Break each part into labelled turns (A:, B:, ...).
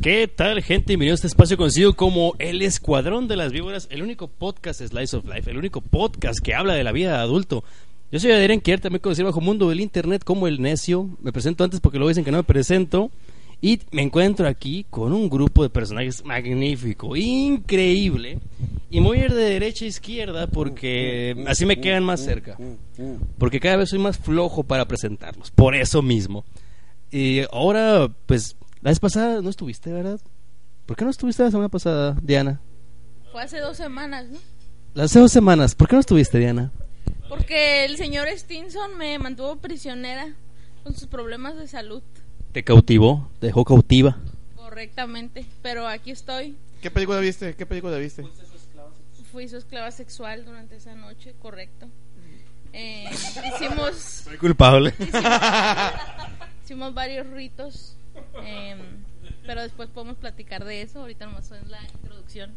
A: ¿Qué tal, gente? Bienvenidos a este espacio conocido como El Escuadrón de las Víboras, el único podcast Slice of Life, el único podcast que habla de la vida de adulto. Yo soy Adrián Kier, también conocido bajo mundo del internet como El Necio. Me presento antes porque luego dicen que no me presento. Y me encuentro aquí con un grupo de personajes magnífico, increíble. Y me voy a ir de derecha a izquierda porque así me quedan más cerca. Porque cada vez soy más flojo para presentarlos, por eso mismo. Y ahora, pues, la vez pasada no estuviste, ¿verdad? ¿Por qué no estuviste la semana pasada, Diana?
B: Fue hace dos semanas, ¿no?
A: Las dos semanas, ¿por qué no estuviste, Diana?
B: Porque el señor Stinson me mantuvo prisionera con sus problemas de salud,
A: Te cautivó, te dejó cautiva.
B: correctamente. Pero aquí estoy.
C: ¿Qué película viste? ¿Qué película viste?
B: Fui su esclava sexual durante esa noche, correcto. Eh, hicimos,
A: Soy culpable.
B: hicimos varios ritos, eh, pero después podemos platicar de eso. Ahorita nomás es la introducción.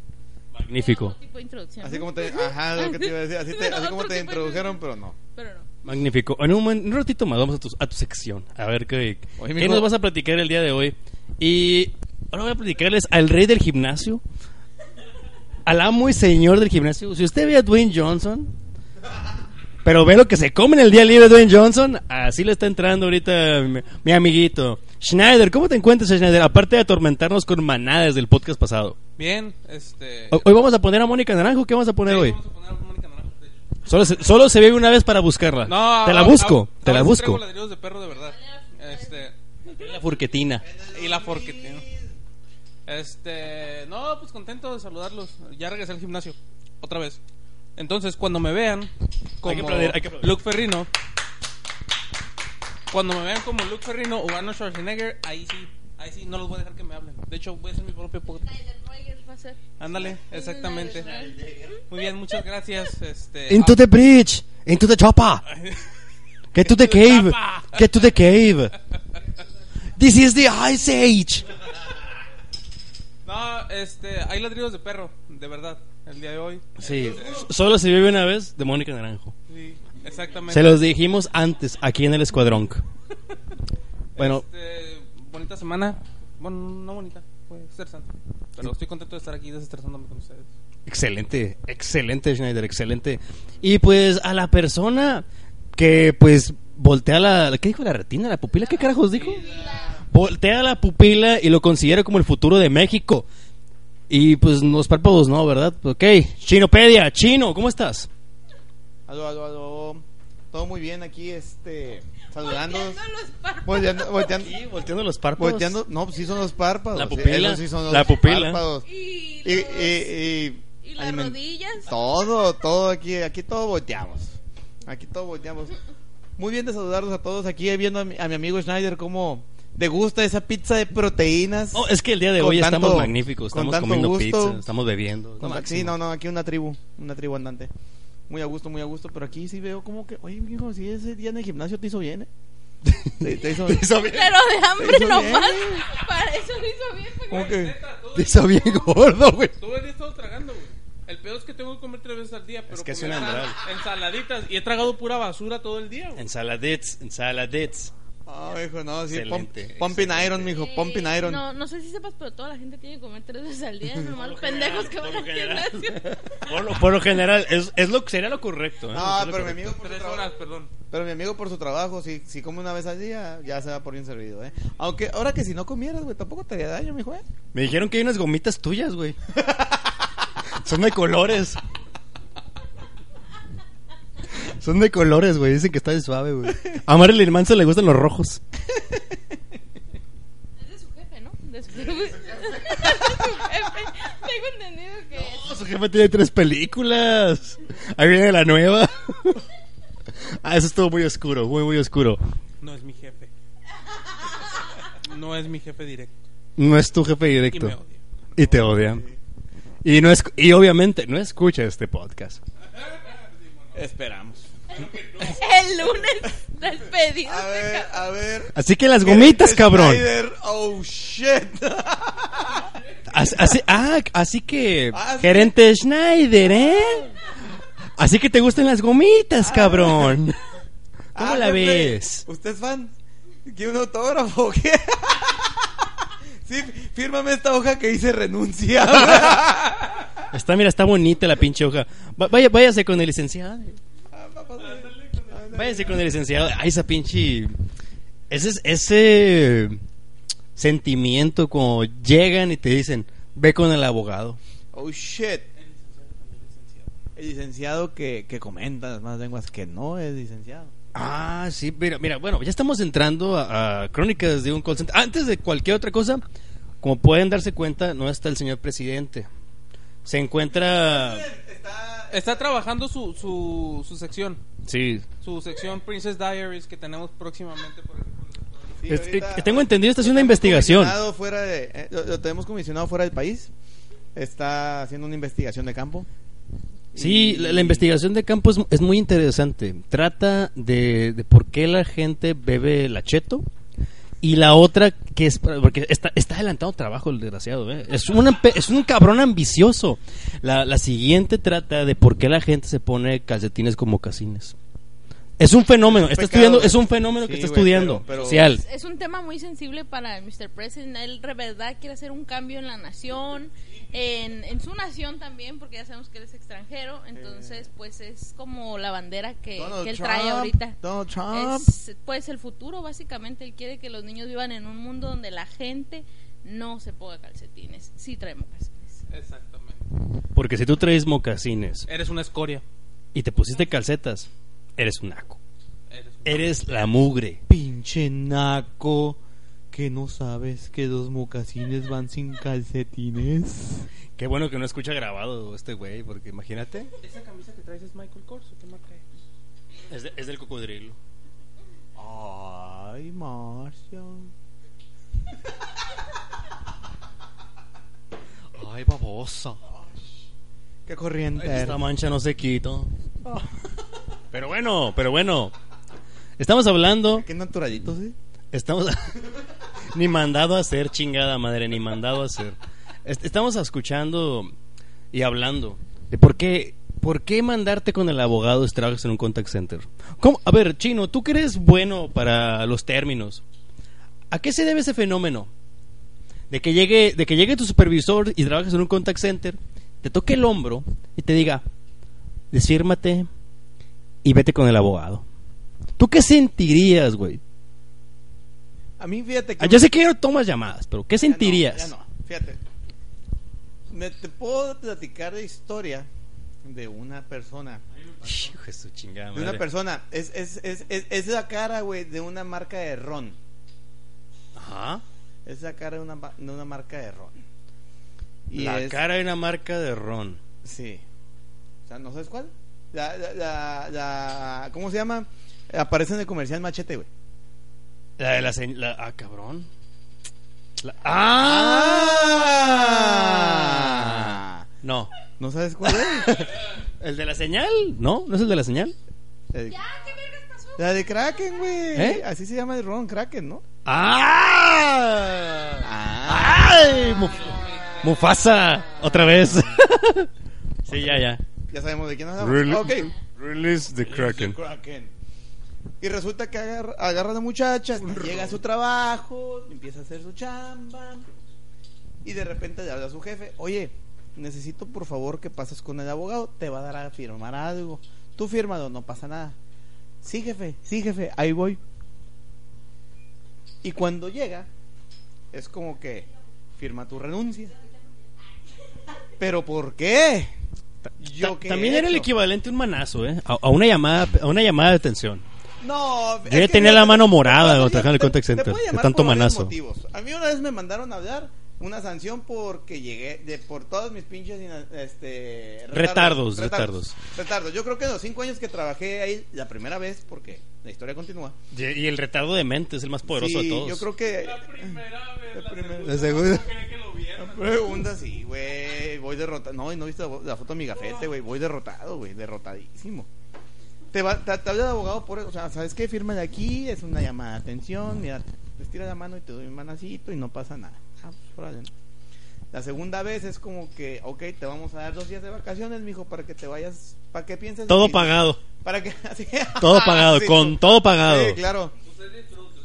A: Magnífico,
B: Otro tipo de introducción.
C: Así
B: ¿no?
C: como te, ajá, lo que te iba a decir, así, te- así como
B: Otro tipo
C: te
B: de
C: introdujeron, pero no.
B: Pero no.
A: magnífico. En un, momen- un ratito más vamos a tu, a tu sección, a ver qué, qué
C: Oye, mijo.
A: nos vas a platicar el día de hoy. Y ahora voy a platicarles al rey del gimnasio, al amo y señor del gimnasio. Si usted ve a Dwayne Johnson, pero ve lo que se come en el día libre Dwayne Johnson, así le está entrando ahorita mi, mi amiguito. Schneider, ¿cómo te encuentras, Schneider? Aparte de atormentarnos con manadas del podcast pasado.
D: Bien, este.
A: Ho- Hoy vamos a poner a Mónica Naranjo, ¿qué vamos a poner
D: Sí,
A: hoy?
D: vamos a poner a Mónica Naranjo, de hecho.
A: Solo se, solo se vive una vez para buscarla.
D: No,
A: Ah, te la
D: ahora-
A: busco,
D: ahora-
A: te la
D: ahora sí
A: busco.
D: traigo ladridos de perro de verdad. Este.
A: La furquetina.
D: Y la forquetina. Este. No, pues contento de saludarlos. Ya regresé al gimnasio. Otra vez. Entonces, cuando me vean como
A: aplaudir, hay que aplaudir.
D: Luke Ferrino. Cuando me vean como Luke Ferrino o Arnold Schwarzenegger, ahí sí, ahí sí, no los voy a dejar que me hablen. De hecho, voy a hacer mi propio podcast.
B: Va a ser.
D: Ándale, exactamente. Muy bien, muchas gracias. Este,
A: Into the bridge, into the chopper. Get to the cave, get to the cave. This is the ice age.
D: No, este, hay ladridos de perro, de verdad, el día de hoy.
A: Sí, solo se vive una vez de Mónica Naranjo.
D: Sí, exactamente.
A: Se los dijimos antes aquí en el escuadrón. Bueno,
D: Este, bonita semana. Bueno, no bonita, fue estresante. Pero estoy contento de estar aquí desestresándome con ustedes.
A: Excelente, excelente Schneider, excelente. Y pues a la persona que pues voltea la... ¿Qué dijo la retina? ¿La pupila? ¿Qué carajos dijo? Voltea la pupila y lo considera como el futuro de México. Y pues los párpados no, ¿verdad? Ok, Chinopedia, Chino, ¿cómo estás?
C: Aló, aló, aló. Todo muy bien aquí, este. Saludando.
B: Volteando los párpados.
C: Volteando, volteando.
A: volteando los párpados.
C: volteando- No, pues sí son los párpados.
A: La
C: sí,
A: pupila,
C: esos sí son los
A: la pupila.
C: párpados.
B: Y,
C: Y,
B: los-
C: y, y,
B: y las
C: aliment-
B: rodillas.
C: Todo, todo aquí, aquí todo volteamos. Aquí todo volteamos. Muy bien de saludarlos a todos. Aquí viendo a mi, a mi amigo Schneider cómo degusta esa pizza de proteínas.
A: Oh, es que el día de
C: Con
A: hoy estamos
C: tanto-
A: magníficos,
C: con
A: estamos
C: tanto
A: comiendo
C: gusto.
A: pizza, estamos bebiendo. lo
C: No, ma- sí,
A: máximo.
C: no, no, aquí una tribu, una tribu andante. Muy a gusto, muy a gusto, pero aquí sí veo como que, oye, mijo, si ese día en el gimnasio te hizo bien, ¿eh? Te, te hizo bien.
A: Hizo bien,
B: Pero de hambre
C: Hizo
B: nomás.
C: bien.
B: Para eso lo hizo bien. porque-
C: Como que,
D: Neta, todo
A: hizo bien gordo, güey.
D: todo el día he estado tragando, güey. El peor es que tengo que comer tres veces al día, pero
A: Es que es
D: comer
A: un
D: ensal- ensaladitas y he tragado pura basura todo el día, güey.
A: Ensaladets, ensaladets.
C: Ah, mijo, no, sí,
A: Excelente,
C: pump- pumping iron, mijo, pumping
B: Eh,
C: iron.
B: No, no sé si sepas, pero toda la gente tiene que comer tres veces al día. Nomás los pendejos que van al gimnasio.
A: Por lo, por lo general, es, es lo, sería lo correcto. ¿eh?
C: Ah,
A: Es lo
C: pero mi
A: correcto.
C: amigo por su
D: Tres horas,
C: trabajo,
D: perdón.
C: pero mi amigo por su trabajo, si, si come una vez al día, ya se va por bien servido, ¿eh? Aunque ahora que si no comieras, güey, tampoco te haría daño, mijo, ¿eh?
A: Me dijeron que hay unas gomitas tuyas, güey. Son de colores. Son de colores, güey. Dicen que está de suave, güey. A Marilyn Manson le gustan los rojos.
B: Es de su jefe, ¿no? De su jefe. De su jefe. Tengo entendido que.
A: Oh, su jefe tiene tres películas. Ahí viene la nueva. Ah, eso estuvo muy oscuro, muy, muy oscuro.
D: No es mi jefe. No es mi jefe directo.
A: No es tu jefe
D: Y me
A: directo.
D: odia.
A: Y te odian. Y, no es, y obviamente no escucha este podcast.
C: Esperamos.
B: El lunes despedido.
C: A
B: este
C: ver,
B: cabrón.
C: a ver.
A: Así que las gomitas, cabrón.
C: Schneider, oh, shit.
A: Así, así- ah, así que.
C: Ah, sí.
A: gerente Schneider, ¿eh? Así que te gustan las gomitas, cabrón. ¿Cómo
C: Ah,
A: la
C: jefe,
A: ves?
C: ¿Usted es fan? ¿Quiere un autógrafo o qué? Sí, fírmame esta hoja que dice renuncia.
A: Está, mira, está bonita la pinche hoja. Va- vaya, váyase con el licenciado. Váyase con el licenciado. Ay, esa pinche. Ese, es- ese sentimiento cuando llegan y te dicen, ve con el abogado.
C: Oh shit. El licenciado que, que comenta las más lenguas que no es licenciado.
A: Ah, sí, mira, mira, bueno, ya estamos entrando a, a crónicas de un call center. Antes de cualquier otra cosa, como pueden darse cuenta, no está el señor presidente. Se encuentra.
D: Está trabajando su, su, su sección,
A: Sí.
D: su sección Princess Diaries que tenemos próximamente. Por ejemplo.
C: Sí,
A: Es-
C: ahorita-
A: eh, tengo entendido, está haciendo una
C: tenemos
A: investigación.
C: comisionado Fuera de, eh, lo, lo tenemos comisionado fuera del país. Está haciendo una investigación de campo.
A: Sí, la, la investigación de campo es, es muy interesante. Trata de, de por qué la gente bebe el acheto. Y la otra que es para- porque está, está adelantado trabajo el desgraciado, ¿eh? es, una pe- es un cabrón ambicioso. La, la siguiente trata de por qué la gente se pone calcetines como mocasines. Es un fenómeno, está
C: pecado,
A: estudiando,
C: güey.
A: es un fenómeno que
C: Sí,
A: está
C: güey,
A: estudiando
C: pero- pero-
A: social.
B: Es un tema muy sensible para el Mr. President. Él de verdad quiere hacer un cambio en la nación, en, en su nación también, porque ya sabemos que él es extranjero. Entonces, pues es como la bandera que, que él trae ahorita.
C: Donald Trump.
B: Es, pues el futuro, básicamente, él quiere que los niños vivan en un mundo donde la gente no se ponga calcetines. Sí traemos calcetines.
D: Exactamente.
A: Porque si tú traes mocasines
D: Eres una escoria.
A: y te pusiste calcetas, eres un naco.
D: Eres un-
A: Eres la mugre.
C: Pinche naco. Que no sabes que los mocasines van sin calcetines.
A: Qué bueno que no escucha grabado este güey, porque imagínate.
D: Esa camisa que traes es Michael Kors, ¿o ¿qué marca es?
A: Es, de- es del cocodrilo.
C: Ay, Marcia.
A: Ay, babosa.
C: Qué corriente.
A: Esta
C: eres.
A: mancha no se quita. Pero bueno, pero bueno. Estamos hablando.
C: Qué naturalito, sí.
A: Estamos. ni mandado a hacer, chingada madre, ni mandado a hacer. Est- Estamos escuchando y hablando de por qué. ¿Por qué mandarte con el abogado si trabajas en un contact center? ¿Cómo? A ver, Chino, tú que eres bueno para los términos. ¿A qué se debe ese fenómeno? De que llegue, de que llegue tu supervisor y trabajes en un contact center, te toque el hombro y te diga, desfírmate y vete con el abogado. ¿Tú qué sentirías, güey?
C: A mí, fíjate que.
A: Ah, Yo sé que ya no tomas llamadas, pero ¿qué
C: Ya no,
A: sentirías?
C: Ya no, fíjate. Me, te puedo platicar de historia de una persona.
A: Hijo de su chingada
C: De una
A: madre.
C: persona. Es, es, es, es, es la cara, güey, de una marca de ron.
A: Ajá.
C: Es la cara de una, ma- de una marca de ron.
A: la
C: es-
A: cara de una marca de ron.
C: Sí. O sea, ¿no sabes cuál? La, la, la, la- ¿Cómo se llama? Aparece en el comercial Machete, güey.
A: La de la, se- la- ah, cabrón. La- ¡Ah! No.
C: ¿No sabes cuál es?
A: ¿El de la señal? No, no es el de la señal.
C: La de-
B: ¿qué vergas pasó?
C: la de Kraken, güey.
A: ¿Eh?
C: Así se llama el ron Kraken, ¿no?
A: ¡Ah!
C: Ah.
A: ¡Ay! Muf- Mufasa, otra vez. sí, ya, ya.
C: Ya sabemos de quién hablamos.
E: Really?
C: Ah, Ok.
E: Release the Kraken.
C: Kraken. Y resulta que agarra, agarra a la muchacha, llega a su trabajo, empieza a hacer su chamba. Y de repente le habla a su jefe: Oye, necesito por favor que pases con el abogado, te va a dar a firmar algo. Tú firmado, no pasa nada. Sí, jefe, sí, jefe, ahí voy. Y cuando llega, es como que firma tu renuncia. ¿Pero por qué?
A: Ta-
C: qué he
A: también era el
C: hecho?
A: equivalente a un manazo, ¿eh? A, a una llamada, a una llamada de atención.
C: No,
A: Yo ya
C: es que
A: tenía
C: no,
A: la
C: te-
A: mano morada
C: te-
A: cuando
C: te-
A: trabajaba en el
C: te-
A: contact
C: te
A: center,
C: puede
A: de
C: llamar
A: tanto
C: por varios
A: manazo.
C: motivos. A mí una vez me mandaron a dar una sanción porque llegué de por todos mis pinches ina- este
A: Retardos, retardos.
C: retardos. Retardos. Yo creo que en los cinco años que trabajé ahí la primera vez porque la historia continúa.
A: Y y el retardo de mente es el más poderoso
C: Sí,
A: de todos.
C: Yo creo que
D: primera vez,
C: La primera-
E: la segunda.
D: no creí que lo vieran.
C: pregunta sí, güey, voy derrotado. No, y no viste la, la foto de mi gafete, güey, voy derrotado, güey, derrotadísimo. Te va te, te habla el abogado por eso, o sea, ¿sabes qué? Fírmale aquí, es una llamada de atención, mira, te estira la mano y te doy un manacito y no pasa nada. Ah, pues, órale, ¿no? La segunda vez es como que, ok, te vamos a dar dos días de vacaciones, mijo, para que te vayas, para que pienses.
A: Todo
C: y-
A: pagado,
C: Para que, así-
A: todo pagado,
C: Sí,
A: con todo pagado.
C: Sí, claro.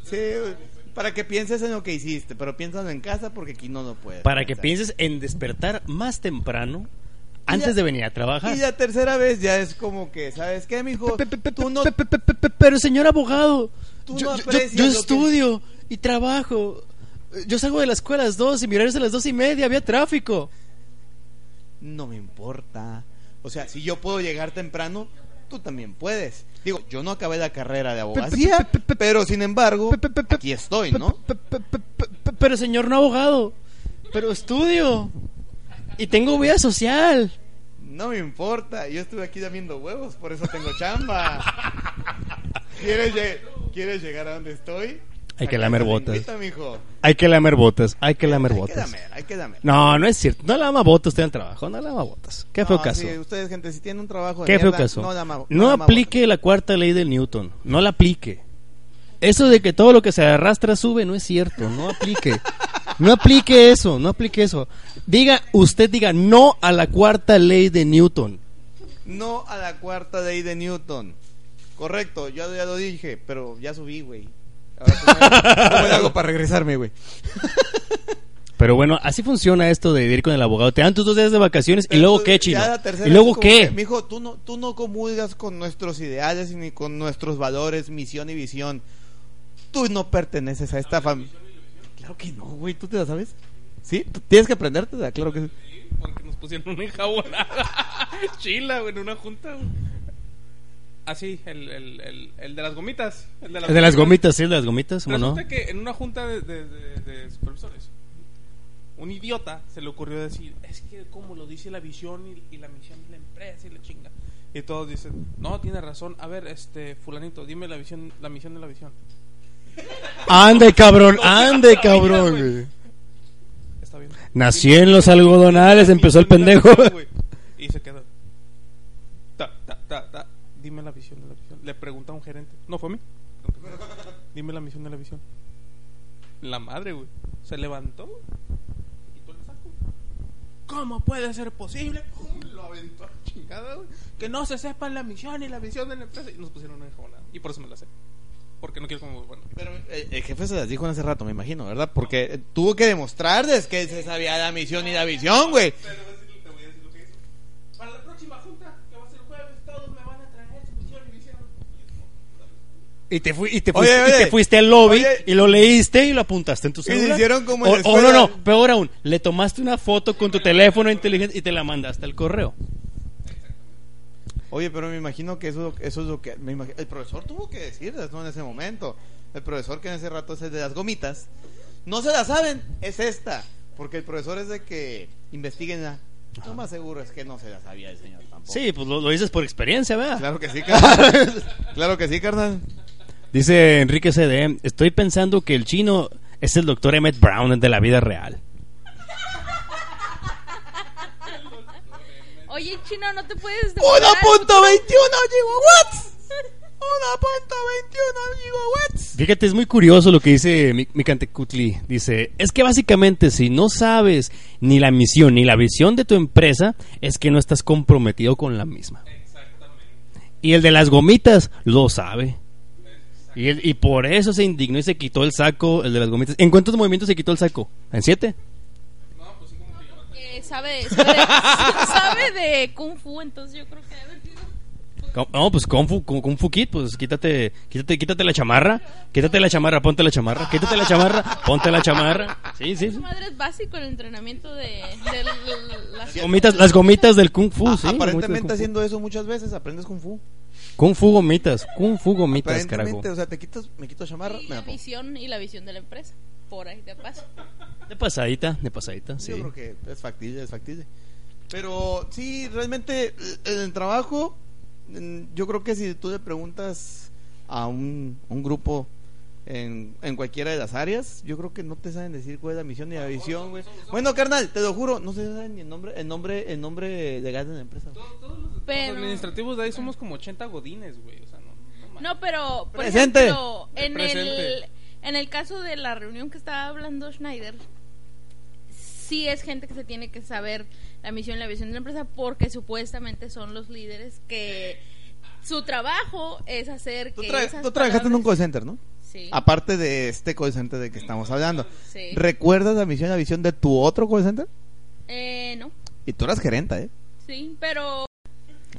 C: Sí, güey. Para que pienses en lo que hiciste, pero piénsalo en casa porque aquí no lo puedes.
A: Para que
C: pensar.
A: pienses en despertar más temprano
C: Y
A: antes
C: la-
A: de venir a trabajar.
C: Y la tercera vez ya es como que, ¿sabes qué, mijo?
A: Pe- pe- pe-
C: Tú no,
A: pe- pe- pe- pe- pe- Pero señor abogado,
C: Tú
A: yo,
C: no
A: yo- yo-
C: aprecias
A: yo
C: lo que-
A: estudio y trabajo. Yo salgo de la escuela a las dos y mi horario es a las dos y media, había tráfico.
C: no me importa. O sea, si yo puedo llegar temprano, tú también puedes. Digo, yo no acabé la carrera de abogacía,
A: pe- pe- pe-
C: pero sin embargo,
A: pe- pe- pe-
C: aquí estoy, ¿no?
A: Pe- pe- pe- pe- pe- Pero señor no abogado, pero estudio y tengo vida social.
C: No me importa, yo estuve aquí lamiendo huevos, por eso tengo chamba. ¿Quieres, lle- quieres llegar a donde estoy?
A: Hay que
C: Acá
A: lamer
C: está la
A: botas.
C: lengüita, mijo.
A: Hay que lamer botas, hay que lamer
C: Hay que
A: botas.
C: lamer, hay que lamer.
A: No, no es cierto. No lama botas usted en el trabajo, no lama botas. Qué feo
C: No,
A: caso.
C: sí, ustedes, gente, si tienen un trabajo de
A: Qué feo
C: mierda,
A: caso.
C: no lama-
A: No,
C: lama botas.
A: aplique la cuarta ley de Newton. No la aplique. Eso de que todo lo que se arrastra sube no es cierto. No aplique. No aplique eso. No aplique eso. Diga, usted diga no a la cuarta ley de Newton.
C: No a la cuarta ley de Newton. Correcto, yo ya lo dije, pero ya subí, güey. Ahora, ¿cómo hago- ¿Cómo le hago para regresarme, güey?
A: Pero bueno, así funciona esto de ir con el abogado. Te dan tus dos días de vacaciones y luego
C: Entonces,
A: qué,
C: ya
A: chino.
C: la tercera
A: Y luego
C: es como que,
A: qué.
C: Mijo, tú no, tú no comulgas con nuestros ideales ni con nuestros valores, misión y visión. Tú no perteneces a esta familia. Claro que no, güey, ¿tú te la sabes? Sí, tienes que aprendértela, claro que sí.
D: Porque nos pusieron una enjabonada chila, güey, en una junta. güey. Así, el, el, el, el de las gomitas. El de las,
A: De las gomitas, sí, de las gomitas, ¿cómo no?
D: Pues Resulta que en una junta de, de- de- de supervisores, un idiota se le ocurrió decir, es que como lo dice la visión y, y la misión de la empresa y la chinga. Y todos dicen, no, tiene razón. A ver, este, fulanito, dime la visión, la misión de la visión.
A: Ande, cabrón,
D: No,
A: ande,
D: ya sabía,
A: cabrón.
D: güey.
A: güey.
D: Está bien.
A: Nací en los algodonales, empezó el
D: Dime la
A: pendejo.
D: visión, güey. Y se quedó. Ta, ta, ta, ta. Dime la visión de la visión. Le pregunta a un gerente. No fue a mí. Dime la misión de la visión. La madre, güey. Se levantó y todo el saco. ¿Cómo puede ser posible? Pum, Lo aventó a la chingada, güey. Que no se sepan la misión y la visión de la empresa. Y nos pusieron una enjabonada. Y por eso me la sé. Porque no quiero como. Bueno,
C: Pero eh, el jefe se las dijo hace rato, me imagino, ¿verdad? Porque eh, tuvo que demostrarles que se sabía la misión y la visión, güey.
D: Pero voy a decir- te voy a decir lo que hizo. Para la próxima junta, que va a ser jueves, todos me van a traer su misión y visión.
A: Y te, fui- y te
C: Oye,
A: fuiste, y
C: oye.
A: te fuiste al lobby
C: Oye.
A: y lo leíste y lo apuntaste en tu
C: Y le
A: celular.
C: hicieron como en
A: o,
C: la
A: o no,
C: escuela.
A: no, peor aún, le tomaste una foto con tu teléfono inteligente y te la mandaste al correo.
C: Oye, pero me imagino que eso, eso es lo que... me imagi- el profesor tuvo que decirles, ¿no? En ese momento. El profesor que en ese rato es el de las gomitas. No se la saben, es esta. Porque el profesor es de que investiguenla. Lo más seguro es que no se la sabía el señor tampoco.
A: Sí, pues lo, lo dices por experiencia, ¿verdad?
C: Claro que sí, carnal. claro que sí, carnal.
A: Dice Enrique CD, estoy pensando que el chino es el doctor Emmett Brown de la vida real.
B: Oye, chino, no te puedes. demorar.
C: 1.21 gigawatts. 1.21 gigawatts.
A: Fíjate, es muy curioso lo que dice Mi- Micantecutli. Dice, es que básicamente si no sabes ni la misión ni la visión de tu empresa, es que no estás comprometido con la misma. Y el de las gomitas lo sabe. Y, él- y por eso se indignó y se quitó el saco, el de las gomitas. ¿En cuántos movimientos se quitó el saco? ¿En siete?
B: Que sabe, sabe, sabe de Kung Fu, entonces yo creo que debe haber sido.
A: Co- No, pues Kung Fu, Kung- Kung Fu Kid, pues quítate, quítate, quítate la chamarra, quítate la chamarra, ponte la chamarra, quítate la chamarra, ponte la chamarra. Sí, sí,
B: Esa
A: sí.
B: madre es básico el entrenamiento de, de l- las
A: Gomitas, las gomitas del Kung Fu, sí. gomitas del Kung
C: Ah, Aparentemente
A: Fu.
C: haciendo eso muchas veces aprendes kung fu.
A: Kung Fu gomitas, Kung Fu gomitas, carajo.
C: Aparentemente, o sea, te quitas, me quito chamarra,
B: y
C: me
B: la
C: la pongo.
B: visión y la visión de la empresa. Por ahí de paso.
A: De pasadita, de pasadita, sí.
C: Yo creo que es factible, es factible. Pero sí, realmente en el trabajo, en- yo creo que si tú le preguntas a un, un grupo en, en cualquiera de las áreas, yo creo que no te saben decir cuál es la misión ni la visión, güey. Bueno, carnal, te lo juro, no se saben ni el nombre, el nombre, el nombre legal de la empresa. güey.
B: Pero-
D: Los administrativos de ahí somos como 80 godines, güey. O sea, no. no mames.
B: No, pero por
C: Presente.
B: ejemplo, en el
D: Presente.
B: en el caso de la reunión que estaba hablando Schneider, sí es gente que se tiene que saber la misión y la visión de la empresa porque supuestamente son los líderes que su trabajo es hacer
C: Tú,
B: que
C: tra-
B: esas
C: tú trabajaste en un
B: palabras-
C: call center, ¿no?
B: Sí.
C: Aparte de este call center de que estamos hablando.
B: Sí.
C: ¿Recuerdas la misión y la visión de tu otro call center?
B: Eh, no.
C: Y tú eras gerenta, ¿eh?
B: Sí, pero.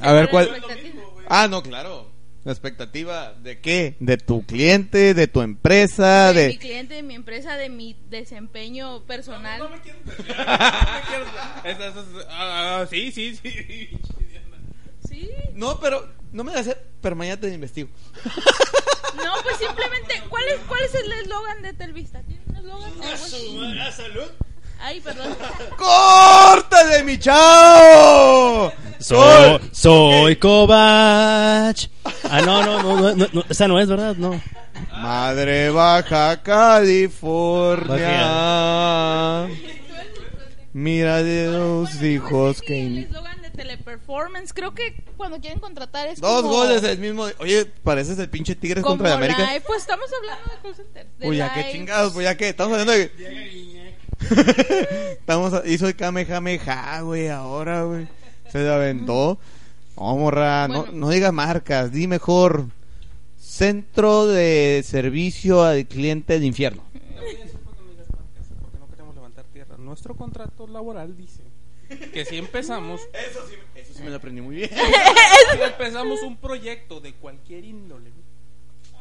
C: A ver
B: pero
C: cuál.
B: la expectativa-
C: Ah, no, claro. La expectativa de qué? De tu cliente, de tu empresa,
B: de mi
C: de...
B: cliente, de mi empresa, de mi desempeño personal.
D: No me quiero pelear, no me quiero pelear. Esa- esa- esa- ah, ah, sí, sí, sí.
B: Sí.
C: No, pero no me la sé, pero mañana te investigo.
B: No, pues simplemente. ¿Cuál es, cuál es el eslogan de Telvista? ¿Tiene un eslogan? Algo
D: Ah,
B: así.
A: salud!
B: Ay, perdón.
C: ¡Córtale, mi chao!
A: Soy, soy Kovács. Ah, no, no, no, no, no, no, esa no es, ¿verdad? No.
C: Madre Baja California. Mira de dos hijos que...
B: El
C: in-
B: eslogan de Teleperformance. Creo que cuando quieren contratar es.
C: Dos
B: como-
C: goles el mismo... Oye, pareces el pinche Tigres
B: Como
C: contra el América.
B: Live, pues estamos hablando de call center. de
C: Uy, ya qué
B: Live.
C: chingados, pues ya qué. Estamos hablando de. Estamos a- hizo el Kamehameha, güey, ahora, güey. Se la aventó. No, morra, no,
B: Bueno.
C: no digas marcas, di mejor. Centro de servicio al cliente del infierno.
D: Porque no queremos levantar tierra. Nuestro contrato laboral dice que si empezamos,
C: Eso sí me lo aprendí muy bien.
D: si empezamos un proyecto de cualquier índole,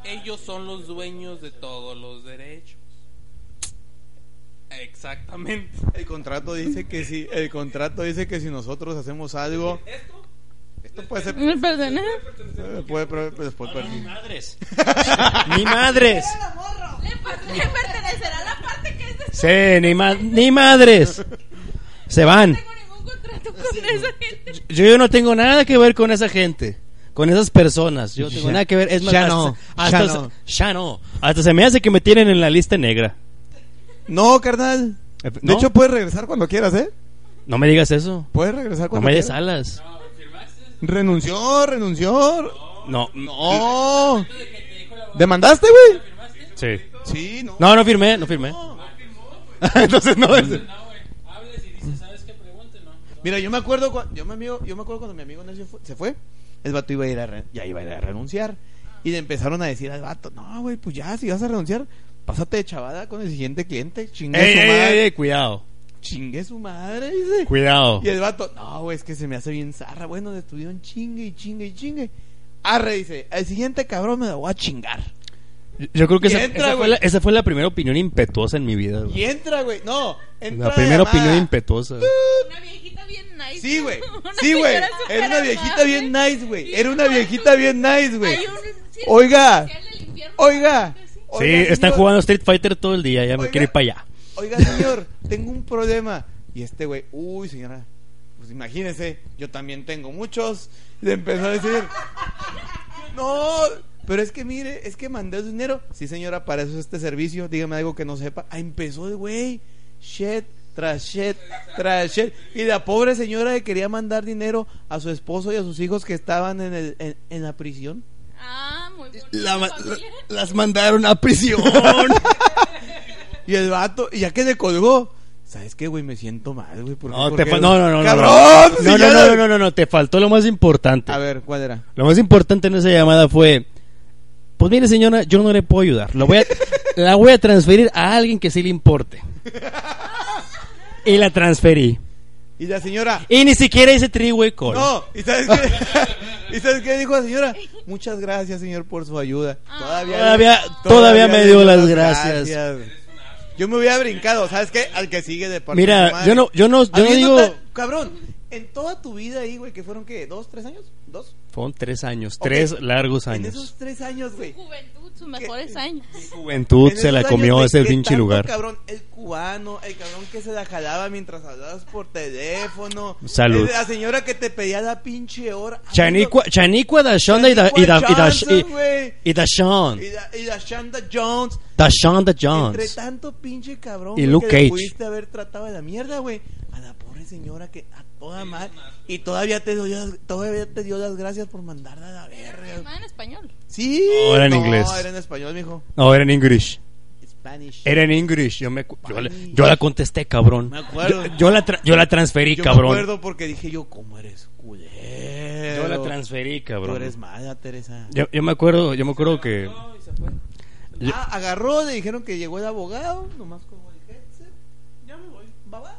D: ellos son los dueños de todos los derechos. Exactamente.
C: El contrato dice que si, el contrato dice que si nosotros hacemos algo,
D: Esto
C: esto puede ser,
B: Mm, Perdón. ¿eh?
C: puede, puede, después
A: ¡Ni
C: perder.
A: madres! ¡Ni madres!
B: Le, per- le pertenecerá la parte que es de
A: Sí, ni, ma- ni madres. Se van.
B: No tengo ningún contrato con esa gente.
A: Yo, yo no tengo nada que ver con esa gente. Con esas personas. Yo no tengo
C: Ya-
A: nada que ver. Es más,
C: ya
A: hasta-
C: no,
A: hasta
C: ya
A: se-
C: no.
A: ya no. Hasta se me hace que me tienen en la lista negra.
C: No, carnal. De
A: ¿No?
C: hecho, puedes regresar cuando quieras, ¿eh?
A: No me digas eso.
C: Puedes regresar
A: No
C: cuando
A: me des
C: quieras.
A: alas.
C: Renunció, renunció.
A: No.
C: No. ¿Demandaste, güey?
A: Sí.
C: Sí, no.
A: No, no firmé, no firmé.
C: Entonces no es. Mira, yo me acuerdo cuando yo, mi amigo, yo me acuerdo cuando mi amigo Nelson fu- se fue, el vato iba a ir a re- ya iba a ir a renunciar y le empezaron a decir al vato, "No, güey, pues ya si vas a renunciar, pásate de chavada con el siguiente cliente, chingue
A: Ey,
C: su
A: ey,
C: madre."
A: ey, ey, cuidado.
C: Chingue su madre, dice.
A: Cuidado.
C: Y el vato, no, güey, es que se me hace bien zarra. Bueno, le estuvieron chingue y chingue y chingue. Arre, dice, el siguiente cabrón me lo voy a chingar.
A: Yo creo que
C: Y
A: esa,
C: entra,
A: esa fue
C: güey.
A: la, esa fue la primera opinión impetuosa en mi vida. güey.
C: Y entra, güey. No, entra.
A: La primera
C: llamada.
A: opinión impetuosa.
B: Una viejita bien nice.
C: Uh, Sí, güey.
B: Una
C: Sí, güey.
B: señora súper
C: Era una viejita
B: amable.
C: bien nice, güey.
B: Y
C: Era una viejita bien nice, güey.
B: Hay un circo
C: Oiga.
B: social del infierno.
C: Oiga.
A: Sí,
C: oiga,
A: están
C: señor.
A: jugando Street Fighter todo el día, ya me
C: Oiga.
A: quiero ir para allá.
C: Oiga, señor, tengo un problema. Y este güey, uy, señora. Pues imagínese, yo también tengo muchos. Le empezó a decir, no, pero es que mire, es que mandé dinero. Sí, señora, para eso es este servicio. Dígame algo que no sepa. Ah, empezó el güey. Shit, tras shit, tras shit. Y la pobre señora que quería mandar dinero a su esposo y a sus hijos que estaban en, el, en, en la prisión.
B: Ah, muy bonito.
A: las mandaron a prisión.
C: Y el vato, y ya que se colgó. ¿Sabes qué, güey? Me siento mal, güey. ¿por qué?
A: no,
C: ¿Por
A: te
C: qué,
A: fa-
C: güey?
A: no, no, no, no.
C: ¡Cabrón!
A: No,
C: Si
A: no,
C: ya
A: no,
C: la-
A: no, no, no, no, te faltó lo más importante.
C: A ver, ¿cuál era?
A: Lo más importante en esa llamada fue, pues mire señora, yo no le puedo ayudar, Lo voy a- la voy a transferir a alguien que sí le importe. Y la transferí.
C: Y la señora.
A: Y ni siquiera hice three-way call.
C: No, ¿y sabes qué? ¿Y sabes qué dijo la señora? Muchas gracias, señor, por su ayuda. Todavía,
A: Todavía- todavía me dio
C: le
A: las
C: doy
A: gracias.
C: Yo me hubiera brincado, ¿sabes qué? Al que sigue de parte
A: Mira,
C: de su madre.
A: yo no- yo no- yo no
C: Habiendo
A: digo-
C: tan- Cabrón, en toda tu vida ahí, güey, que fueron, ¿qué? ¿Dos, tres años? ¿Dos?
A: Fueron tres años,
C: Ok.
A: tres largos
C: En
A: años.
C: esos tres años, güey.
B: Su juventud, sus mejores años.
A: Juventud
C: En
A: se la
C: esos
A: comió
C: años,
A: ese
C: güey, que
A: pinche
C: tanto
A: lugar.
C: Cabrón, el cubano, el cabrón que se la jalaba mientras hablabas por teléfono.
A: Salud.
C: La señora que te pedía la pinche hora.
A: Chanicua, Chanicua, Dashonda y da- y da- y da-
C: Johnson,
A: y-
C: güey.
A: y Dashon.
C: Y la, y la Shanda Jones.
A: Dashonda
C: Entre
A: Jones.
C: tanto pinche cabrón
A: Y
C: güey,
A: Luke
C: que
A: Cage.
C: le pudiste haber tratado de la mierda, güey. A la pobre señora que a toda mal. Y todavía te, dio, las- todavía te dio las gracias por mandarla a la verga.
B: Llamada en español.
C: Sí.
A: No, era en inglés.
C: era en español, mijo.
A: No, era en English.
C: Spanish.
A: Era en English. Yo, me, cu- yo, la, yo la contesté, cabrón.
C: Me acuerdo.
A: Yo, yo la, tra- yo la transferí,
C: Yo me
A: cabrón.
C: acuerdo porque dije yo, ¿cómo eres culero?
A: Yo la transferí,
C: Tú
A: cabrón.
C: eres mala, Teresa.
A: Yo, yo me acuerdo, yo me acuerdo que
D: no, y se fue.
A: Yo-
C: Ah, agarró, le dijeron que llegó el abogado, nomás como el headset.
D: Ya me voy.
C: Va, va.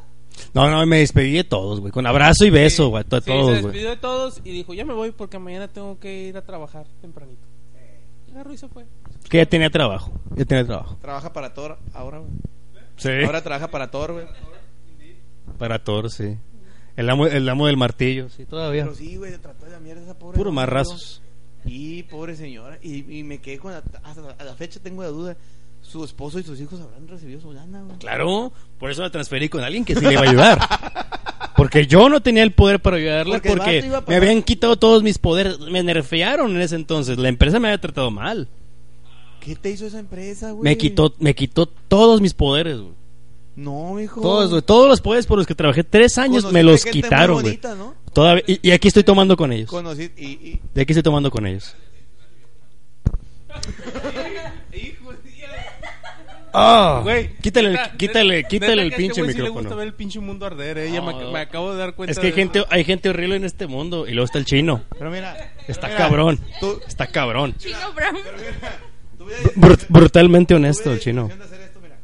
A: No, no, me despedí de todos, güey. Con abrazo y beso, güey. a to-
D: Sí,
A: todos,
D: se
A: güey.
D: despidió de todos y dijo, ya me voy porque mañana tengo que ir a trabajar tempranito. Agarró y se fue.
A: Que ya tenía trabajo. Ya tenía trabajo.
C: Trabaja para Thor ahora, güey.
E: Sí.
C: Ahora trabaja para Thor, güey.
A: Para Thor, sí. El amo, el amo del martillo, sí, todavía.
C: Pero sí, güey, se trató de la mierda esa pobre.
A: Puro
C: mujer,
A: marrazos.
C: güey. Y pobre señora. Y, y me quedé con la, hasta la- a la fecha tengo la duda. Su esposo y sus hijos habrán recibido su lana, güey.
A: Claro, por eso la transferí con alguien que sí le iba a ayudar. Porque yo no tenía el poder para ayudarla
C: Porque el
A: porque,
C: vato iba a pagar.
A: me habían quitado todos mis poderes. Me nerfearon en ese entonces. La empresa me había tratado mal.
C: ¿Qué te hizo esa empresa, güey?
A: Me quitó, me quitó todos mis poderes, güey.
C: No, mijo.
A: Todos, güey. Todos los poderes por los que trabajé tres años
C: Conociste
A: me los
C: gente muy
A: quitaron, güey.
C: bonita, ¿no?
A: Todavía- Y, y aquí estoy tomando con ellos.
C: Conocí y, y-
A: De aquí estoy tomando con ellos. Ah,
D: Güey,
A: quítale, el-
D: neta,
A: quítale,
D: neta,
A: quítale
D: neta
A: el
D: que a este
A: pinche
D: güey sí le gusta
A: micrófono.
D: ver el pinche mundo arder, eh. Ya me,
A: No.
D: me acabo de dar cuenta.
A: Es que hay
D: de
A: gente,
D: eso.
A: hay gente horrible en este mundo. Y luego está el chino.
C: Pero mira.
A: Está
C: pero mira,
A: cabrón.
C: Tú,
A: Está cabrón.
B: Chino Brown.
C: tú hubieras-
A: Brut- brutalmente honesto,
C: tú
A: el
C: hubieras
A: chino.
C: intención de hacer esto, mira.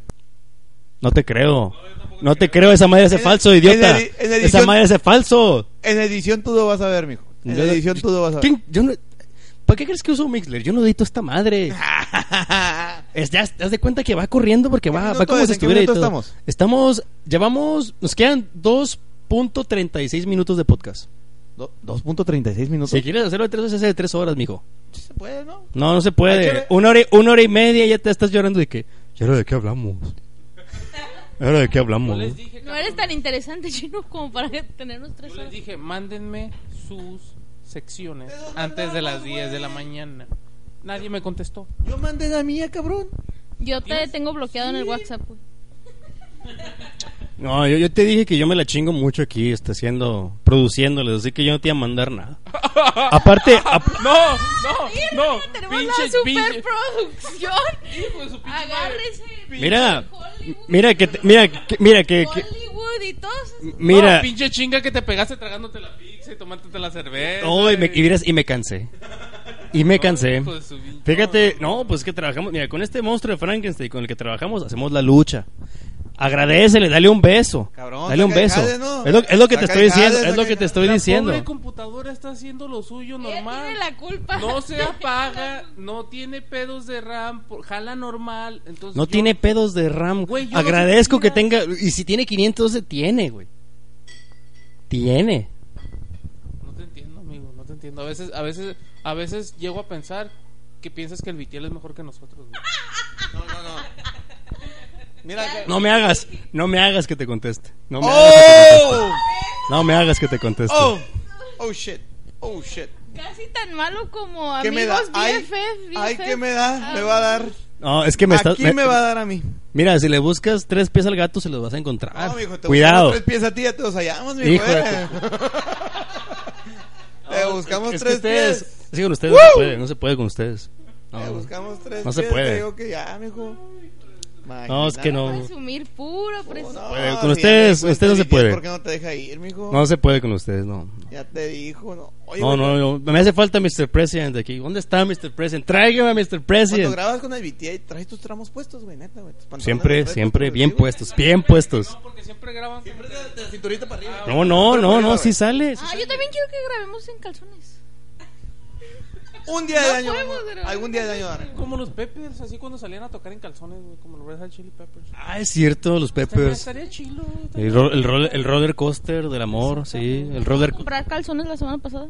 A: No te creo. No te creo, esa madre hace
C: En-
A: falso,
C: en
A: idiota.
C: edi- en edición-
A: Esa madre hace falso.
C: En edición tú lo vas a ver, mijo. En
A: Yo-
C: edición tú lo vas a ver.
A: ¿Quién- yo no- ¿Para qué crees que uso Mixler? Yo no edito esta madre. Es, ya, haz de cuenta que va corriendo porque
C: ¿Qué
A: va,
C: minuto
A: va como si
C: es? ¿En qué
A: estuviera
C: minuto
A: editado.
C: estamos?
A: Estamos, llevamos, nos quedan 2.36 minutos de podcast.
C: Do- 2.36 minutos.
A: Si quieres hacerlo de tres veces, hace de tres horas, mijo.
C: Sí se puede, ¿no?
A: No, no se
C: Ay,
A: puede.
C: chévere.
A: Una hora, y- una hora y media y ya te estás llorando de que...
E: ¿Y ahora de qué hablamos? ¿Ahora de qué
D: Yo
E: hablamos?
D: les
E: eh?
D: dije,
B: No
D: cabrón,
B: eres tan interesante, Chino, como para tenernos tres
D: yo les
B: horas.
D: dije, mándenme sus secciones antes de las 10 de la mañana. Nadie me contestó.
C: Yo mandé la mía, cabrón.
B: Yo te tengo bloqueado en el WhatsApp, güey.
A: No, yo, yo te dije que yo me la chingo mucho aquí, está haciendo, produciéndoles, así que yo no te iba a mandar nada. Aparte, ap-
D: No, no, no.
B: Tenemos
D: Pinche,
B: la
D: pinche.
B: superproducción.
D: Hijo de su pinche madre.
B: Agárrese.
A: mira,
B: Hollywood.
A: mira que, te- mira, que, mira que, que-
B: Hollywood y todos. esos-
A: mira,
D: No, pinche chinga que te pegaste tragándote la pizza y tomándote la cerveza.
A: no, y me, y miras, y me cansé, y me cansé.
D: Hijo de su pinche-
A: Fíjate, no, pues que trabajamos, mira, con este monstruo de Frankenstein con el que trabajamos, hacemos la lucha. Agradecele, dale un beso.
C: Cabrón,
A: dale un
C: saca el
A: beso.
C: jale, ¿no?
A: es, lo, es lo que te
C: Saca
A: estoy
C: el jale,
A: diciendo, es
C: saca
A: lo
C: el
A: que te
C: jale.
A: estoy
D: la
A: diciendo.
D: pobre computadora está haciendo lo suyo
B: Él
D: normal.
B: tiene la culpa.
D: No se apaga, no tiene pedos de RAM, por- jala normal. Entonces
A: No
D: yo-
A: tiene pedos de RAM.
D: Güey, yo no
A: Agradezco que
D: sé qué
A: tenga. Y si tiene 512, tiene, güey. Tiene.
D: No te entiendo, amigo, no te entiendo. A veces, a veces, a veces llego a pensar que piensas que el Vitiel es mejor que nosotros. güey.
C: No, no, no. Mira, que-
A: No me hagas, no me hagas que te conteste. No me, hagas, que te conteste.
C: ¡Oh!
A: No me hagas que te conteste.
C: ¡Oh! ¡Oh, shit! ¡Oh, shit!
B: Casi tan malo como
C: ¿Qué
B: amigos
C: me da? Ay,
B: BFF, BFF.
C: ay, ¿qué me da?
B: Ah,
C: Me va a dar.
A: No, es que me estás.
C: Aquí me va a dar a mí.
A: Mira, si le buscas tres pies al gato, se los vas a encontrar.
C: No, mijo, te
A: Ah, Cuidado.
C: buscamos tres pies a ti, ya te los hallamos, mijo.
A: Hijo de
C: eh. te buscamos
A: Es que
C: tres
A: ustedes.
C: pies.
A: Es que con ustedes no se puede, no se puede con ustedes.
C: Te
A: No,
C: buscamos tres
A: No se
C: pies, te
A: puede.
C: digo que ya, mijo.
A: No, es que no.
B: Presumir puro, presumir.
A: puede. Con ustedes-
C: con
A: ustedes no se puede.
C: ¿Por qué no te deja ir, mijo?
A: no se puede con ustedes, no.
C: Ya te dijo, no. Oye,
A: No,
C: güey,
A: no, no. Me hace falta Mr. President aquí. ¿Dónde está Mr. President? Tráigame a Mr.
C: Cuando
A: President.
C: grabas con el BTA, traes tus tramos puestos, güey, neta, güey. tus pantalones
A: Siempre,
C: puestos,
A: siempre,
C: güey,
A: bien
C: sí, güey.
A: puestos, bien puestos.
D: No, porque siempre graban.
C: De la cinturita para arriba.
A: No, no, no, no, sí sale. sí
B: Ah, yo también quiero que grabemos en calzones.
C: Un día de
B: No
C: año.
B: podemos
C: vamos,
B: grabar.
C: Algún día de año. ahora.
D: Como los Peppers, así cuando salían a tocar en calzones, güey, como los Red Hot Chili Peppers.
A: sale. Ah, es cierto, los
D: Estaría,
A: Peppers.
D: estaría chilo. estaría-
A: El, ro- el ro- el roller coaster del amor, sí. El roller.
B: Comprar calzones la semana pasada.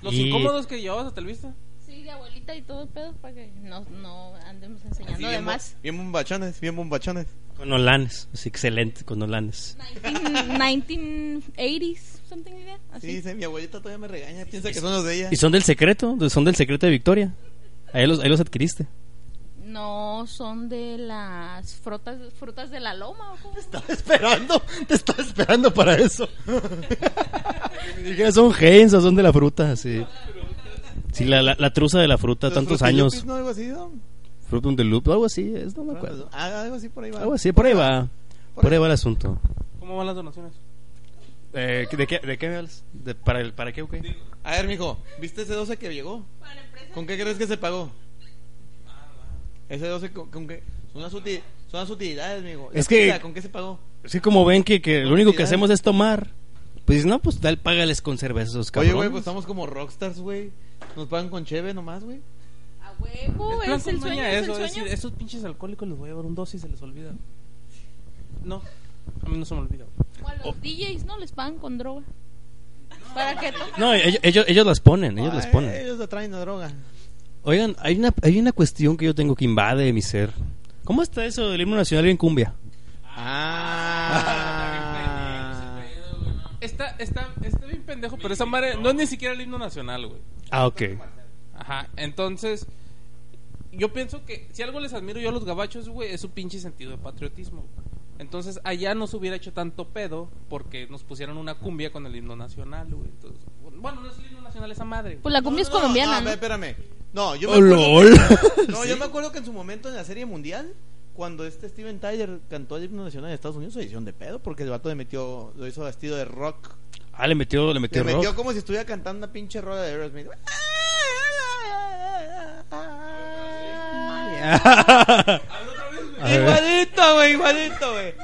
D: Los
A: Y-
D: incómodos que llevabas hasta el vista.
B: Sí, de abuelita y todo el pedo para que no, no andemos
C: Sí,
B: enseñando de
C: bien,
B: más.
C: bo- bien bombachones, bien bombachones.
A: Con olanes, es excelente, con olanes.
B: 19, 1980s, something like that.
C: Sí,
B: Así.
C: dice, mi abuelita todavía me regaña, piensa que son los de ella.
A: Y son del secreto, son del secreto de Victoria. Ahí los, ahí los adquiriste.
B: No son de las frutas, frutas de la loma o cómo.
A: esperando, te estaba esperando para eso. Dije, son gens, son de la fruta, sí. Sí, la, la, la truza de la fruta,
C: Los
A: tantos
C: Frutilupis,
A: años.
C: ¿no? Algo así, ¿no?
A: Frutum de loop, algo así, es, no me acuerdo.
C: Ah, algo así por ahí va.
A: Algo así, por ahí va. Por ahí va el asunto.
D: ¿Cómo van las donaciones?
A: Eh, ¿de, qué, ¿De qué me hablas? ¿De- para, el, ¿Para qué o qué?
C: A ver, mijo, ¿viste ese 12 que llegó? ¿Con qué crees que se pagó? Ese 12 con, con que son las, uti- son las utilidades, amigo.
A: Es
C: La
A: que-
C: pila, ¿Con qué se pagó?
A: Es que como ven que, que lo único que hacemos es tomar. Pues no, pues tal, págales con cerveza a esos cabrones.
C: Oye, güey, pues estamos como rockstars, güey. Nos pagan con cheve nomás, güey.
B: A huevo,
D: plan
B: Uh, es el
D: con
B: sueño,
D: maña
B: es
D: eso,
B: el
D: decir,
B: sueño.
D: esos pinches alcohólicos les voy a dar un dos y se les olvida. No, a mí no se me olvida.
B: O a los
C: Oh.
B: DJs, ¿no? Les pagan con droga. Para que toquen.
A: No, ellos, ellos, ellos las ponen, ellos las
C: Ay,
A: ponen.
C: Ah, Ellos la traen a droga.
A: Oigan, hay una, hay una cuestión que yo tengo que invade mi ser. ¿Cómo está eso del himno nacional en cumbia?
C: Ah.
D: Está, está, está bien pendejo, pero esa madre no es ni siquiera el himno nacional, güey.
A: Ah, ok.
D: Ajá, entonces yo pienso que si algo les admiro yo a los gabachos, güey, es su pinche sentido de patriotismo. Entonces allá no se hubiera hecho tanto pedo porque nos pusieron una cumbia con el himno nacional, güey. Entonces, bueno, no es el himno nacional esa madre. güey.
B: Pues la cumbia
C: No,
B: es
C: no,
B: colombiana,
C: No,
B: ¿no?
C: ve, espérame. No, yo me,
A: Oh, lol.
C: acuerdo, no, yo me acuerdo que en su momento en la Serie Mundial, cuando este Steven Tyler cantó el himno nacional de Estados Unidos, se hicieron de pedo porque el vato le metió, lo hizo vestido de rock.
A: Ah, le metió, le metió
C: Le metió
A: rock.
C: como si estuviera cantando una pinche rola de Aerosmith. Igualito, güey, igualito, güey.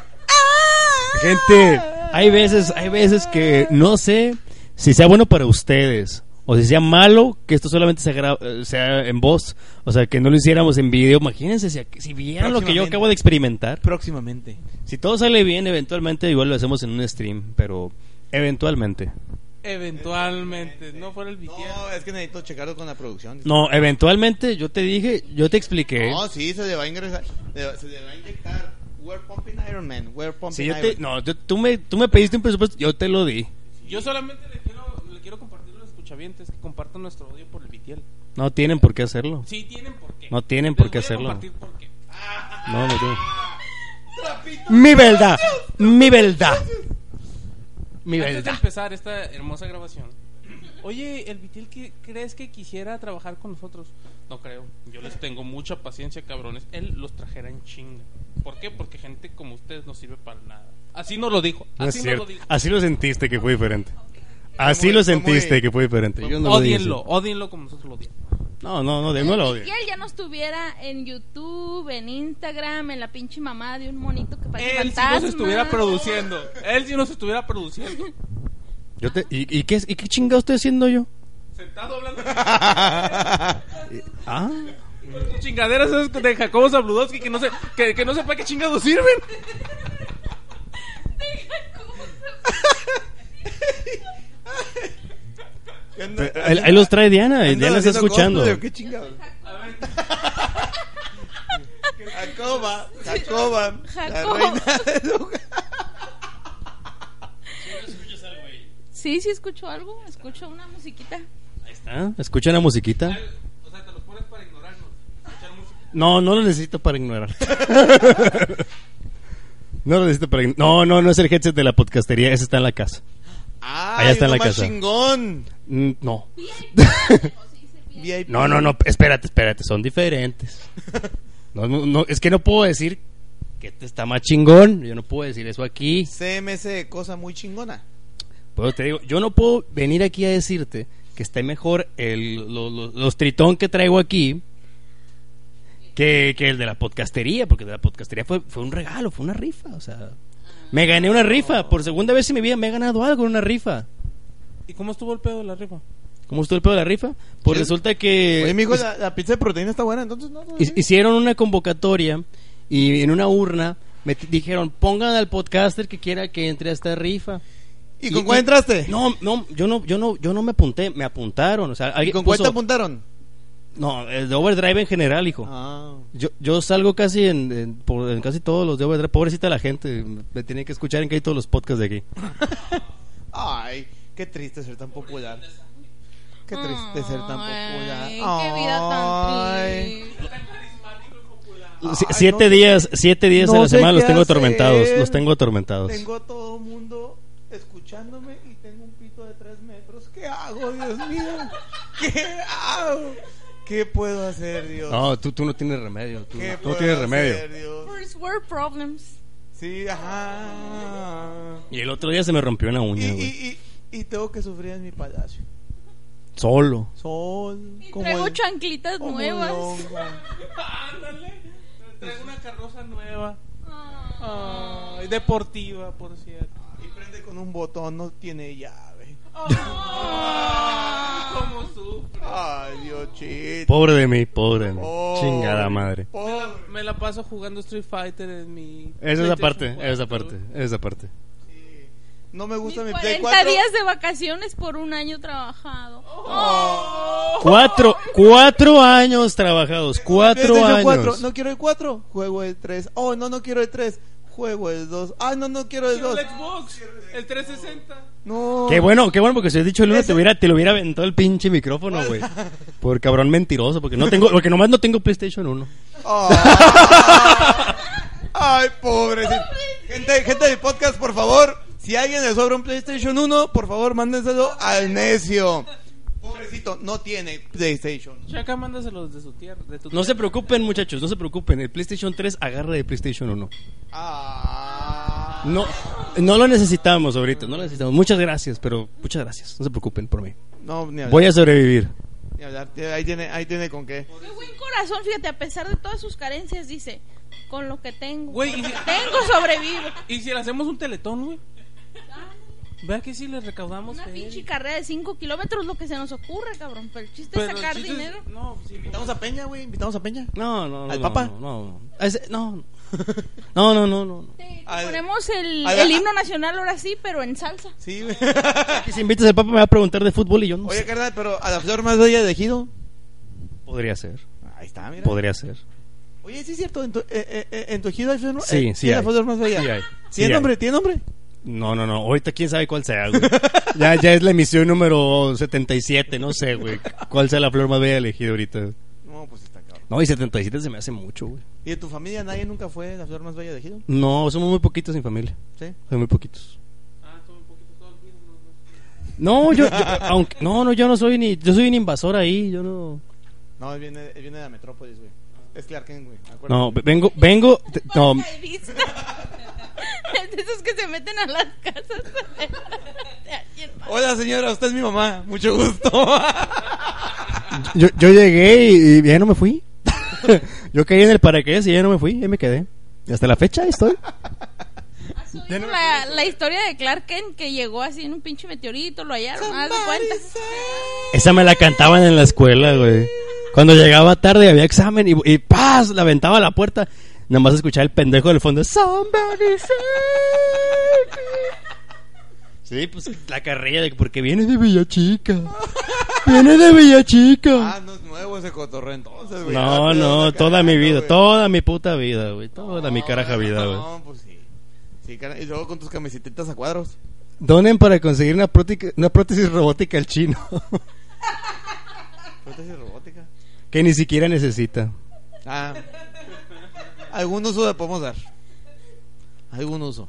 E: Gente,
A: Hay veces, hay veces que no sé si sea bueno para ustedes o si sea malo que esto solamente sea, gra- eh, sea en voz, o sea, que no lo hiciéramos en video. Imagínense si, aquí- si vieran lo que yo acabo de experimentar.
C: Próximamente.
A: Si todo sale bien, eventualmente igual lo hacemos en un stream, pero eventualmente.
D: Eventualmente, no fuera el BTS.
C: No, es que necesito checarlo con la producción.
A: No, eventualmente yo te dije, yo te expliqué.
C: No, sí, se le va a ingresar. le- Se le va a inyectar. We're pumping Iron Man. We're pumping
A: Si yo
C: Iron
A: te, no, yo- tú, me, tú me pediste un presupuesto, yo te lo di.
D: Yo solamente le quiero, le quiero compartir a los escuchavientes que compartan nuestro odio por el Vitiel.
A: No tienen por qué hacerlo.
D: Sí, tienen por qué.
A: No tienen
D: Les
A: por qué
D: voy a
A: hacerlo.
D: compartir por qué.
A: No, no tienen. Mi verdad, mi verdad. Mi
D: Antes de
A: verdad.
D: empezar esta hermosa grabación. Oye, el Vitil, ¿qué- ¿crees que quisiera trabajar con nosotros? No creo. Yo les tengo mucha paciencia, cabrones. Él los trajera en chinga. ¿Por qué? Porque gente como ustedes no sirve para nada. Así no lo dijo.
E: No es
D: Así no, lo
E: cierto.
D: dijo.
E: Así lo sentiste que fue diferente. Así
C: Fue muy-
E: lo
C: fue
E: sentiste
C: muy-
E: que fue diferente. Ah, Yo no lo dije así.
D: Odienlo, odienlo como nosotros lo odiamos.
E: No, no, no, de- no lo
B: Y
E: odio.
B: él ya no estuviera en YouTube, en Instagram, en la pinche mamá de un monito que
C: Eh,
B: parece
D: Él si
B: Pues fantasma.
D: nos estuviera produciendo. Él si nos estuviera produciendo.
E: Yo te- y-
A: ¿Y qué, ¿Y qué chingado estoy haciendo yo?
D: Sentado hablando.
A: Ah,
D: Chingaderas esas de Jacobo Zabludowski que no sé, que, que no sepa qué chingados sirven.
C: ¿Qué anda-
A: ahí, Eh, ah, ahí los trae Diana, y
C: anda
A: Diana está
C: haciendo
A: escuchando.
C: cosplay o ¿Qué chingados? Jacoba, Jacoba, la
B: Jacob.
C: reina de los-
B: Sí, sí, escucho algo. Escucho una musiquita.
A: Ahí está, escuchan Ah, la musiquita.
D: O sea, te los pones para ignorarnos. Escuchar música.
A: No, no lo necesito para ignorar. no lo necesito para ignorar. No, no, no es el headset de la podcastería, ese está en la casa.
C: Ah,
A: Allá está
C: hay
A: en la
C: uno más
A: casa.
C: chingón.
A: Mm, No.
C: VIP.
A: No, no, no, espérate, espérate, son diferentes. No, no, no, es que no puedo decir que este está más chingón, yo no puedo decir eso aquí.
C: CMC, cosa muy chingona.
A: Pero te digo, yo no puedo venir aquí a decirte que está mejor el, lo- lo- los tritón que traigo aquí que, que el de la podcastería, porque el de la podcastería fue, fue un regalo, fue una rifa, o sea... Me gané una rifa, por segunda vez en mi vida me he ganado algo en una rifa.
D: ¿Y cómo estuvo el pedo de la rifa?
A: ¿Cómo estuvo el pedo de la rifa? Pues
C: Sí.
A: resulta que...
C: Oye, mijo, la, la pizza de proteína está buena, entonces no. no,
A: Hic-
C: sí.
A: Hicieron una convocatoria y en una urna me t- dijeron, pongan al podcaster que quiera que entre a esta rifa.
C: ¿Y con cuál entraste?
A: No, no, yo no, yo no, yo no me apunté, me apuntaron. O sea,
C: ¿Y
A: alguien
C: con cuál te
A: puso-
C: apuntaron?
A: No, el de Overdrive en general, hijo.
C: Ah.
A: Yo, yo salgo casi en, en- por- en casi todos los de Overdrive. Pobrecita la gente, me tiene que escuchar en que hay todos los podcasts de aquí.
C: Ay, qué triste ser tan popular. Qué triste ser tan popular.
B: Ay, qué vida tan
C: Ay.
B: triste.
A: Si-
C: Ay,
A: siete
C: Ah, no-
A: días, siete días a
C: no
A: la
C: sé
A: semana los
C: qué
A: tengo
C: hacer.
A: atormentados, los tengo atormentados.
C: Tengo a todo mundo escuchándome y tengo un pito de tres metros. ¿Qué hago, Dios mío? ¿Qué hago? ¿Qué puedo hacer, Dios?
E: No, tú, tú no tienes remedio. Tú,
C: ¿Qué
E: no- tú no
C: puedo
E: tienes
C: hacer,
E: remedio.
C: Dios?
B: First world problems.
C: Sí, ajá.
A: Y el otro día se me rompió una
C: Y,
A: uña, güey.
C: y, y, y tengo que sufrir en mi palacio.
A: Solo.
C: Sol,
B: Y
C: como
B: traigo
C: el-
B: chanclitas
C: como el
B: nuevas.
C: hongo.
D: Traigo una carroza nueva.
B: Ah.
D: Ay, deportiva, por cierto.
C: Y prende con un botón, no tiene llave.
D: Ay, cómo sufre.
C: Ay, Dios chito.
A: Pobre de mí, pobre de mí.
C: Pobre,
A: Chingada madre.
C: pobre.
D: Me la paso jugando Street Fighter en mi.
A: Esa es la
D: PlayStation
A: parte,
D: 4,
A: esa parte, esa parte.
C: No me gusta mi,
B: Mis
C: Play
B: 40
C: 4.
B: días de vacaciones por un año trabajado.
D: Oh.
A: Cuatro, cuatro años trabajados, cuatro
C: PlayStation
A: años.
C: 4. No quiero el 4. Juego el 3. Oh, no, no quiero el 3. Juego el 2. Ah, no, no quiero el
D: Quiero
C: 2.
D: el Xbox, el 360.
C: No.
A: Qué bueno, qué bueno, porque si he dicho el uno
C: Ese-
A: te hubiera, te lo hubiera aventado el pinche micrófono, güey. Por cabrón mentiroso, porque no tengo, porque nomás no tengo PlayStation 1.
C: Ah. Ay, pobre. Gente, gente del podcast, por favor. Si a alguien le sobra un PlayStation 1, por favor, mándenselo al necio. Pobrecito, no tiene PlayStation.
D: Chaca, mándaselos de su tierra. De tu
A: No se
D: tierra.
A: preocupen, muchachos, no se preocupen. El PlayStation 3 agarra de PlayStation 1.
C: Ah.
A: No, no lo necesitamos ahorita, no lo necesitamos. Muchas gracias, pero muchas gracias. No se preocupen por mí.
C: No, ni hablar.
A: Voy a sobrevivir.
C: ni hablar. Ahí tiene, ahí tiene con qué.
B: Qué buen corazón, fíjate, a pesar de todas sus carencias, dice, con lo que tengo,
D: Güey,
B: con
D: y-
B: lo que tengo sobrevivo.
D: ¿Y si le hacemos un teletón, güey? Vea que si le recaudamos.
B: Una
D: feria.
B: pinche carrera de 5 kilómetros, lo que se nos ocurre, cabrón. Pero el chiste
D: Pero
B: es
D: el
B: sacar
D: chiste es-
B: dinero.
D: No, sí,
C: Invitamos a Peña, güey. Invitamos a Peña.
A: No, no, no.
C: ¿Al
A: no,
C: Papa?
A: No, no, no. Ese- no. No, no, no, no, no.
B: Te- te
C: Al-
B: ponemos el,
C: al-
B: el himno nacional ahora sí, pero en salsa.
C: Sí, güey.
A: Y si invitas al Papa me va a preguntar de fútbol y yo no
C: Oye,
A: sé.
C: carnal, pero a la flor más bella de Ejido.
A: Podría ser,
C: Ahí está, mira.
A: podría ser.
C: Oye, sí es cierto. En tu, eh, eh, eh, en tu Ejido hay flor.
A: Sí,
C: eh,
A: sí
C: ¿tiene la
A: hay.
C: flor más bella.
A: Sí hay, sí
C: ¿Tiene
A: hay.
C: nombre? ¿Tiene nombre?
A: No, no, no. Ahorita quién sabe cuál sea, güey. Ya, ya es la emisión número 77, no sé, güey. ¿Cuál sea la flor más bella elegida ahorita?
C: No, pues está cabrón.
A: No, y 77 se me hace mucho, güey.
C: ¿Y de tu familia nadie nunca fue la flor más bella de Ejido?
A: No, somos muy poquitos en familia.
C: Sí.
A: Somos muy poquitos.
D: Ah, toma un poquito todo el vino, no, no.
A: No, yo, yo- aunque, no, no, yo no soy ni, yo soy un invasor ahí, yo no.
C: No, él viene, él viene de la metrópolis, güey. Es Clark Kent, güey. acuérdate.
A: No, vengo, vengo, de- no,
B: Paracaidista. De esos que se meten a las casas. de alguien más.
C: Hola, señora. Usted es mi mamá. Mucho gusto.
A: yo, yo llegué y, y ya no me fui. yo caí en el paracaídas y ya no me fui, ya me quedé. Y hasta la fecha ahí estoy.
B: ¿Has oído la, la historia de Clark Kent que llegó así en un pinche meteorito, lo hallaron, haz de cuenta.
A: Esa me la cantaban en la escuela, güey. Cuando llegaba tarde había examen y, y ¡paz! La aventaba a la puerta. Nada más escuchaba el pendejo del fondo. "Somebody save me". Sí, pues la carrilla de porque viene de Villachica. Viene de
C: Ah,
A: Villachica.
C: no es nuevo ese cotorreo entonces, güey.
A: No,
C: Rápido,
A: no,
C: está
A: toda mi
C: cagando,
A: vida,
C: güey.
A: toda mi puta vida, güey. Toda mi caraja vida, güey.
C: No, pues sí. Sí, cara- y luego con tus camisetitas a cuadros.
A: Donen para conseguir una, prótica- una prótesis robótica al chino.
C: Prótesis robótica.
A: que ni siquiera necesita.
C: Ah. Algún uso le podemos dar. Algún uso.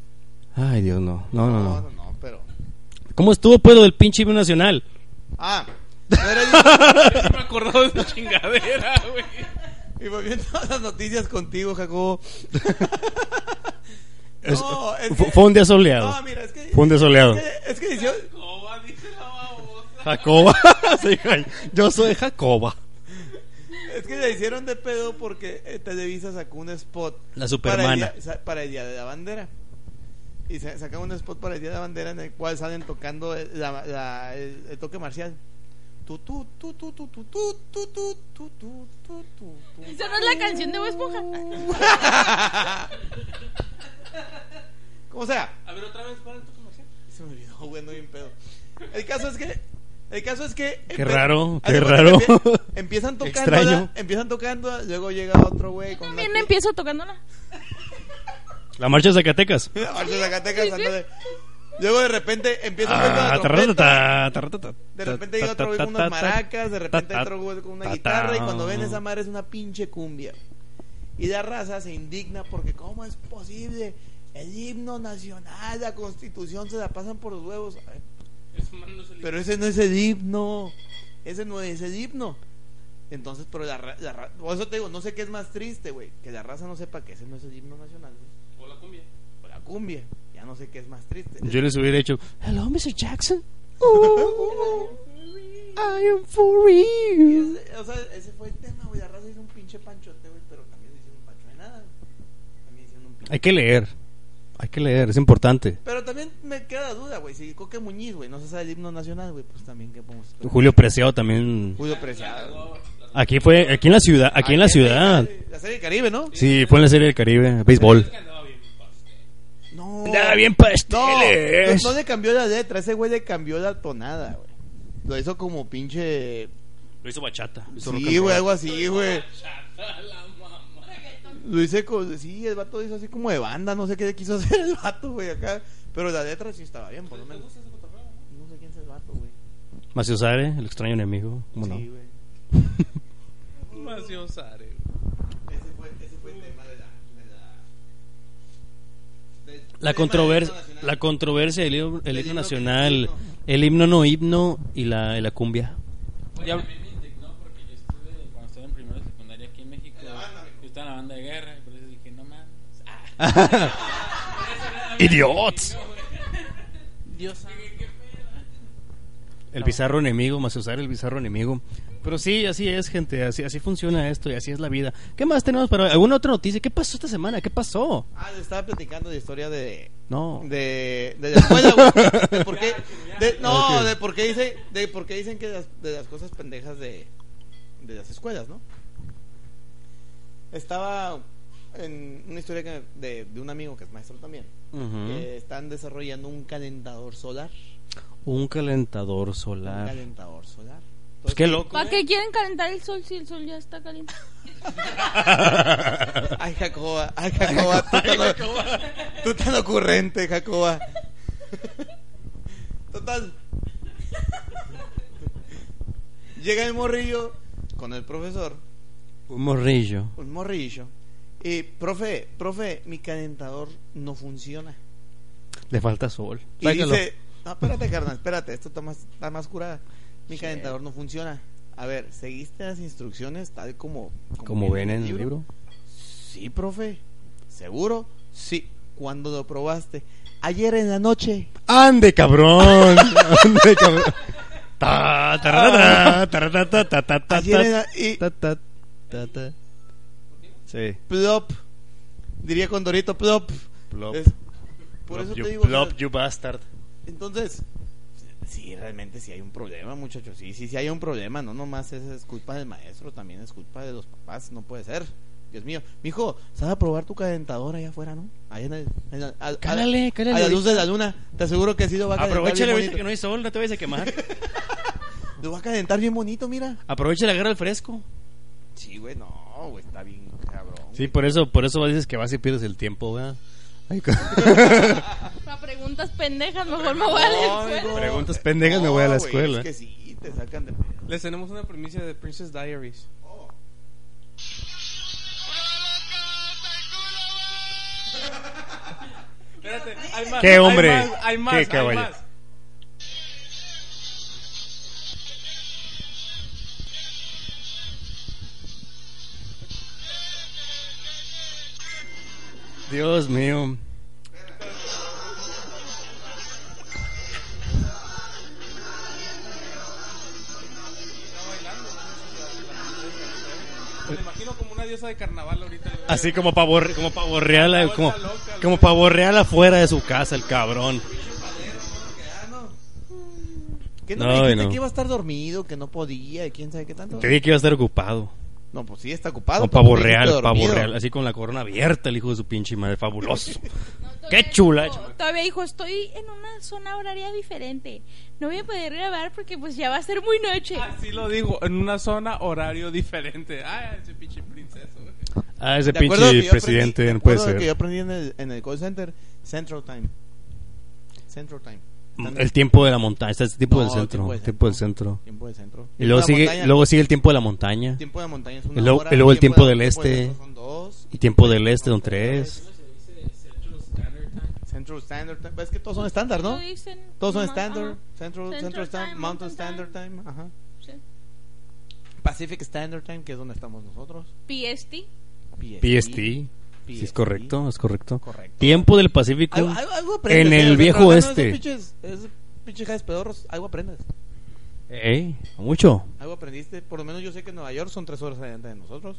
A: Ay, Dios, no. No, no, no.
C: no, pero.
A: ¿Cómo estuvo, pues, lo del pinche himno nacional?
C: Ah. no era el-
D: Yo me acordaba de esa chingadera, güey.
C: y volviendo a las noticias contigo, Jacobo.
A: Es-
C: No, es
A: Fu-
C: que-
A: Fue un día soleado.
C: No, mira, es que.
A: Fue un desoleado.
C: Es que, es que dicio-
D: Coba, dice la babosa.
A: Jacoba. Sí, ay, Yo soy Jacoba.
C: Es que le hicieron de pedo porque eh, Televisa sacó un spot.
A: La
C: Para el,
A: supermana.
C: día, sa- para el Día de la Bandera. Y sa- sacan un spot para el Día de la Bandera en el cual salen tocando el, la- la- el- el toque marcial. Tu, tu, tu, tu, tu, tu, tu, tu, tu, tu, tu, tu, tu, tu.
B: Esa no es la canción de Bob Esponja.
C: Como sea.
D: A ver, otra vez, ¿cuál es tu comercial?
C: Se me olvidó, güey, no bien pedo. El caso es que. El caso es que.
A: Qué
C: empe-
A: raro,
C: haz
A: qué
C: de cuenta
A: raro.
C: que empie- Empiezan
A: Qué
C: tocando.
A: extraño.
C: Empiezan tocando, luego llega otro güey. con una
B: También
C: pi-
B: empiezo tocándola.
A: La marcha de Zacatecas.
C: Marcha de Zacatecas, ándale. Luego de repente empieza un güey con la
A: Ah,
C: trompeta,
A: tarratata, tarratata,
C: De repente llega otro güey con unas maracas, de repente otro güey con una guitarra y cuando ven esa madre es una pinche cumbia. Y la raza se indigna porque ¿cómo es posible? El himno nacional, la constitución se la pasan por los huevos. A ver,
D: Eso, man, no se le-
C: Pero ese no es el himno. Ese no es el himno. Entonces, pero la raza... Por eso te digo, no sé qué es más triste, güey. Que la raza no sepa que ese no es el himno nacional. güey,
D: O la cumbia.
C: O la cumbia. Ya no sé qué es más triste.
A: Yo les hubiera hecho, hello, Mr. Jackson. Ooh, I am for
C: Y
A: real.
C: ese- O sea, ese fue el tema, güey. La raza hizo un pinche panchote, güey, pero también le hicieron un panchote. nada. A mí hicieron un pin-
A: Hay que leer. Hay que leer, es importante.
C: Pero también me queda duda, güey. Si Coque Muñiz, güey, no se sabe el himno nacional, güey, pues también que podemos. esperar?
A: Julio Preciado también.
C: Julio Preciado. Ah,
A: Aquí fue, aquí en la ciudad, aquí en la ciudad.
C: La serie Caribe, ¿no?
A: Sí, fue en la serie del Caribe, béisbol.
C: No.
A: Andaba bien pues,
C: No,
A: pasteles.
C: no le cambió la letra, ese güey le cambió la tonada, güey. Lo hizo como pinche.
F: Lo hizo bachata.
C: Sí, güey, algo así, güey. Lo hice con. Sí, el vato hizo así como de banda, no sé qué quiso hacer el vato, güey, acá. Pero la letra sí estaba bien, por lo menos. No sé quién es el vato, güey.
A: Macio Sare, el extraño enemigo. ¿Cómo no?
C: Sí, güey.
D: Macio Sare.
C: Ese fue, ese fue el tema de la. de la- del tema
A: La,
C: del
A: controversia,
C: himno nacional.
A: la controversia del himno, el
C: Del
A: himno
C: himno
A: nacional,
C: nacional,
A: el himno no himno y la, y la cumbia.
G: Oye, a mí me indignó porque yo estuve cuando estaba en primero de secundaria aquí en México. yo estaba en la banda de guerra y por eso dije, no mames.
A: ¡Idiots!
G: Dios
A: El bizarro enemigo, más usar el bizarro enemigo. Pero sí, así es, gente. Así, así funciona esto y así es la vida. ¿Qué más tenemos para alguna otra noticia? ¿Qué pasó esta semana? ¿Qué pasó?
C: Ah, le estaba platicando la historia de.
A: No.
C: de, de la escuela, güey. De por qué, de- no, de por qué dicen, de por qué dicen que las, de las cosas pendejas de, de las escuelas, ¿no? Estaba en una historia que- de, de un amigo que es maestro también.
A: Ujú.
C: que están desarrollando un calentador solar.
A: Un calentador
C: Un
A: solar.
C: calentador solar.
A: Pues qué loco.
B: ¿Para qué quieren calentar el sol si el sol ya está caliente?
C: Ay, Jacoba, ay, Jacoba, tú tan, tú tan ocurrente, Jacoba. Total. Llega el morrillo con el profesor,
A: Un morrillo.
C: un morrillo. Y, profe, profe, mi calentador no funciona.
A: Le falta sol.
C: Y
A: Sácalo.
C: dice, no, espérate, carnal, espérate, esto está más, está más curada. Mi calentador no funciona. A ver, ¿seguiste las instrucciones tal como...
A: Como ven en el libro.
C: Sí, profe. ¿Seguro? Sí. ¿Cuándo lo probaste? Ayer en la noche.
A: ¡Ande, cabrón! ¡Ande, cabrón! Ta, tarara, tarara, ta, ta, ta, ta,
C: Ah. Ayer
A: ta,
C: en la- y
A: ta, ta, ta, ta. Sí.
C: plop. Diría con Dorito, plop.
A: Plop.
C: Es- por
A: Plop,
C: eso
A: you-
C: te digo. o sea,
A: plop, you bastard.
C: Entonces, sí, realmente sí hay un problema, muchachos. Sí, sí, sí hay un problema. No nomás es, es culpa del maestro, también es culpa de los papás. No puede ser. Dios mío. Mijo, ¿sabes a probar tu calentador allá afuera, no? Allá en el... en la- al- a,
A: Cálale, cálale
C: A la luz
A: ahorita.
C: de la luna. Te aseguro que sí lo va a calentar
A: Aprovecha
C: bien
A: ahorita
C: bonito.
A: que no hay sol, no te vayas a quemar.
C: Lo va a calentar bien bonito, mira.
A: Aprovecha la guerra al fresco.
C: Sí, güey, no, güey, está bien cabrón.
A: Sí, por eso, por eso dices que vas y pierdes el tiempo, ¿verdad? Ay, co-
B: Para preguntas pendejas, mejor me pues. voy a la escuela.
A: Preguntas pendejas, me voy a la
C: güey,
A: escuela.
C: Es que sí, te sacan de pedo.
D: Les tenemos una primicia de Princess Diaries. Espérate, hay más.
A: ¡Qué
D: hay
A: hombre!
D: más, hay más,
A: ¡Qué
D: hay
A: caballo!
D: más.
A: Dios mío.
D: Me lo imagino como una diosa de carnaval ahorita.
A: Así como para como pavo real, eh, como,
D: Vuelta loca, güey.
A: como pavo real afuera de su casa, el cabrón.
C: ¿Qué no,
A: No,
C: me dijiste
A: no.
C: que iba a estar dormido, que no podía, y quién sabe qué tanto?
A: Te dije que iba a estar ocupado.
C: No, pues sí, está ocupado.
A: Con
C: pero
A: pavo
C: me dijiste
A: real, pavo
C: dormido.
A: real. Así con la corona abierta, el hijo de su pinche madre. Fabuloso.
B: No, todavía
A: ¡Qué chula,
B: dijo-
A: chamaco!
B: Todavía dijo, estoy en una zona horaria diferente. No voy a poder grabar porque pues ya va a ser muy noche.
D: Así lo digo, en una zona horario diferente. Ay, ese pinche princeso. güey.
A: Ah, ese
C: De acuerdo a lo que
A: pinche
C: yo
A: presidente
C: aprendí- de
A: no puede
C: acuerdo a lo que yo
A: ser.
C: aprendí en el, en el call center, Central Time. Central Time. Están-
A: Mm, El tiempo de la montaña. Este es el tiempo
C: No,
A: del centro.
C: tiempo
A: El
C: del
A: tiempo del
C: centro.
A: centro.
C: tiempo del centro.
A: Y luego
C: Tiempo de la
A: sigue,
C: montaña.
A: luego sigue el tiempo de la montaña.
C: tiempo de la montaña es
A: y
C: una
A: luego-
C: hora,
A: y luego el tiempo
C: de-
A: del este.
C: del centro son dos.
A: Y tiempo del este son tres.
C: Central Standard Time. Es que todos son estándar, ¿no?
B: Lo dicen
C: Todos son
B: nomás,
C: standard,
B: ajá,
C: central,
B: Central
C: central
B: Time,
C: time, mountain
B: Mountain
C: standard time, ajá.
B: sí.
C: Pacific standard time, que es donde estamos nosotros.
B: PST.
A: PST. Sí, es
C: PST.
A: correcto, es correcto.
C: Correcto.
A: Tiempo del Pacífico.
C: Algo- algo- algo aprendes,
A: En
C: eh,
A: el
C: Alberto,
A: viejo
C: hablando de
A: este.
C: Esos pinches, esos pinches jades pedorros, algo aprendes.
A: Ey, mucho.
C: Algo aprendiste. Por lo menos yo sé que en Nueva York son tres horas adelante de nosotros.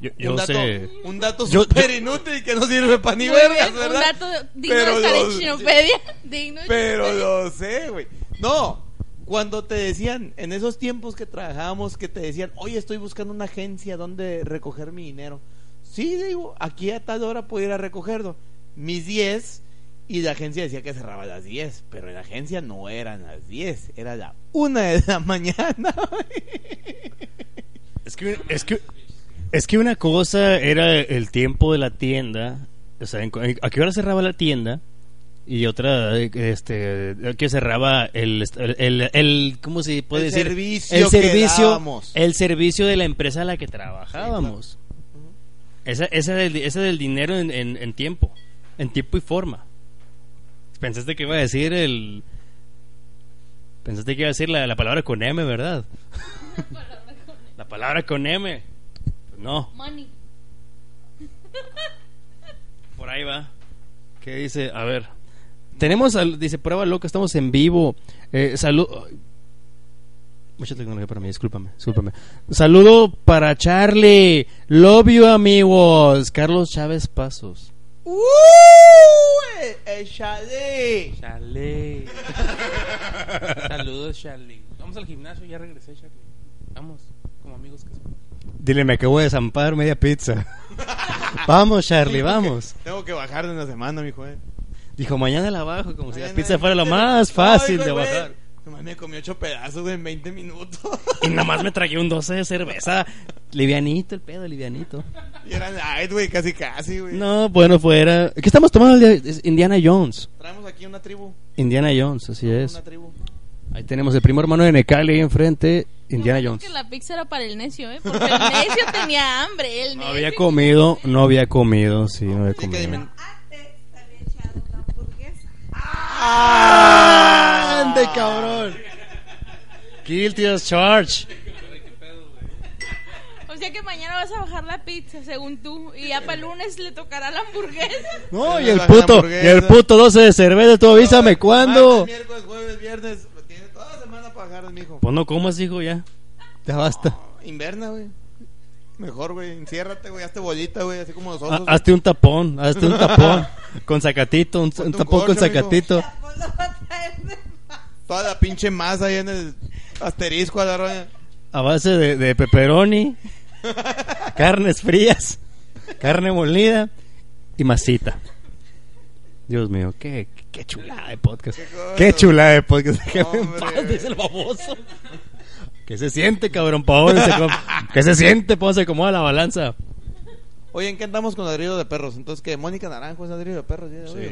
A: Yo,
C: un dato,
A: sé.
C: un dato
A: Yo-
C: súper inútil que no sirve para ni
B: Muy bien,
C: vergas,
B: un
C: ¿verdad?
B: dato digno
C: Pero
B: de estar en
C: los-
B: Chinopedia. Digno de
C: Pero
B: Chinopedia.
C: lo sé, güey. No, cuando te decían, en esos tiempos que trabajábamos, que te decían, oye, estoy buscando una agencia donde recoger mi dinero. Sí, digo, aquí a tal hora puedo ir a recogerlo. Mis 10, y la agencia decía que cerraba a las 10, pero en la agencia no eran las 10, era la 1 de la mañana.
A: Es que, es que, es que una cosa era el tiempo de la tienda, o sea, en cu- a qué hora cerraba la tienda y otra, este, a qué cerraba el, est- el, el- el- ¿cómo se puede
C: El
A: decir?
C: servicio
A: el
C: que
A: servicio,
C: dábamos.
A: el servicio de la empresa a la que trabajábamos. Esa, esa del, esa del dinero en, en- en tiempo, en tiempo y forma. Pensaste que iba a decir el, pensaste que iba a decir la- la palabra con M, ¿verdad? La palabra con M. Pues No,
B: Money.
A: por ahí va. ¿Qué dice? A ver. Tenemos, al- dice, prueba loca, estamos en vivo. Eh, salud. ay. Mucha tecnología para mí, discúlpame, discúlpame. Saludo para Charlie. Love you, amigos. Carlos Chávez Pasos.
C: ¡Uh! ¡Échale!
D: Chale. Saludos, Charlie. Vamos al gimnasio, ya regresé, Charlie. Vamos, como amigos que somos.
A: Dile, me acabo de zampar media pizza. vamos, Charlie, vamos.
C: Tengo que bajar de una semana, eh. mi joven.
A: Dijo, mañana la bajo, como si la
C: Mañana
A: pizza fuera lo
C: entero.
A: más
C: No,
A: fácil
C: hijo
A: de
C: güey.
A: bajar.
C: Nomás me comí ocho pedazos güey, en 20 minutos.
A: Y nada más me tragué un 12 de cerveza. Livianito el pedo, livianito.
C: y eran light, güey, casi casi, güey.
A: No, bueno, fuera. ¿Qué estamos tomando el día? de hoy? Es Indiana Jones.
C: Traemos aquí una tribu.
A: Indiana Jones, así es.
C: Una tribu.
A: Ahí tenemos el primo hermano de Necali ahí enfrente, Indiana
B: Lo bueno
A: Jones.
B: que la pizza era para el necio, ¿eh? Porque el necio tenía hambre. El
A: No
B: necio.
A: había comido, no había comido, sí, no había
C: Sí, que
A: comido.
C: dime.
H: Antes te había echado la hamburguesa.
A: ¡Ah! ¡Ande, cabrón! Guilty as charge.
B: O sea que mañana vas a bajar la pizza, según tú. Y ya para el lunes le tocará la hamburguesa.
A: No, y
C: Me
A: el
C: bajé la
A: puto, y
C: hamburguesa.
A: el puto 12 de cerveza, tú avísame cuándo.
C: Martes, miércoles, jueves, viernes. Tiene toda la semana para bajar, mijo.
A: Pues no comas, hijo, ya. Ya basta.
C: Inverna, güey. Mejor, güey. Enciérrate, güey. Hazte bolita, güey. Así como los
A: Ha-
C: osos.
A: hazte un tapón, hazte un tapón. con sacatito, un,
C: Ponte
A: un
C: un
A: tapón con
C: corcho, amigo.
A: sacatito.
H: Pues lo va a traer de más.
C: Toda la pinche masa ahí en el asterisco a la roña.
A: A base de, de pepperoni, carnes frías, carne molida y masita. Dios mío, qué, qué chulada de podcast.
C: Qué cosa.
A: Qué chulada de podcast. Déjame en
C: Hombre,
A: paz,
C: güey.
A: dice el baboso. ¿Qué se siente, cabrón? ¿Para dónde se com- ¿Qué se siente? ¿Para dónde se acomoda la balanza?
C: Oye, ¿en qué andamos con ladrillo de perros? Entonces, que Mónica Naranjo es ladrillo de perros. Sí.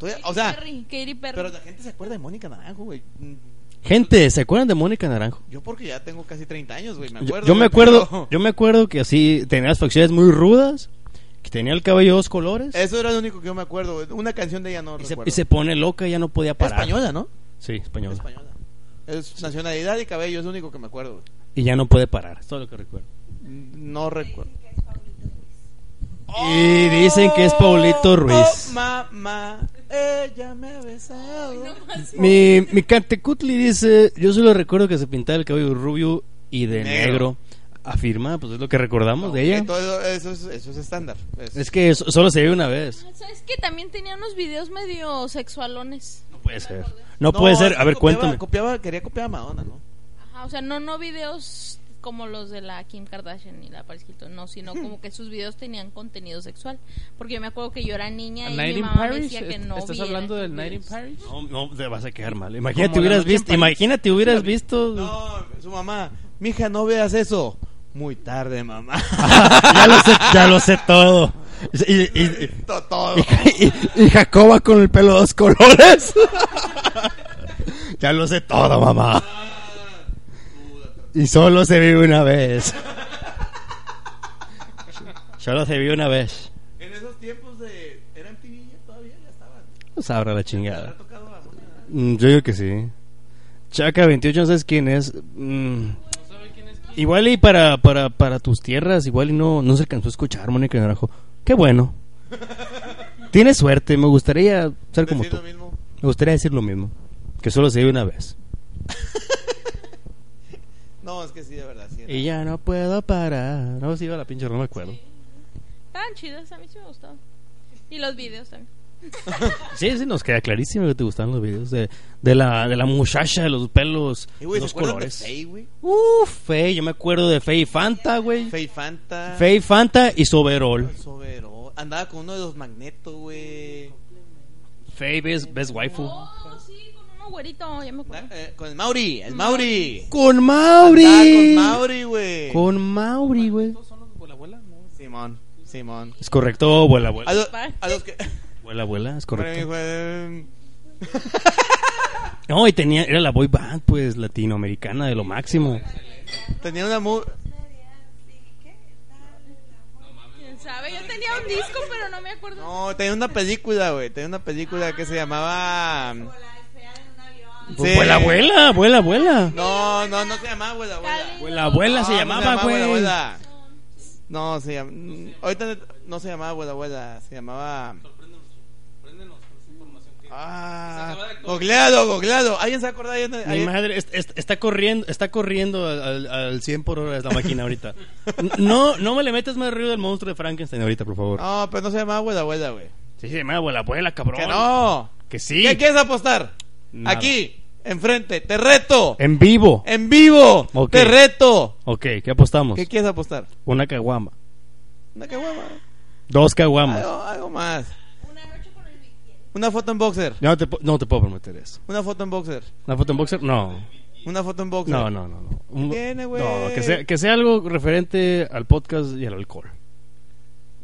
A: Sí.
C: o sea,
B: Katy Perry, Katy Perry.
C: pero la gente se acuerda de Mónica Naranjo, güey. Mm,
A: Gente, ¿se acuerdan de Mónica Naranjo?
C: Yo porque ya tengo casi 30 años, güey, me
A: Yo,
C: acuerdo.
A: yo me
C: güey,
A: acuerdo,
C: pero-
A: yo me acuerdo que así tenía las facciones muy rudas, que tenía el cabello de dos colores
C: Eso era lo único que yo me acuerdo, güey. Una canción de ella no
A: y se,
C: recuerdo.
A: y se pone loca y ya no podía
C: Es
A: parar.
C: española, ¿no?
A: Sí, española.
C: Española. Es nacionalidad y cabello, es lo único que me acuerdo, güey.
A: Y ya no puede parar, es todo lo que recuerdo.
C: No recuerdo.
H: Dicen que es Pablito Ruiz.
A: Y dicen que es Paulito Ruiz.
C: Oh, mamá, ella me ha besado.
A: Mi, mi Cantecutli dice, yo solo recuerdo que se pintaba el cabello rubio y de negro.
C: Negro.
A: Afirma, pues es lo que recordamos de
C: Eh,
A: ella.
C: todo eso, es, eso es estándar. Es-
A: Es que so- solo se ve una vez.
B: Ah, ¿Sabes que también tenía unos videos medio sexualones?
A: No puede ser. No, puede ser.
C: es
A: A
C: que
A: ver,
C: copiaba-
A: cuéntame.
C: copiaba- quería copiar a Madonna, ¿no?
B: Ajá, o sea, no, no videos como los de la Kim Kardashian y la Paris Hilton, no, sino como que sus videos tenían contenido sexual. Porque yo me acuerdo que yo era niña
D: ¿A
B: y
D: Night
B: mi
D: in
B: mamá me
D: Paris?
B: decía que no
D: ¿Estás
B: viera
D: hablando
B: esos
D: del Night in
B: videos.
D: Paris?
A: No, no, te vas a quedar mal. Imagínate
D: Como la
A: hubieras
D: noche en
A: visto,
D: París.
A: imagínate hubieras visto.
C: No, su mamá, mija, no veas eso. Muy tarde, mamá.
A: ya lo sé, ya lo sé todo. Y, y-
C: To- Todo.
A: y- y- y Jacoba con el pelo de dos colores. ya lo sé todo, mamá. Y solo se vive una vez. Solo se vive una vez.
C: En esos tiempos de. ¿Era MTV ya todavía? Ya estaban.
A: Sabrá la
C: ¿Te ha
A: chingada.
C: tocado a Mónica Naranjo?
A: Mm, Yo digo que sí. Chaca 28, no sabes quién es. Mm, Igual y para, para, para tus tierras, igual y no, no se alcanzó a escuchar, Mónica Naranjo. Qué bueno. Tienes suerte, me gustaría ser como tú.
C: Decir lo mismo.
A: Me gustaría decir lo mismo. Que solo se vive una vez.
C: No, es que sí, de verdad. Sí, era.
A: Y ya no puedo parar. No, sí iba la pinche, no me acuerdo.
B: Tan chidas, a mí sí me gustaban. Y los videos también.
A: Sí, sí, nos queda clarísimo que te gustaban los videos de, de, la, de la muchacha, de los pelos,
C: Y, güey, ¿se
A: los
C: acuerdan de
A: colores.
C: Fey, güey?
A: Uh, Fey, yo me acuerdo de Fey Fanta, güey.
C: Fey Fanta.
A: Fey Fanta y Soberol.
C: Sobero. Andaba con uno de los magnetos, güey.
A: Fey, ves, ves waifu.
B: Oh, sí, con uno güerito, ya me
C: Na-
B: acuerdo.
C: eh, con el Mauri, el Mauri.
A: Con
C: Andaba con
A: Mauri.
C: Mauri, güey.
A: Con Mauri, güey.
D: ¿Todos son los de la abuela? No.
C: Simón, Simón.
A: Es correcto, abuela,
C: A,
A: abuela.
C: lo- a los que.
A: Abuela, abuela, es
C: Güey,
A: correcto.
C: güey.
A: No, y tenía, era la boy band, pues, latinoamericana de lo máximo.
C: Tenía una mu.
B: ¿Quién sabe? Yo tenía un disco, pero no me acuerdo.
C: No, tenía una película, güey. Tenía una película que se llamaba. Sí.
A: Abuela, abuela, abuela, abuela.
C: No, no, no se llamaba abuela, abuela.
A: Abuela, Pues abuela se
C: No, no
A: llamaba, pues.
C: abuela,
A: güey.
C: abuela. No, se llamaba. Ahorita no se llamaba abuela, abuela. Se llamaba.
D: Préndenos con esa información que...
C: Ah, googleado, googleado. ¿Alguien se acuerda? ¿Alguien,
A: Mi
C: alguien-
A: madre es- es- está corriendo, está corriendo al, al- al 100 por hora la máquina ahorita. No, no me le metas más ruido del monstruo de Frankenstein ahorita, por favor.
C: No, pero no se llamaba abuela, abuela, güey.
A: Sí, se llama abuela, abuela, cabrón.
C: Ah. Que no.
A: Que sí.
C: ¿Qué quieres apostar?
A: Nada.
C: Aquí, enfrente, te reto. En,
A: En vivo.
C: vivo,
A: Ok.
C: te reto.
A: Ok, ¿qué apostamos?
C: Eh. ¿Qué quieres apostar?
A: Una caguama.
C: Una caguama.
A: Dos caguamas.
C: Algo, algo más. Una foto en boxer.
A: Yo no te, pu- no te puedo prometer eso.
C: Una foto en boxer.
A: ¿Una foto en boxer? No.
C: Una foto en boxer.
A: No, no, no. no. Un-
C: Tiene, güey.
A: no, que sea, que sea algo referente al podcast y al alcohol.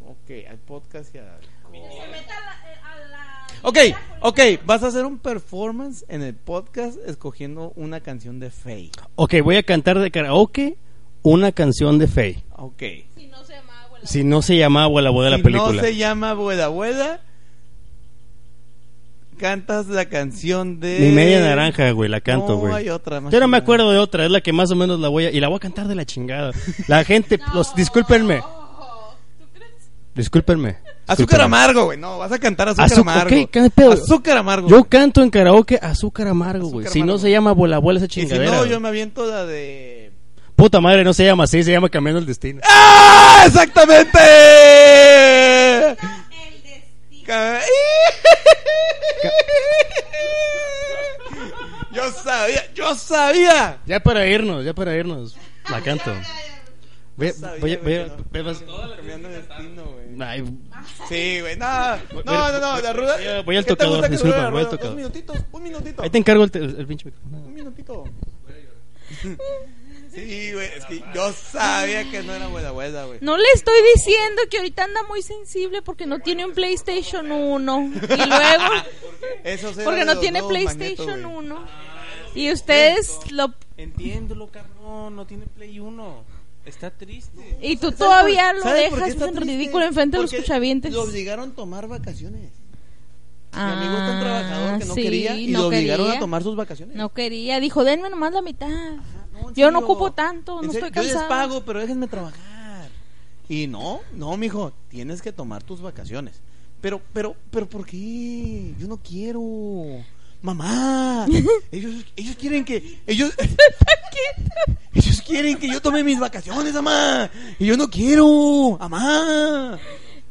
C: Ok, al podcast y al...
I: Se meta a
B: eh,
I: la- a la-
C: Ok, ok, vas a hacer un performance en el podcast escogiendo una canción de Faye.
A: Ok, voy a cantar de karaoke una canción de Faye.
C: Ok.
B: Si no se llamaba abuela.
A: Si no se llamaba abuela, abuela de
C: si
A: la película.
C: no se llama Abuela Abuela, cantas la canción de...
A: Mi media naranja, güey, la canto,
C: No
A: güey.
C: hay otra más
A: Yo no me
C: chingada.
A: acuerdo de otra, es la que más o menos la voy a... Y la voy a cantar de la chingada. La gente, los... Discúlpenme,
B: Oh, ¿Tú crees?
A: discúlpenme.
C: Azúcar
A: discúlpenme.
C: amargo, güey. No, vas a cantar azúcar
A: Azúcar,
C: amargo.
A: ok, ¿qué pedo?
C: Azúcar amargo.
A: Yo
C: güey.
A: canto en karaoke azúcar amargo,
C: Azúcar
A: güey. Si no
C: amargo.
A: se llama abuela, abuela esa
C: y si
A: chingadera.
C: no,
A: güey.
C: yo me aviento la de...
A: Puta madre, no se llama así, se llama Cambiando el Destino.
C: ¡Ah! ¡Exactamente!
I: El destino.
C: Ca- Yo sabía, yo sabía.
A: Ya para irnos, ya para irnos. La canto. Voy, a-
C: Sabía,
A: voy a- voy a-
C: güey, que no.
A: voy a-
C: Cambiando de destino, güey.
A: Ay,
C: Sí, güey. No, no, no, no, la ruda.
A: voy al
C: ¿Qué te
A: tocador,
C: gusta que
A: disculpa,
C: dure la
A: voy al
C: ruda?
A: tocador.
C: Un minutito, un minutito.
A: ahí te encargo el, te- el pinche micrófono.
C: Un minutito. Sí, güey, es que yo sabía que no era buena abuela, güey.
B: No le estoy diciendo que ahorita anda muy sensible porque no tiene un PlayStation 1. Y luego,
C: Esos eran
B: porque
C: de
B: no
C: los
B: tiene
C: nuevos
B: PlayStation
C: Magneto, güey.
B: 1. Y ustedes lo...
D: Entiéndelo, cabrón. No tiene Play 1. Está triste.
B: Y tú
C: ¿Sabes
B: todavía
C: por-
B: lo
C: sabes por qué
B: dejas
C: está
B: en
C: triste?
B: ridículo enfrente de los
C: Porque
B: escuchavientes.
C: Lo obligaron a tomar vacaciones.
B: Ah,
C: Mi amigo es un trabajador que no
B: sí,
C: quería y
B: no
C: lo obligaron
B: quería.
C: a tomar sus vacaciones. Ah,
B: No quería, dijo, denme nomás la mitad.
C: No, en
B: Yo no
C: serio.
B: ocupo tanto,
C: En
B: no
C: serio,
B: estoy cansado.
C: Yo les pago, pero déjenme trabajar. Y no, no, mijo, tienes que tomar tus vacaciones. Pero, pero, pero, ¿por qué? Yo no quiero. Mamá, ellos, ellos quieren que ellos ellos quieren que yo tome mis vacaciones, mamá. Y yo no quiero, mamá.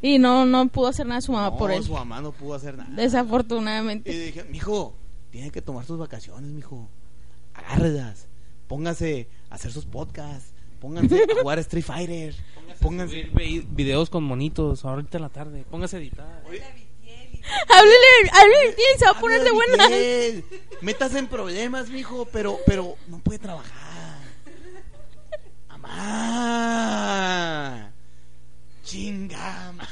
B: Y no, no pudo hacer nada su mamá
C: no,
B: Ah, por él.
C: su mamá Eh, no pudo hacer nada. Y
B: Desafortunadamente.
C: le dije, mijo, tiene que tomar sus vacaciones, mijo. Agárrelas. Póngase a hacer sus podcasts. Pónganse a jugar Street Fighter. Pónganse.
D: videos con monitos ahorita en la tarde. Póngase a editar.
B: Háblele, háblele, tiene, se va a poner de buena.
C: Miguel, Métase en problemas, mijo, pero, pero no puede trabajar. Mamá. Chinga, ma.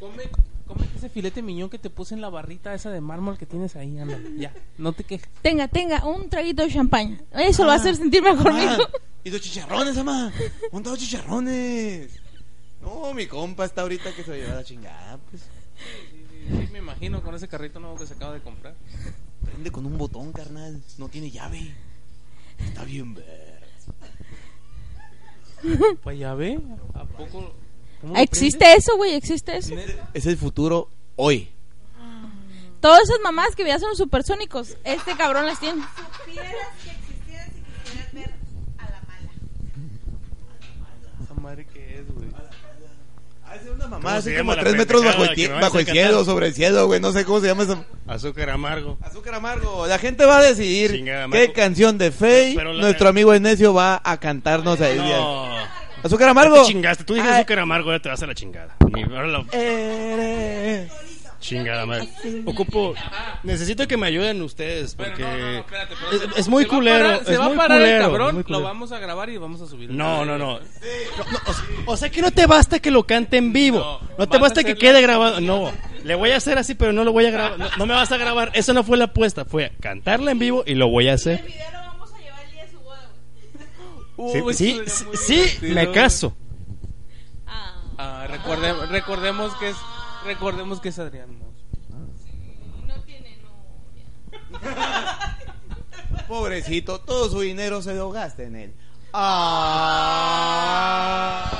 D: Come, come ese filete miñón que te puse en la barrita esa de mármol que tienes ahí. Anda, ya. No te quejes.
B: Tenga, tenga, un traguito de champaña. Eso lo va a hacer
C: Ah,
B: sentir mejor,
C: mamá,
B: mijo.
C: Y los chicharrones, mamá. ¿Dónde los chicharrones? No, mi compa está ahorita que se va a llevar la chingada, pues.
D: Sí, me imagino con ese carrito nuevo que se acaba de comprar.
C: Prende con un botón, carnal. No tiene llave. Está bien ver.
D: Pues ya ve. ¿A poco? cómo lo
B: Existe eso, güey, existe eso.
C: Es el futuro hoy.
B: Todas esas mamás que veías son supersónicos. Este cabrón las tiene.
I: Supieras que existieras y quisieras ver
D: madre que es, güey.
C: Mamá, así
A: se
C: como
A: llama la
C: tres metros bajo el,
A: pendejada que
C: tie-
A: me vas
C: bajo
A: a
C: el
A: cantar?
C: cielo, sobre el cielo, güey. No sé cómo se llama esa.
A: Azúcar amargo.
C: Azúcar amargo. La gente va a decidir
A: Chingada,
C: qué
A: Marco.
C: canción de Fey
A: Pero la-
C: nuestro amigo Enesio va a cantarnos ahí.
A: No.
C: Azúcar
A: Te
C: amargo.
A: chingaste. Tú dices
C: Ah,
A: azúcar amargo, ya te vas a la chingada. Ni- ahora la
C: eres-
A: chingada madre. Ocupo. Necesito que me ayuden ustedes
D: Pero
A: porque.
D: no, no, no, espérate, pero
A: es,
D: se-
A: es muy
D: se va a
A: culero.
D: parar- se
A: es
D: va a
A: muy
D: parar
A: culero,
D: el cabrón,
A: muy
D: lo
A: culero.
D: vamos a grabar y vamos a subir.
A: No, no, no. No, no, o, sea- o sea que no te basta que lo cante en vivo.
D: No,
A: No,
D: vas
A: te
D: a
A: basta que
D: hacerle-
A: quede grabado. No, le voy a hacer así, pero no lo voy a grabar. No, no me vas a grabar. Eso no fue la apuesta. Fue cantarla en vivo y lo voy a
B: El
A: hacer.
B: video lo vamos a llevar el día de su boda, güey.
A: Sí,
D: Uy,
A: sí,
D: eso sería muy
A: sí,
D: divertido.
A: me caso.
B: Ah,
D: Ah, recorde- recordemos que es recordemos que es Adrián Moss.
B: no tiene novia.
C: Pobrecito, todo su dinero se lo gasta en él. Ah,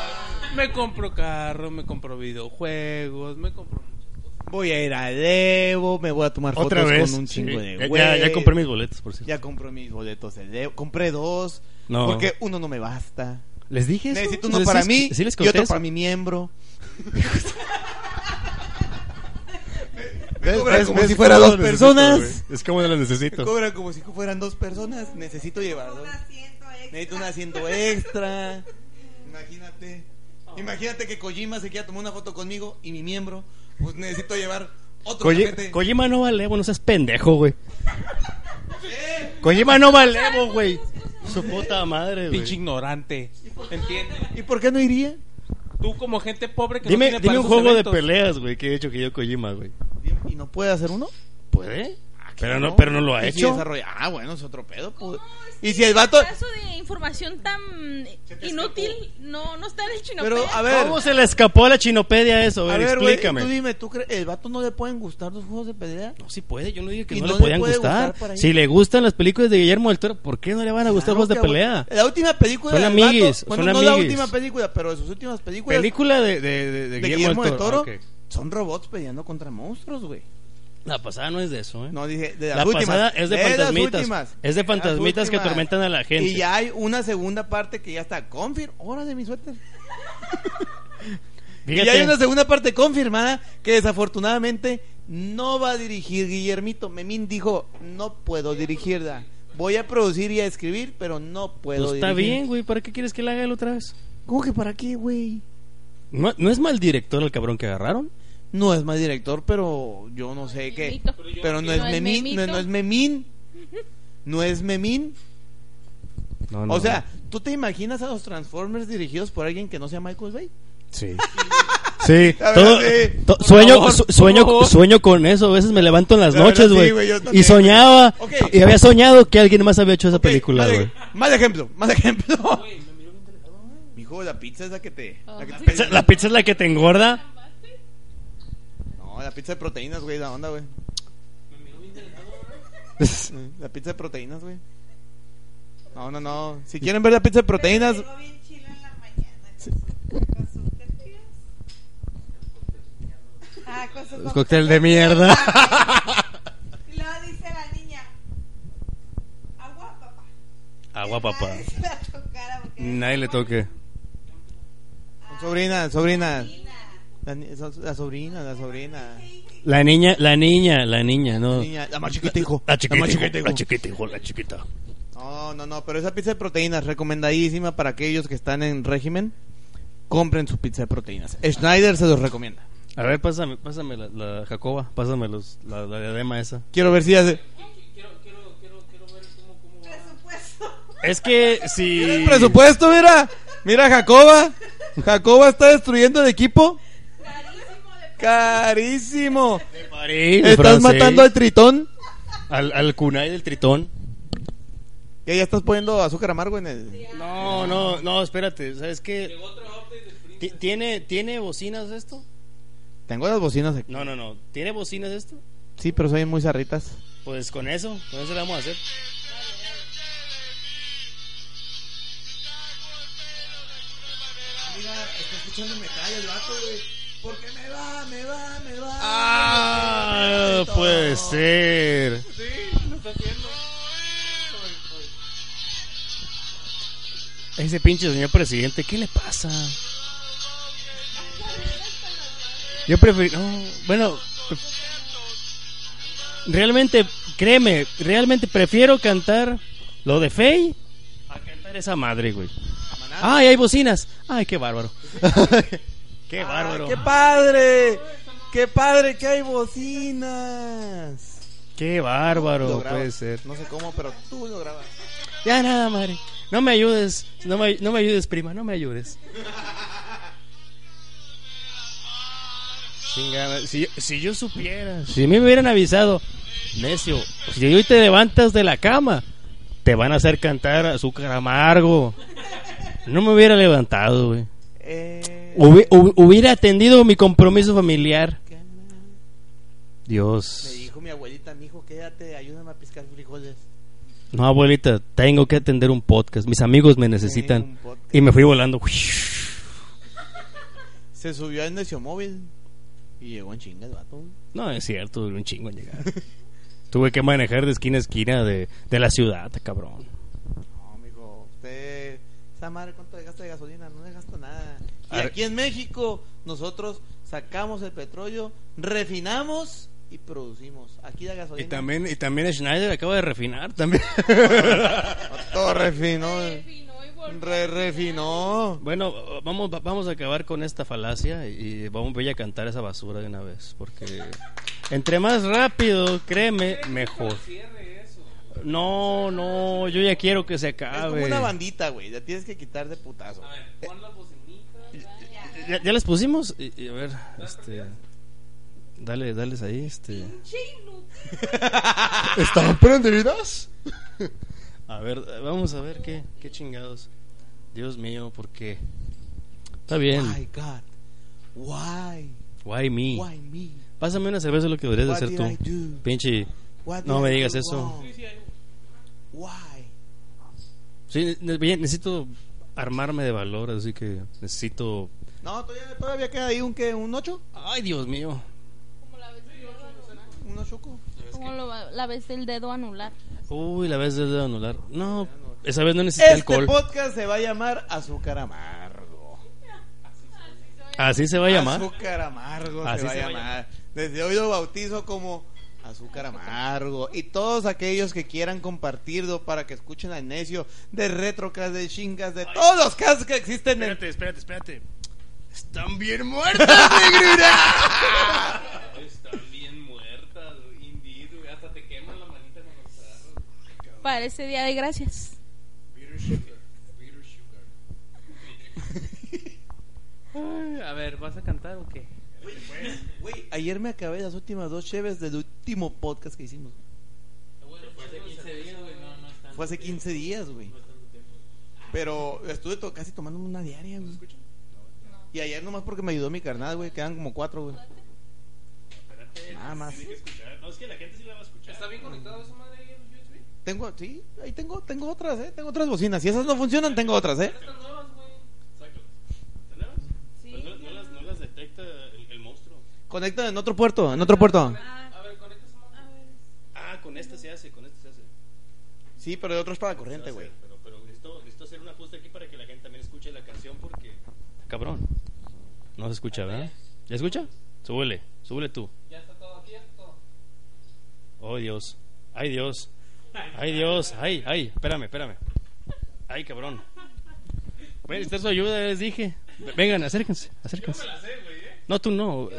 D: Me compro carro, me compro videojuegos, me compro muchas cosas.
C: voy a ir a Devo, me voy a tomar
A: Otra
C: fotos
A: vez.
C: con un chingo
A: Sí.
C: de
A: Ya- ya,
C: güey.
A: ya compré mis boletos, por cierto.
C: Ya compré mis boletos de Devo. Compré dos.
A: No.
C: Porque uno no me basta.
A: ¿Les dije eso?
C: Necesito uno
A: ¿Les-
C: para
A: sí-
C: mí
A: sí les
C: y otro
A: conté
C: para
A: eso?
C: mi miembro.
A: ¿Ves?
C: cobra
A: ¿Ves?
C: como
A: ¿Ves
C: si fuera
A: cómo
C: dos
A: lo necesito,
C: personas?
A: güey? es como lo
C: Me
A: necesito.
C: cobra como si fueran dos personas. Necesito llevar
B: Un
C: dos.
B: asiento extra.
C: Necesito un asiento extra. Imagínate.
B: Oh.
C: Imagínate que Kojima se quiera tomar una foto conmigo y mi miembro. Pues necesito llevar otro
A: Koji-
C: tapete.
A: Kojima no vale, bueno, seas pendejo, güey. Kojima no vale, güey. Su puta madre, güey.
D: Pinche ignorante. ¿Entiendes?
C: ¿Y por qué no iría?
D: Tú como gente pobre que
A: Dime,
D: no tiene
A: dime
D: para
A: un
D: esos
A: juego
D: eventos.
A: de peleas, güey, que he hecho que yo Kojima, güey.
C: ¿Y no puede hacer uno? Ah,
A: ¿Puede? Pero no, pero no lo ha
C: ¿Y si
A: hecho.
C: desarrolla? Ah, bueno, es otro pedo. pues.
B: es
C: Y
B: que
C: si el vato.
B: Un caso de información tan inútil no, no está en el chino.
C: Pero, a ver.
A: ¿Cómo se le escapó a la chinopedia eso? A ver,
C: güey,
A: explícame.
C: tú dime, ¿tú crees el vato no le pueden gustar los juegos de pelea?
A: No, sí puede, yo no dije que
C: ¿Y
A: no,
C: no
A: le
C: le
A: podían
C: puede
A: gustar.
C: gustar por ahí?
A: si le gustan las películas de Guillermo del Toro, ¿por qué no le van a gustar juegos de
C: Claro que,
A: pelea?
C: güey. La última película.
A: Son
C: del
A: amiguis,
C: vato- bueno,
A: son
C: no la
A: amiguis.
C: última película, pero de sus últimas películas.
A: Película de, de, de- de
C: Pues, de Guillermo del Toro.
A: Ah, ok.
C: Son robots peleando contra monstruos, güey.
A: La pasada no es de eso, ¿eh?
C: No, dije, de las
A: la
C: últimas.
A: pasada es de,
C: las
A: fantasmitas.
C: últimas.
A: Es de
C: Las
A: fantasmitas que
C: últimas.
A: atormentan a la gente.
C: Y ya hay una segunda parte que ya está confirmada. Hora de mi suéter.
A: Fíjate,
C: Y hay una segunda parte confirmada que desafortunadamente no va a dirigir Guillermito. Memín dijo, no puedo dirigirla. Voy a producir y a escribir, pero no puedo
A: pues está
C: dirigir".
A: bien, güey. ¿Para qué quieres que la haga él otra vez?
C: ¿Cómo que para qué, güey?
A: ¿No, no es mal director el cabrón que agarraron?
C: No es más director, pero yo no sé qué.
J: Memito.
C: Pero no es Memín, no, no es Memín. No es Memín.
A: No, no.
C: O sea, ¿tú te imaginas a los Transformers dirigidos por alguien que no sea Michael Bay?
A: Sí. Sí,
C: La verdad,
A: todo-
C: sí.
A: to-
C: Por
A: sueño,
C: favor,
A: su-
C: por
A: sueño,
C: favor.
A: sueño con eso. A veces me levanto en las
C: La
A: noches,
C: verdad, sí,
A: güey.
C: güey, yo también,
A: y soñaba,
C: güey. Ok.
A: y había soñado que alguien más había hecho esa
C: Ok,
A: película,
C: más,
A: güey.
C: ej- más ejemplo, más ejemplo. Mijo, la pizza es la que te. la que te-
A: Pizza- La pizza es la que te engorda.
C: No, la pizza de proteínas, güey, la onda, güey. La pizza de proteínas, güey. No, no, no. Si quieren ver la pizza de proteínas,
B: Llegó bien chila en la mañana. Con su, con sus tortillas. Ah, con
K: Pues,
B: su
A: Es cóctel de mierda.
B: Y luego dice la niña: Agua, papá.
A: Agua,
B: Que
A: papá.
B: Nadie se la tocara porque
A: Nadie le toque.
C: sobrina, sobrina.
B: Nina.
C: La, ni- so- la sobrina, la sobrina.
A: La niña, la niña, la niña, no.
C: Niña, la más chiquita, hijo.
A: Ah. La chiquita,
C: más
A: hijo,
C: chiquita, hijo.
A: la chiquita, hijo, la chiquita.
C: No, no, no, pero esa pizza de proteínas recomendadísima para aquellos que están en régimen. Compren su pizza de proteínas. Schneider se los recomienda.
A: A ver, pásame, pásame la, la Jacoba, pásame los, la, la diadema esa.
C: Quiero ver si hace
A: Es que si...
C: el presupuesto, mira. Mira Jacoba. Jacoba está destruyendo el equipo. Carísimo.
A: De París, de
C: Estás
A: francés,
C: matando al tritón.
A: al, al kunai del tritón.
C: Y ahí ya estás poniendo azúcar amargo en el.
A: No, no, no, espérate, ¿sabes qué? Ti- ¿Tiene, ¿Tiene bocinas esto?
C: Tengo las bocinas aquí.
A: No, no, no. ¿Tiene bocinas esto?
C: Sí, pero soy muy zarritas.
A: Pues con eso, con eso le vamos a hacer.
C: Mira, está escuchando metal el vato, güey. Porque me va, me va, me va.
A: Ah, puede ser.
D: Sí, lo está haciendo.
A: Ese pinche señor presidente, ¿qué le pasa? Yo prefiero... no, bueno, realmente, créeme, realmente prefiero cantar lo de Fey a cantar esa madre, güey. Ay, hay bocinas. Ay, qué bárbaro. qué bárbaro.
C: ¡Qué padre! ¡Qué padre que hay bocinas!
A: Qué bárbaro,
C: Lo grabas.
A: puede ser.
C: No sé cómo, pero tú lo grabas.
A: Ya nada, madre. No me ayudes, no me, no me ayudes, prima, no me ayudes. Chingada, si, si yo supiera, si me hubieran avisado, necio, si hoy te levantas de la cama, te van a hacer cantar azúcar amargo. No me hubiera levantado, güey.
C: Eh,
A: Hubi- hu- hubiera atendido mi compromiso familiar. Dios.
C: Me dijo mi abuelita, mi hijo, quédate, ayúdame a piscar frijoles.
A: No, abuelita, tengo que atender un podcast. Mis amigos me necesitan.
C: Un podcast.
A: Y me fui volando.
C: Se subió al necio móvil y llegó en chinga el vato.
A: No, es cierto, duré un chingo en llegar. Tuve que manejar de esquina a esquina de, de la ciudad, cabrón.
C: No, mijo, usted. Esa madre, ¿cuánto le gasta de gasolina? No le gasta nada. Y
A: Arre.
C: aquí en México, nosotros sacamos el petróleo, refinamos y producimos. Aquí la gasolina.
A: Y también, y también Schneider acaba de refinar también.
C: Todo refinó.
I: Refinó y volvió.
C: eh, Re refinó.
A: bueno, vamos, vamos a acabar con esta falacia y vamos voy a cantar esa basura de una vez. Porque entre más rápido, créeme, mejor. No, no, yo ya quiero que se acabe.
C: Es como una bandita, güey. La tienes que quitar de putazo.
D: Pon las bocinitas.
A: ¿Ya, ya las pusimos? Y, y a ver, este. Dale, dales ahí, este. ¿Están prendidas? A ver, vamos a ver qué, qué chingados. Dios mío, ¿por qué? Está bien.
C: My God. Why?
A: Why me?
C: Why me?
A: Pásame una cerveza, lo que deberías de
C: What
A: hacer
C: did I
A: tú.
C: do?
A: Pinche.
C: What
A: No
C: did
A: me
C: I
A: digas
C: do
A: eso.
C: wrong? Why?
A: Sí, ne- ne- necesito armarme de valor, así que necesito.
C: No, todavía, todavía queda ahí un que un 8,
A: Ay, Dios mío.
C: un 8.
B: ¿Cómo lo va- la ves del dedo anular?
A: Uy, la vez de anular. No, esa vez no necesité
C: Este
A: alcohol.
C: podcast se va a llamar Azúcar Amargo.
A: Así se va a llamar.
C: Azúcar Amargo
A: Así
C: se va a
A: se va a
C: llamar. Desde hoy lo bautizo como Azúcar Amargo. Y todos aquellos que quieran compartirlo para que escuchen al necio de retrocast, de chingas, de todos los casos que existen en
A: espérate, espérate. Están bien muertas, negrura.
D: Están bien muertas, güey, indeed, güey. Hasta te queman la manita con los cigarros.
B: Para ese día de gracias.
D: Ay, A ver, ¿vas a cantar o qué?
C: Güey, ayer me acabé las últimas dos cheves del último podcast que hicimos. Fue hace 15 días, güey. Pero estuve to- casi tomando una diaria, güey. Y ayer nomás porque me ayudó mi carnal, güey. Quedan como cuatro, güey. Nada más.
D: ¿Está bien conectado esa madre ahí en USB?
C: Tengo, sí, ahí tengo, tengo otras, eh. Tengo otras bocinas. Si esas no funcionan, tengo otras, eh.
D: Están nuevas, güey.
A: Pues
C: Conectan en otro puerto, en otro puerto.
D: A ver, conecta esa madre.
A: Ah, con esta se hace, con esta se hace.
C: Sí, pero de otro es para corriente, güey.
A: Pero, pero necesito, necesito hacer un ajuste aquí para que la gente también escuche la canción porque. Cabrón. No se escucha, ¿verdad? ¿Ya escucha? Súbele, súbele tú.
D: Ya está todo aquí, ya está todo.
A: Oh, Dios. Ay, Dios. Ay, Dios. Ay, ay. Espérame, espérame. Ay, cabrón. Voy a necesitar su ayuda, les dije. Vengan, acérquense, acérquense. No, tú no. eh,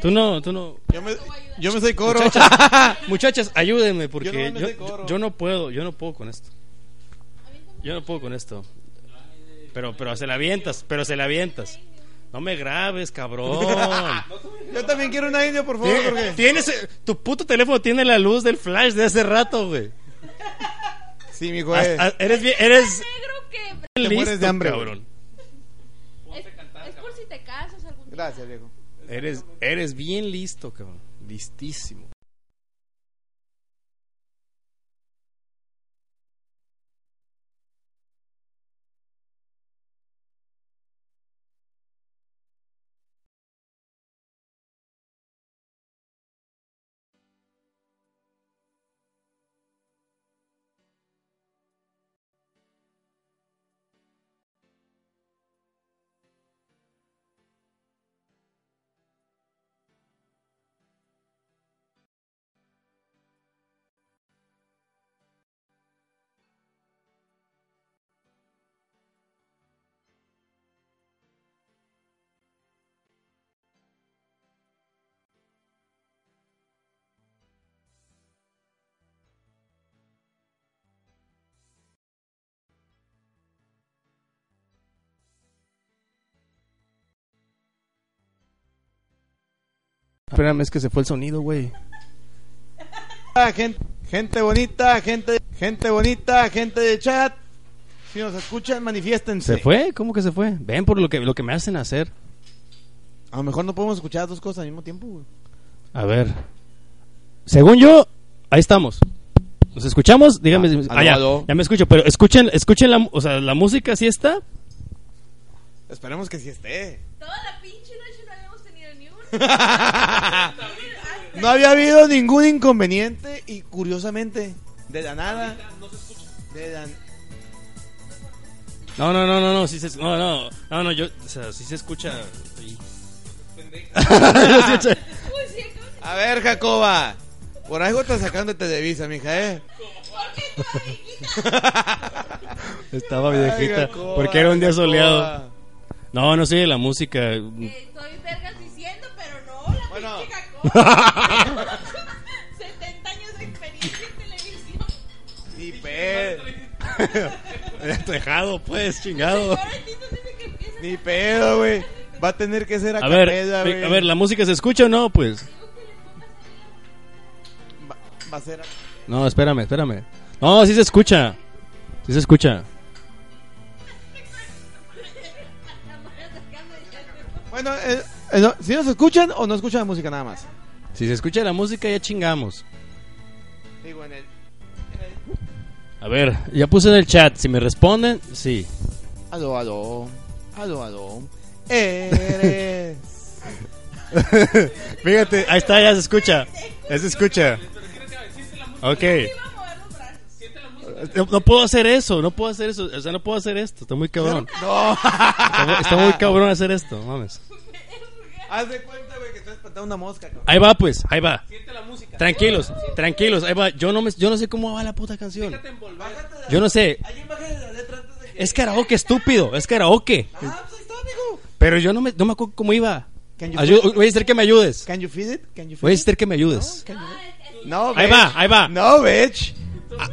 A: Tú no, tú no.
C: Yo me, yo me soy coro.
A: Muchachas, muchachas, ayúdenme porque
C: Yo no
A: yo,
C: me
A: yo,
C: decoro.
A: yo no puedo, yo no puedo con esto. Yo no puedo con esto. Pero, pero se la avientas, pero se la avientas. No me grabes, cabrón.
C: Yo también quiero una indio, por favor, porque...
A: Tienes, tu puto teléfono tiene la luz del flash de hace rato, güey.
C: Sí, eh. mi
A: Ah, ah, Eres bien, eres
B: Negro que
A: bien
C: mueres
A: listo,
C: de hambre,
A: cabrón.
B: es, es por si te casas algún día.
C: Gracias, viejo.
A: Eres, eres bien listo, cabrón. Listísimo.
D: Espérame, es que se fue el sonido, güey.
C: Ah, gen- gente, bonita, gente, gente bonita, gente de chat. Si nos escuchan, manifiéstense.
I: ¿Se fue? ¿Cómo que se fue? Ven por lo que, lo que me hacen hacer.
C: A lo mejor no podemos escuchar dos cosas al mismo tiempo, güey.
I: A ver. Según yo, ahí estamos. ¿Nos escuchamos? Díganme. si-
C: Ah,
I: ah, ya,
C: aló, aló.
I: ya me escucho, pero escuchen, escuchen la, mu- o sea, la música sí está.
C: Esperemos que sí esté.
B: Toda la pinche noche no habíamos tenido ni uno.
C: No había habido ningún inconveniente y curiosamente, de la nada. De la...
I: No, no, no, no, no, sí se, no, no, no, no, yo, o sea, sí se escucha. Sí.
B: Uy, pues, sí, ¿cómo se-
C: A ver, Jacoba. Por algo te sacaron de Televisa, mija, ¿eh?
B: ¿Por qué toda viejita?
I: Estaba
C: Ay,
I: viejita,
C: Jacoba,
I: porque era un día
C: Jacoba.
I: soleado. No, no sigue la música.
B: Eh, Estoy vergas diciendo, pero no, la
C: Bueno.
B: pinche Jacoba. 70 años de experiencia en televisión.
C: Ni pedo.
I: Tejado, pues, chingado.
B: Ahora el Tito dice que empieza
C: Ni pedo, güey. Va a tener que ser a,
I: A ver,
C: capela, güey.
I: a ver, ¿la música se escucha o no? Pues.
C: Va, va a ser a-
I: No, espérame, espérame. No, sí se escucha. Sí se escucha.
C: Bueno, eh, eh, no, si nos escuchan o no escuchan la música nada más.
I: Si se escucha la música, ya chingamos.
C: Digo, en el...
I: A ver, ya puse en el chat. Si me responden, sí.
C: Aló, aló. Aló, aló. Eres...
A: Fíjate, ahí está, ya se escucha. Ya se escucha. Ok.
I: No, no puedo hacer eso, no puedo hacer eso. O sea, no puedo hacer esto. Está muy cabrón.
C: no.
I: Está, muy- está muy cabrón hacer esto, mames.
C: Haz de cuenta, güey, que estás espantando una mosca, cabrón.
I: Ahí va, pues, ahí va. Tranquilos, tranquilos, ahí va. Yo no, me, yo no sé cómo va la puta canción.
C: Bájate de la-
I: Yo no sé.
C: Alguien bájale la letra antes de que...
I: Es karaoke, estúpido. Es karaoke.
C: Ah, pues ahí está, amigo.
I: Pero yo no me, no me acuerdo cómo iba.
C: Can you-
I: Ayu- voy a decir que me ayudes.
C: Can you feel it? Can you feel
I: Voy a
C: it?
I: decir que me ayudes.
C: Can you- No,
I: Ahí
C: bitch.
I: va, ahí va.
C: No, bitch.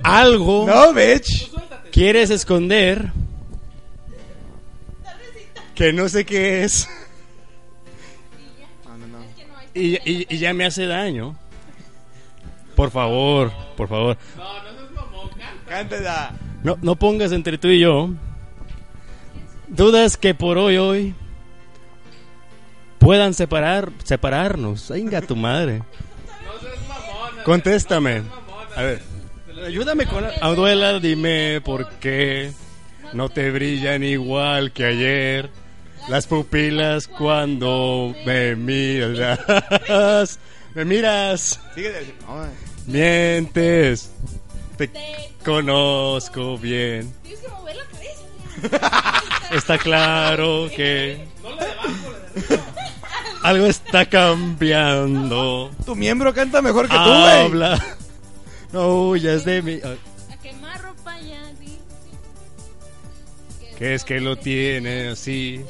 I: A- Algo
C: No, bitch.
I: quieres esconder.
A: Que no sé qué es.
C: No, no, no.
I: Y, y- y ya me hace daño. Por favor, por favor.
C: Cántela.
I: No, no pongas entre tú y yo dudas que por hoy, hoy puedan separar, separarnos. Venga, tu madre.
A: Contéstame. A ver.
I: Ayúdame con la-
A: Abuela, dime por qué no te brillan igual que ayer las pupilas cuando me miras. Me miras,
C: Síguete. No, eh.
A: mientes. Te conozco bien.
B: Tienes que mover la cabeza.
A: Está claro que algo está cambiando.
C: Tu miembro canta mejor que tú, güey.
A: Habla. No huyas de mí. Ah,
B: A quemar ropa ya, di.
A: Que es que lo tiene así.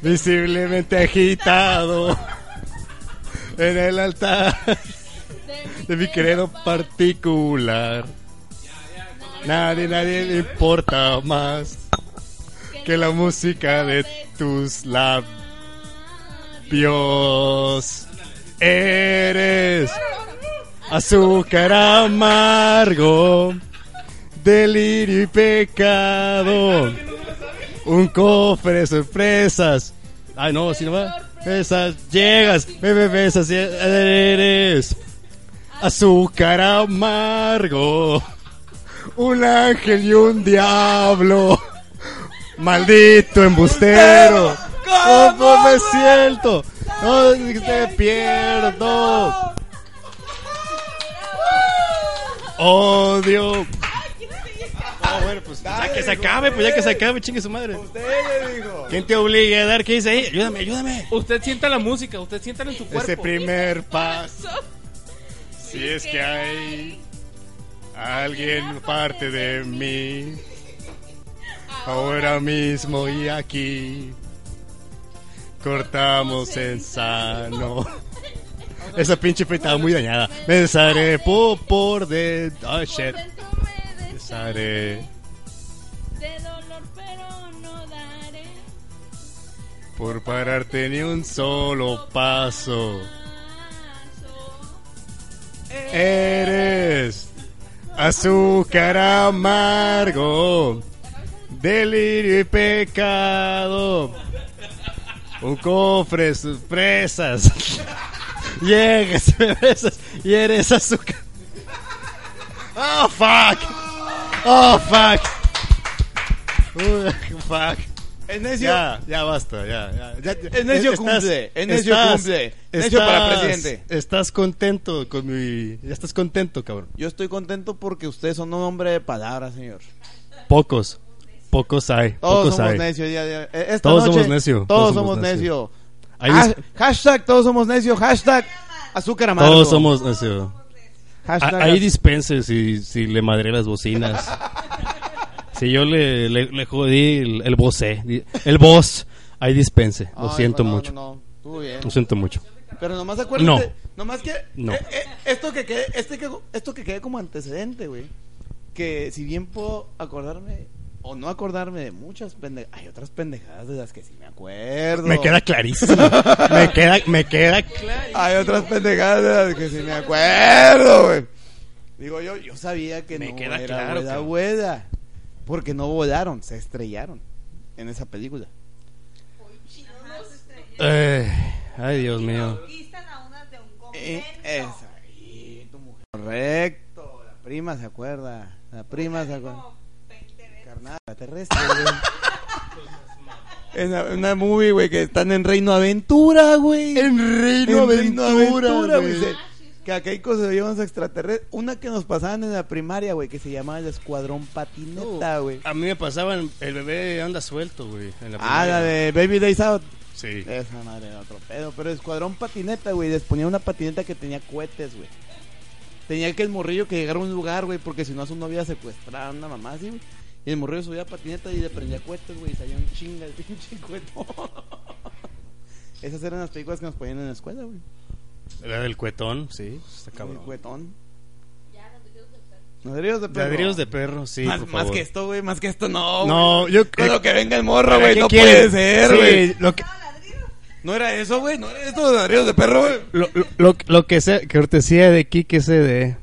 A: Visiblemente agitado. En el altar de mi credo particular. Nadie, nadie le importa más que la música de tus labios. Eres azúcar amargo, delirio y pecado. Un cofre de sorpresas. Ay, no, si no va. Esas llegas, me bebes así eres. Azúcar amargo. Un ángel y un diablo. Maldito embustero. ¿Cómo me siento? No te pierdo. Odio.
I: Ah, Ya que se acabe, pues ya que se acabe, chingue su madre.
C: Usted le dijo.
I: ¿Quién te obliga a dar? ¿Qué dice ahí? Ayúdame, ayúdame.
D: Usted sienta la música, usted siéntala en su cuerpo.
A: Ese primer paso. Si es que hay alguien parte de mí. Ahora mismo y aquí. Cortamos en sano. Esa pinche fe estaba muy dañada. Pensaré po- por de. Oh shit.
B: Dentro me
A: Pensaré.
B: de dolor, pero no daré.
A: por pararte ni un solo paso. Eres azúcar amargo, delirio y pecado. Un cofre, sorpresas. Llegas, me besas y eres azúcar. Oh fuck. Oh fuck. Uh, fuck.
C: Es necio.
A: Ya, ya basta, ya. ya, ya, ya.
C: Es necio cumple, es necio cumple, necio para presidente.
A: Estás contento con mi. ya Estás contento, cabrón.
C: Yo estoy contento porque ustedes son un hombre de palabras, señor.
A: Pocos, pocos hay,
C: Todos
A: pocos
C: somos
A: hay.
C: necios. ya, ya. Eh, esta
A: Todos
C: noche,
A: somos necio,
C: Todos, somos necio.
A: Hay
C: Ah,
A: dis-
C: hashtag todos somos necio. Hashtag azúcar amargo.
A: Todos somos necios.
C: Hashtag
A: Ah, Ahí dispense si, si le madré las bocinas. si yo le, le, le jodí el, el vocé, di- el voz, ahí dispense. Lo
C: Ay,
A: siento
C: no, no,
A: mucho.
C: no, estuvo bien.
A: Lo siento mucho.
C: Pero nomás acuérdate. Nomás que.
A: No.
C: eh, eh, esto, que quede, este que esto que quede como antecedente, güey. Que si bien puedo acordarme o no acordarme de muchas pendejadas. Hay otras pendejadas de las que sí me acuerdo.
A: Me queda clarísimo. me queda, me queda clarísimo.
C: Hay otras pendejadas de las que sí me acuerdo, güey. Digo yo, yo sabía que
A: Me
C: no
A: queda
C: era
A: claro,
C: güeda,
A: cabrón.
C: güeda, Porque no volaron, se estrellaron en esa película.
A: Eh, ay, Dios mío.
C: Eh, esa, ahí, tu mujer. Correcto, la prima se acuerda. La prima se acuerda. Carnal, terrestre, güey. En la- en una movie, güey, que están en Reino Aventura, güey.
A: En Reino
C: En Reino Aventura, güey.
A: güey.
C: Se- Que acá hay cosas de unos extraterrestres. Una que nos pasaban en la primaria, güey, que se llamaba el Escuadrón Patineta, güey.
A: A mí me pasaban el bebé anda suelto, güey. Ah, en la
C: Ah, la
A: primaria.
C: de Baby Days Out.
A: Sí.
C: Esa madre era otro pedo. Pero Escuadrón Patineta, güey. Les ponía una patineta que tenía cohetes, güey. Tenía que el morrillo que llegara a un lugar, güey, porque si no a su novia secuestrada, una mamá así, güey. Y el morrillo subía a patineta y le prendía cohetes, güey. Y salía un chinga el pinche cuetón. Esas eran las películas que nos ponían en la escuela, güey.
A: La del cuetón, sí. Está
C: El
A: cabrón.
C: cuetón. Ladrillos de perro.
A: Ladrillos de perro, sí.
C: más,
A: por
C: más
A: favor.
C: que esto, güey. Más que esto, no. güey.
A: No, yo eh,
C: Con lo que venga el morro,
A: ¿Para
C: güey.
A: qué
C: No
A: quieren?
C: puede ser,
A: Sí,
C: güey.
A: lo que-
C: No era eso, güey. No era esto de ladrillos de perro, güey.
A: Lo, lo- lo- lo que sea, cortesía de Quique CD.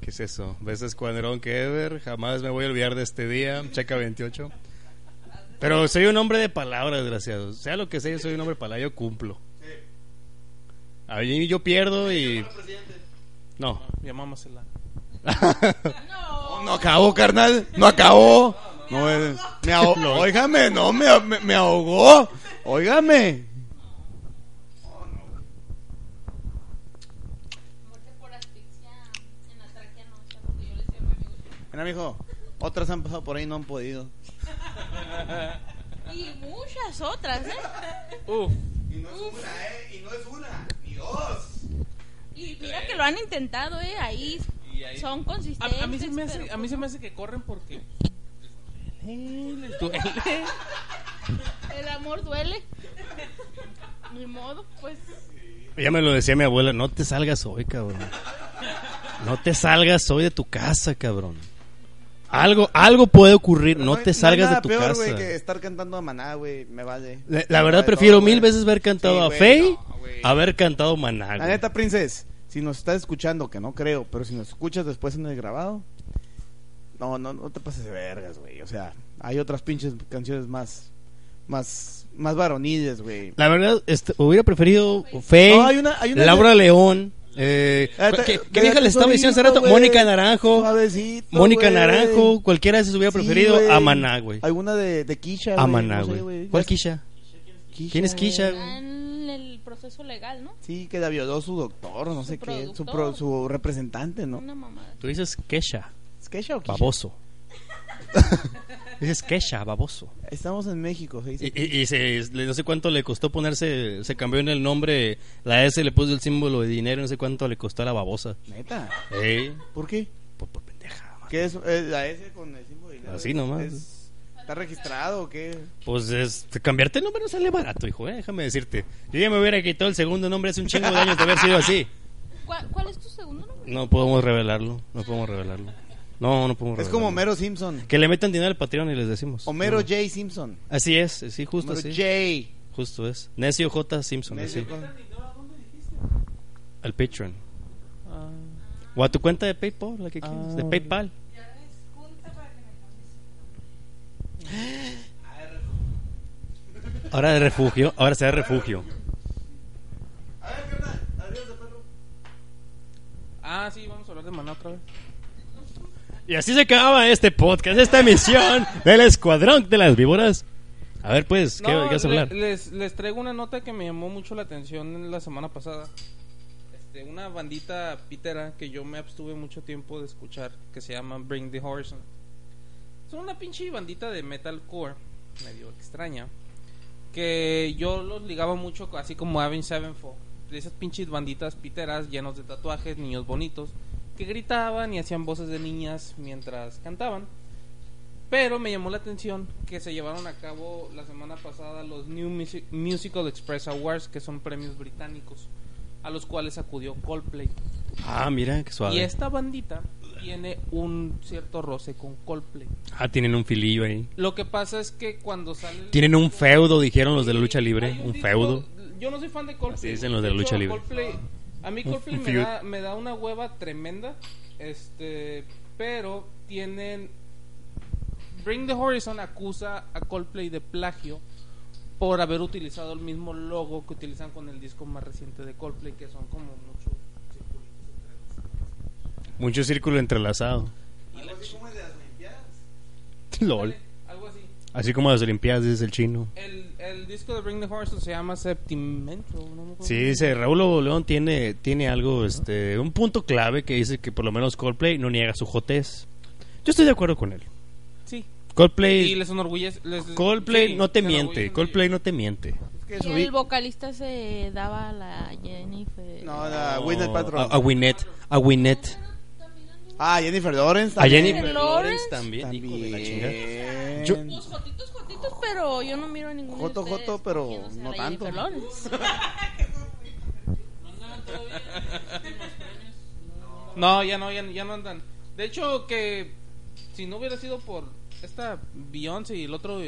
A: ¿Qué es eso? ¿Ves Escuadrón Kever? Jamás me voy a olvidar de este día. Checa 28. Pero soy un hombre de palabras, desgraciado. Sea lo que sea, yo soy un hombre de palabras, yo cumplo. A mí yo pierdo y. No.
D: Llamámosela.
C: No, no acabó, carnal. No acabó. No, eh, me ahogó. Óigame, no, me, me, me ahogó. Óigame. Mira, mijo. Otras han pasado por ahí y no han podido.
B: Y muchas otras, ¿eh?
D: Uf,
C: Y no es una, ¿eh? Y no es una, ni dos.
B: Y mira que lo han intentado, ¿eh? Ahí
D: y ahí-
B: son
D: A,
B: consistentes.
D: a mí se me hace,
B: pero-
D: a mí se me hace que corren porque les duele, les duele.
B: El amor duele. Ni modo, pues.
A: Ya me lo decía mi abuela, no te salgas hoy, cabrón. No te salgas hoy de tu casa, cabrón. Algo, algo puede ocurrir, no
C: hay-
A: te
C: hay
A: salgas
C: nada
A: de tu
C: peor,
A: casa.
C: güey, que este estar cantando a Maná, güey. Me vale.
A: La,
C: Me
A: la verdad
C: vale
A: prefiero
C: todo,
A: mil
C: güey.
A: veces haber cantado
C: Sí,
A: a
C: güey,
A: Faye,
C: no, güey.
A: haber cantado Maná.
C: La
A: güey.
C: neta, Princess, si nos estás escuchando, que no creo, pero si nos escuchas después en el grabado, no, no, no te pases de vergas, güey. O sea, hay otras pinches canciones más, más, más varoniles, güey.
A: La verdad, este, hubiera preferido Faye,
C: No, hay una- hay una-
A: Laura León. Eh,
C: Ah,
A: ¿cu-
C: te-
A: ¿Qué, qué
C: te-
A: vieja le estaba
C: suavecito,
A: diciendo hace rato?
C: güey.
A: Mónica Naranjo.
C: Suavecito,
A: Mónica
C: güey.
A: Naranjo, cualquiera de esos hubiera
C: Sí,
A: preferido
C: güey.
A: a Maná, güey.
C: Alguna de, de Kisha,
A: A
C: güey,
A: Maná,
C: no sé,
A: güey. ¿Cuál
C: Ya-
A: Kisha?
C: Kisha,
A: ¿Quién es
C: güey.
A: Kisha?
B: Está en el proceso legal, ¿no?
C: Sí, que la violó su doctor, no sé qué, su,
B: productor.
C: pro- su representante, ¿no?
B: Una mamada.
A: Tú dices Kesha,
C: ¿Es Kesha o Kisha?
A: baboso. dices Kesha, baboso.
C: Estamos en México, se dice.
A: Y, y- y se, le- no sé cuánto le costó ponerse, se cambió en el nombre, la S le puso el símbolo de dinero, no sé cuánto le costó a la babosa.
C: Neta,
A: Ey,
C: ¿por qué?
A: por, por pendeja. man.
C: ¿Qué es eh, la S con el símbolo de dinero?
A: Así nomás.
C: Es- ¿Está registrado o qué?
A: Pues es, cambiarte el nombre no sale barato, hijo, eh, déjame decirte. Yo ya me hubiera quitado el segundo nombre hace un chingo de años de haber sido así.
B: ¿Cuál, cuál es tu segundo nombre?
A: No podemos revelarlo, no podemos revelarlo. No, no podemos revelarlo.
C: Es como Homero Simpson.
A: Que le metan dinero al Patreon y les decimos.
C: Homero
A: No.
C: J. Simpson.
A: Así es, sí, justo
C: Homero
A: así.
C: J.
A: Justo es. Necio J. Simpson.
C: Necio
A: así.
C: con-
A: Al Patreon.
D: Ah,
A: O a tu cuenta de PayPal, la que quieras.
D: Ah,
A: de
D: órale.
A: PayPal. Ahora de refugio, ahora sea de refugio.
D: Ah, sí, vamos a hablar de maná otra vez.
A: Y así se acaba este podcast, esta emisión del Escuadrón de las Víboras. A ver, pues, ¿qué
D: No,
A: qué vas a
D: le-
A: hablar?
D: Les, les traigo una nota que me llamó mucho la atención en la semana pasada. Este, una bandita pitera que yo me abstuve mucho tiempo de escuchar, que se llama Bring the Horizon. Son una pinche bandita de metalcore, medio extraña, que yo los ligaba mucho co- así como Avenged Sevenfold. De esas pinches banditas piteras llenos de tatuajes, niños bonitos, que gritaban y hacían voces de niñas mientras cantaban. Pero me llamó la atención que se llevaron a cabo la semana pasada los New Musi- Musical Express Awards, que son premios británicos, a los cuales acudió Coldplay.
A: Ah, mira, qué
D: Y
A: suave.
D: esta bandita tiene un cierto roce con Coldplay.
A: Ah, tienen un filillo ahí.
D: Lo que pasa es que cuando sale...
A: Tienen un feudo, dijeron los de la lucha
D: Hay
A: libre. Un
D: disco-
A: feudo.
D: Yo no soy fan de Coldplay.
A: Así dicen los de la lucha
D: hecho,
A: libre.
D: Coldplay- a mí Coldplay me
A: feud.
D: da, me da una hueva tremenda. Este, pero tienen Bring the Horizon acusa a Coldplay de plagio por haber utilizado el mismo logo que utilizan con el disco más reciente de Coldplay, que son como mucho
A: Mucho círculo entrelazado. LOL.
D: algo así.
A: Así como las Olimpiadas, dice el chino.
D: El, el disco de Bring the Horizon se llama Septimento. ¿no? me acuerdo.
A: Sí, dice Raúl Obleón tiene, tiene algo, este, un punto clave que dice que por lo menos Coldplay no niega su jotez. Yo estoy de acuerdo con él.
D: Sí. Y
A: Coldplay,
D: les enorgullece. les-
A: Coldplay
D: sí,
A: no te
D: se
A: miente,
D: enorgullecen
A: Coldplay
D: de ellos.
A: no te miente.
C: Es que
B: Y
C: subí-
B: el vocalista se daba a la Jennifer.
C: No, la Gwyneth Paltrow.
A: A, a Winnet, a Winnet.
C: Ah, Jennifer Lawrence.
A: A
C: también.
A: Jennifer Lawrence
B: Lawrence
A: también. hijo de la chingada.
C: También.
A: Yo-
B: Pues Jotitos, Jotitos, pero yo no miro a ninguno
C: Joto,
B: de ustedes
C: joto, pero
B: cogiéndose a
C: no
B: la
C: tanto.
B: Jennifer Lawrence.
D: No, ya no, ya, ya no andan. De hecho, que si no hubiera sido por esta Beyoncé y el otro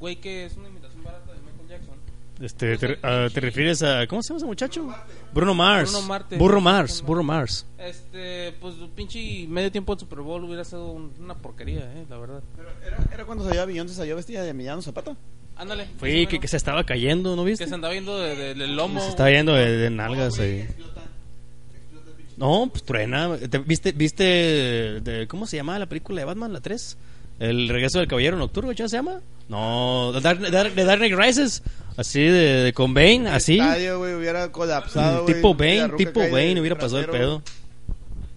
D: güey que es una imitación barata de Michael Jackson.
A: Este, te, re- ah, ¿te refieres a cómo se llama ese muchacho? Bruno Mars.
D: Bruno Marte.
A: Burro Mars, Burro Mars.
D: Este, pues pinche medio tiempo de Super Bowl hubiera sido un- una porquería, eh, la verdad.
C: ¿Era, era cuando salió Beyoncé, salió vestida de Emiliano Zapata.
D: Ándale.
A: Fue
D: Ese
A: que,
D: mero.
A: que se estaba cayendo, ¿no
D: que
A: viste?
D: se andaba viendo de- de- del lomo.
A: Se está yendo de, de nalgas ahí. No, pues truena. ¿Te- ¿Viste, viste de- cómo se llamaba la película de Batman, la 3? El regreso del caballero nocturno, ¿cómo se llama? No, The Dark, Dark- The Dark Knight Rises. Así de, de con Bane, así.
C: Estadio, güey, hubiera colapsado.
A: Mm, ¿Ah,
C: güey,
A: tipo
C: la
A: Bane,
C: ruca
A: tipo
C: cae del
A: Bane, hubiera pasado el pedo.
C: trasero.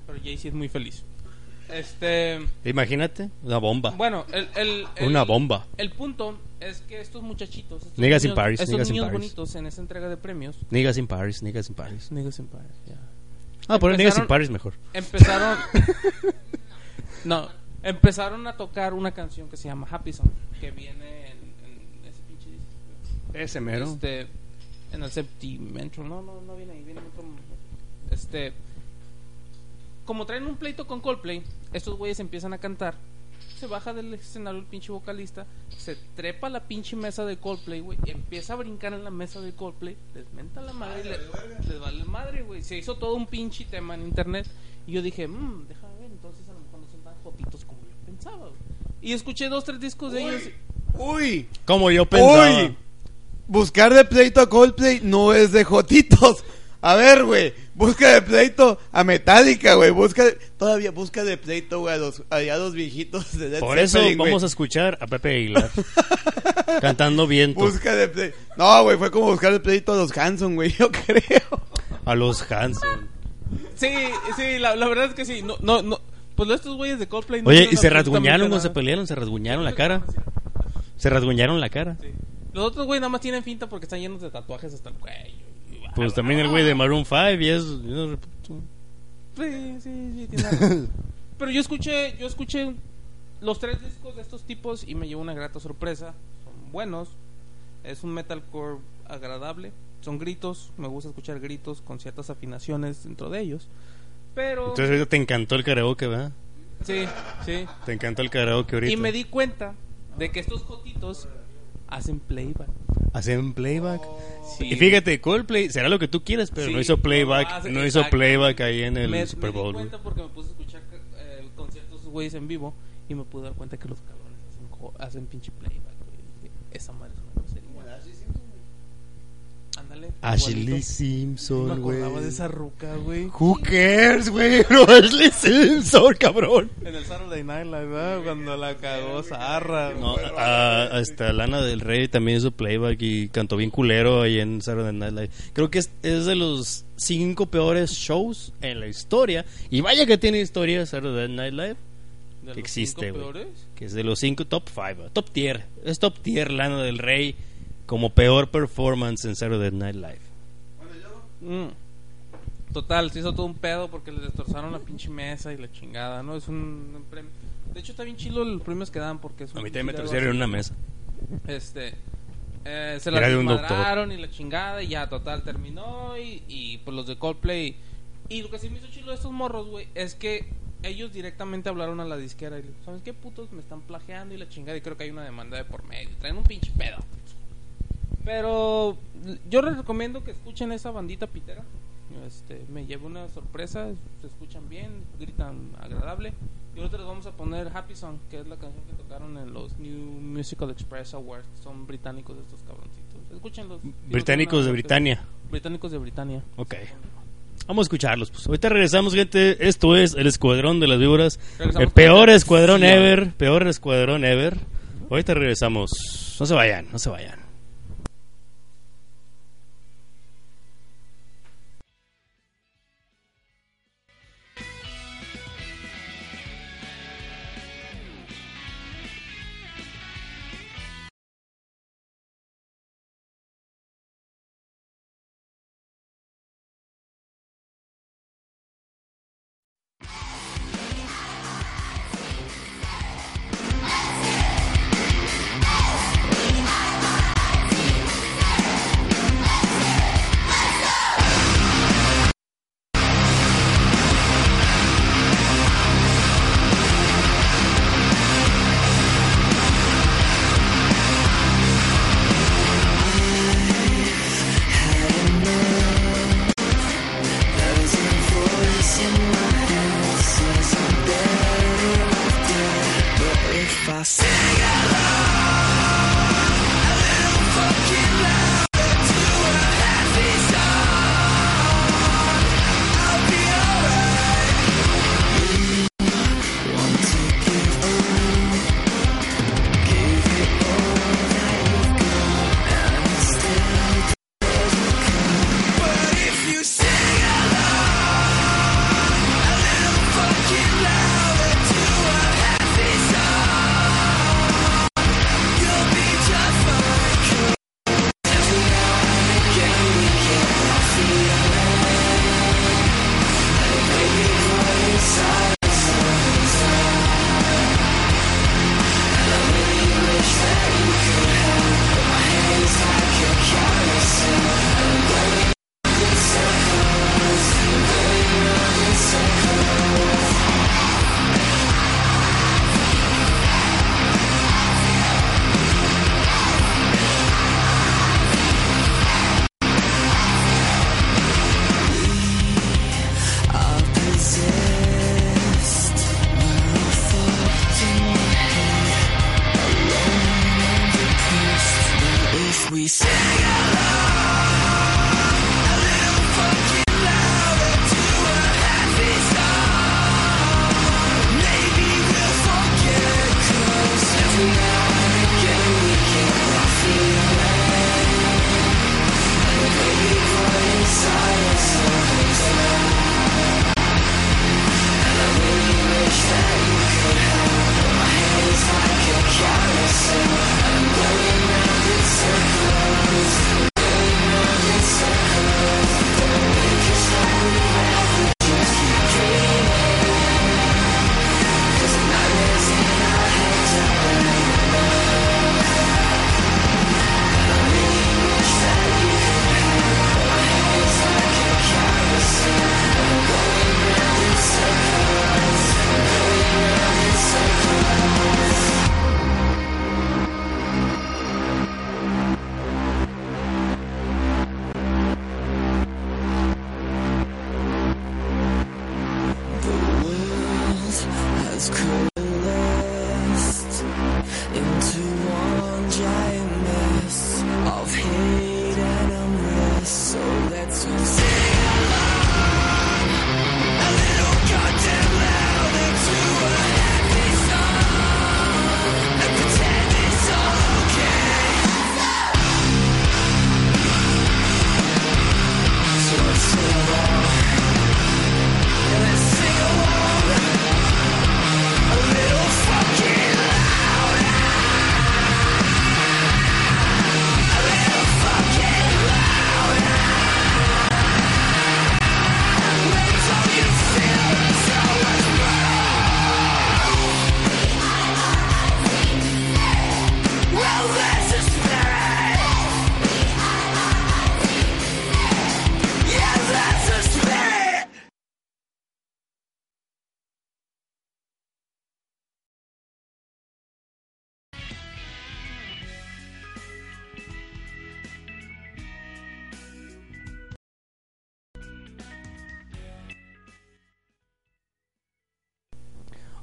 D: Pero Jay-Z es muy feliz. Este.
A: Imagínate, una bomba.
D: Bueno, el, el-
C: eh,
D: el-
A: Una bomba.
D: El punto es que estos muchachitos. Estos
A: Niggas in
D: niños-
A: Paris,
D: Estos
A: niggas in
D: niños
A: Paris.
D: bonitos en esa entrega de premios.
A: Niggas in Paris, niggas in Paris.
D: Niggas in Paris, ya.
A: Ah,
C: eh,
A: poner niggas in
D: Empezaron-
A: Paris mejor.
D: empezaron no empezaron a tocar una canción que se llama Happy Song que viene en, en ese pinche disco
A: Ese mero.
D: este en el Septimentro no no no viene ahí viene en otro este como traen un pleito con Coldplay estos güeyes empiezan a cantar se baja del escenario el pinche vocalista se trepa a la pinche mesa de Coldplay güey y empieza a brincar en la mesa de Coldplay les menta la madre y le- les vale madre güey se hizo todo un pinche tema en internet y yo dije mmm, déjame ver entonces a lo mejor no son tan jotitos como yo pensaba güey". y escuché dos tres discos de ellos
C: Uy,
A: Como yo pensaba.
C: uy. Buscar de pleito a Coldplay no es de Jotitos. A ver, güey. Busca de pleito a Metallica, güey. Busca todavía busca de pleito, güey, a los, a ya los viejitos de Led
A: Por eso
C: Zeppelin, güey.
A: vamos a escuchar a Pepe Aguilar cantando viento
D: Pues,
C: Busca de pleito. No, güey, fue como buscar de pleito a los Hanson, güey, yo creo.
A: a los Hanson.
D: Sí, sí, la, la verdad es que sí. No, no, no. Pues lo de estos güeyes de Coldplay. no
A: Oye,
D: hicieron
A: y se
D: absolutamente
A: rasguñaron, no
D: nada.
A: se pelearon, se rasguñaron la cara. Se rasguñaron la cara.
D: Sí. Los otros güeyes nada más tienen finta porque están llenos de tatuajes hasta el cuello. y-
A: Pues también el güey de Maroon 5 y es...
D: Sí, sí, sí, tiene razón. Pero yo escuché, yo escuché los tres discos de estos tipos y me llevó una grata sorpresa. Son buenos. Es un metalcore agradable. Son gritos. Me gusta escuchar gritos con ciertas afinaciones dentro de ellos. Pero...
A: Entonces ahorita te encantó el karaoke, ¿verdad?
D: sí, sí.
A: Te encantó el karaoke ahorita.
D: Y me di cuenta de que estos jotitos hacen playback.
A: Hacen playback.
D: Sí.
A: Y fíjate, Coldplay será lo que tú quieras, pero
D: Sí,
A: no hizo
D: no
A: playback,
D: lo hace,
A: no hizo
D: exacto.
A: playback ahí en el
D: me,
A: Super
D: Me di
A: Bowl. güey.
D: cuenta porque me puse a escuchar eh, el concierto de esos güeyes en vivo y me pude dar cuenta que los cabrones hacen, co- hacen pinche playback, güey. Y dije, Esa madre es una grosería. Ándale.
A: Ashley
D: igualito. Me
A: Simpson, güey.
D: acordaba de esa ruca, güey.
A: Who cares, güey? No, Ashley Simpson, cabrón.
D: En el Saturday Night Live, ¿verdad? Cuando la cagó Zarra.
A: No, a- hasta Lana del Rey también hizo playback y cantó bien culero ahí en Saturday Night Live. Creo que es, es de los cinco peores shows en la historia. Y vaya que tiene historia Saturday Night Live,
D: De los
A: existe,
D: cinco
A: güey.
D: peores.
A: que es de los cinco top five, eh, top tier. Es top tier Lana del Rey como peor performance en Saturday Night Live.
D: Mm. Total, se hizo todo un pedo porque le destrozaron la pinche mesa y la chingada, ¿no? Es un, un premio. De hecho, está bien chilo los premios que dan porque es un
A: A mí también me
D: pinche
A: torcieron en
D: algo
A: una
D: así.
A: mesa.
D: Este. eh, se
A: Era
D: la
A: de un doctor.
D: desmadraron y la chingada, y ya, total, terminó. Y, y pues los de Coldplay. Y lo que sí me hizo chilo de estos morros, güey, es que ellos directamente hablaron a la disquera. Y le dijeron, ¿sabes qué putos? Me están plagiando y la chingada. Y creo que hay una demanda de por medio. Traen un pinche pedo. Pero yo les recomiendo que escuchen esa bandita pitera. Este, me lleva una sorpresa. Se escuchan bien, gritan agradable. Y ahorita les vamos a poner Happy Song, que es la canción que tocaron en los New Musical Express Awards. Son británicos estos cabroncitos. Escúchenlos.
A: Británicos de Britania.
D: Británicos de Britania.
A: Ok. Vamos a escucharlos. Pues. Ahorita regresamos, gente. Esto es el Escuadrón de las Víboras.
D: Regresamos
A: el peor
D: con-
A: escuadrón
D: Sí,
A: ever. Peor escuadrón ever. Ahorita regresamos. No se vayan, no se vayan.
K: Thank you.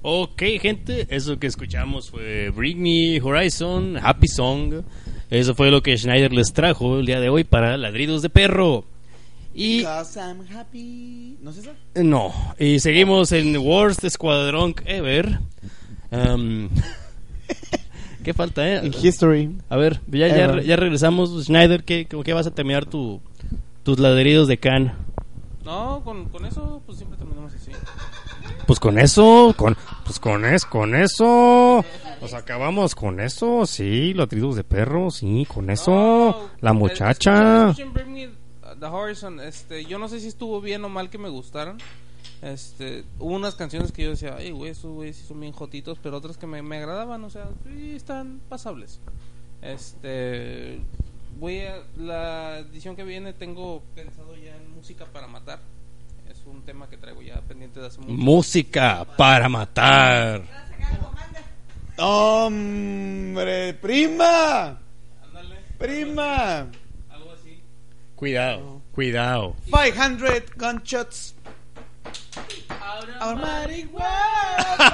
A: Ok, gente, eso que escuchamos fue Bring Me Horizon, Happy Song. Eso fue lo que Schneider les trajo el día de hoy para Ladridos de Perro. Y
C: Cause I'm happy. ¿No es esa?
A: no, y seguimos en Worst Squadron Ever. Em, ¿Qué falta, eh?
C: History.
A: A ver, ya, ya,
C: Ever.
A: ya regresamos. Schneider, ¿qué, ¿con qué vas a terminar tu, tus ladridos de can?
D: No, con, con eso pues siempre terminamos así.
E: Pues con eso, con, pues con, es, con eso. Nos acabamos con eso, sí, ladridos de perro, sí, con eso.
D: No,
E: la
D: el-
E: muchacha.
D: escuchen Bring Me The Horizon, este, yo no sé si estuvo bien o mal que me gustaran. Este, hubo unas canciones que yo decía, ay, güey, esos güey sí son bien jotitos, pero otras que me, me agradaban, o sea, sí están pasables. Este, voy a, la edición que viene tengo pensado ya en música para matar. Es un tema que traigo ya pendiente de hace
E: Mm.
D: mucho.
A: Música para matar.
C: ¡Hombre! ¡Prima!
D: Ándale,
C: ¡Prima!
D: algo así.
E: Cuidado, cuidado.
C: 500 gunshots. Our marihuana.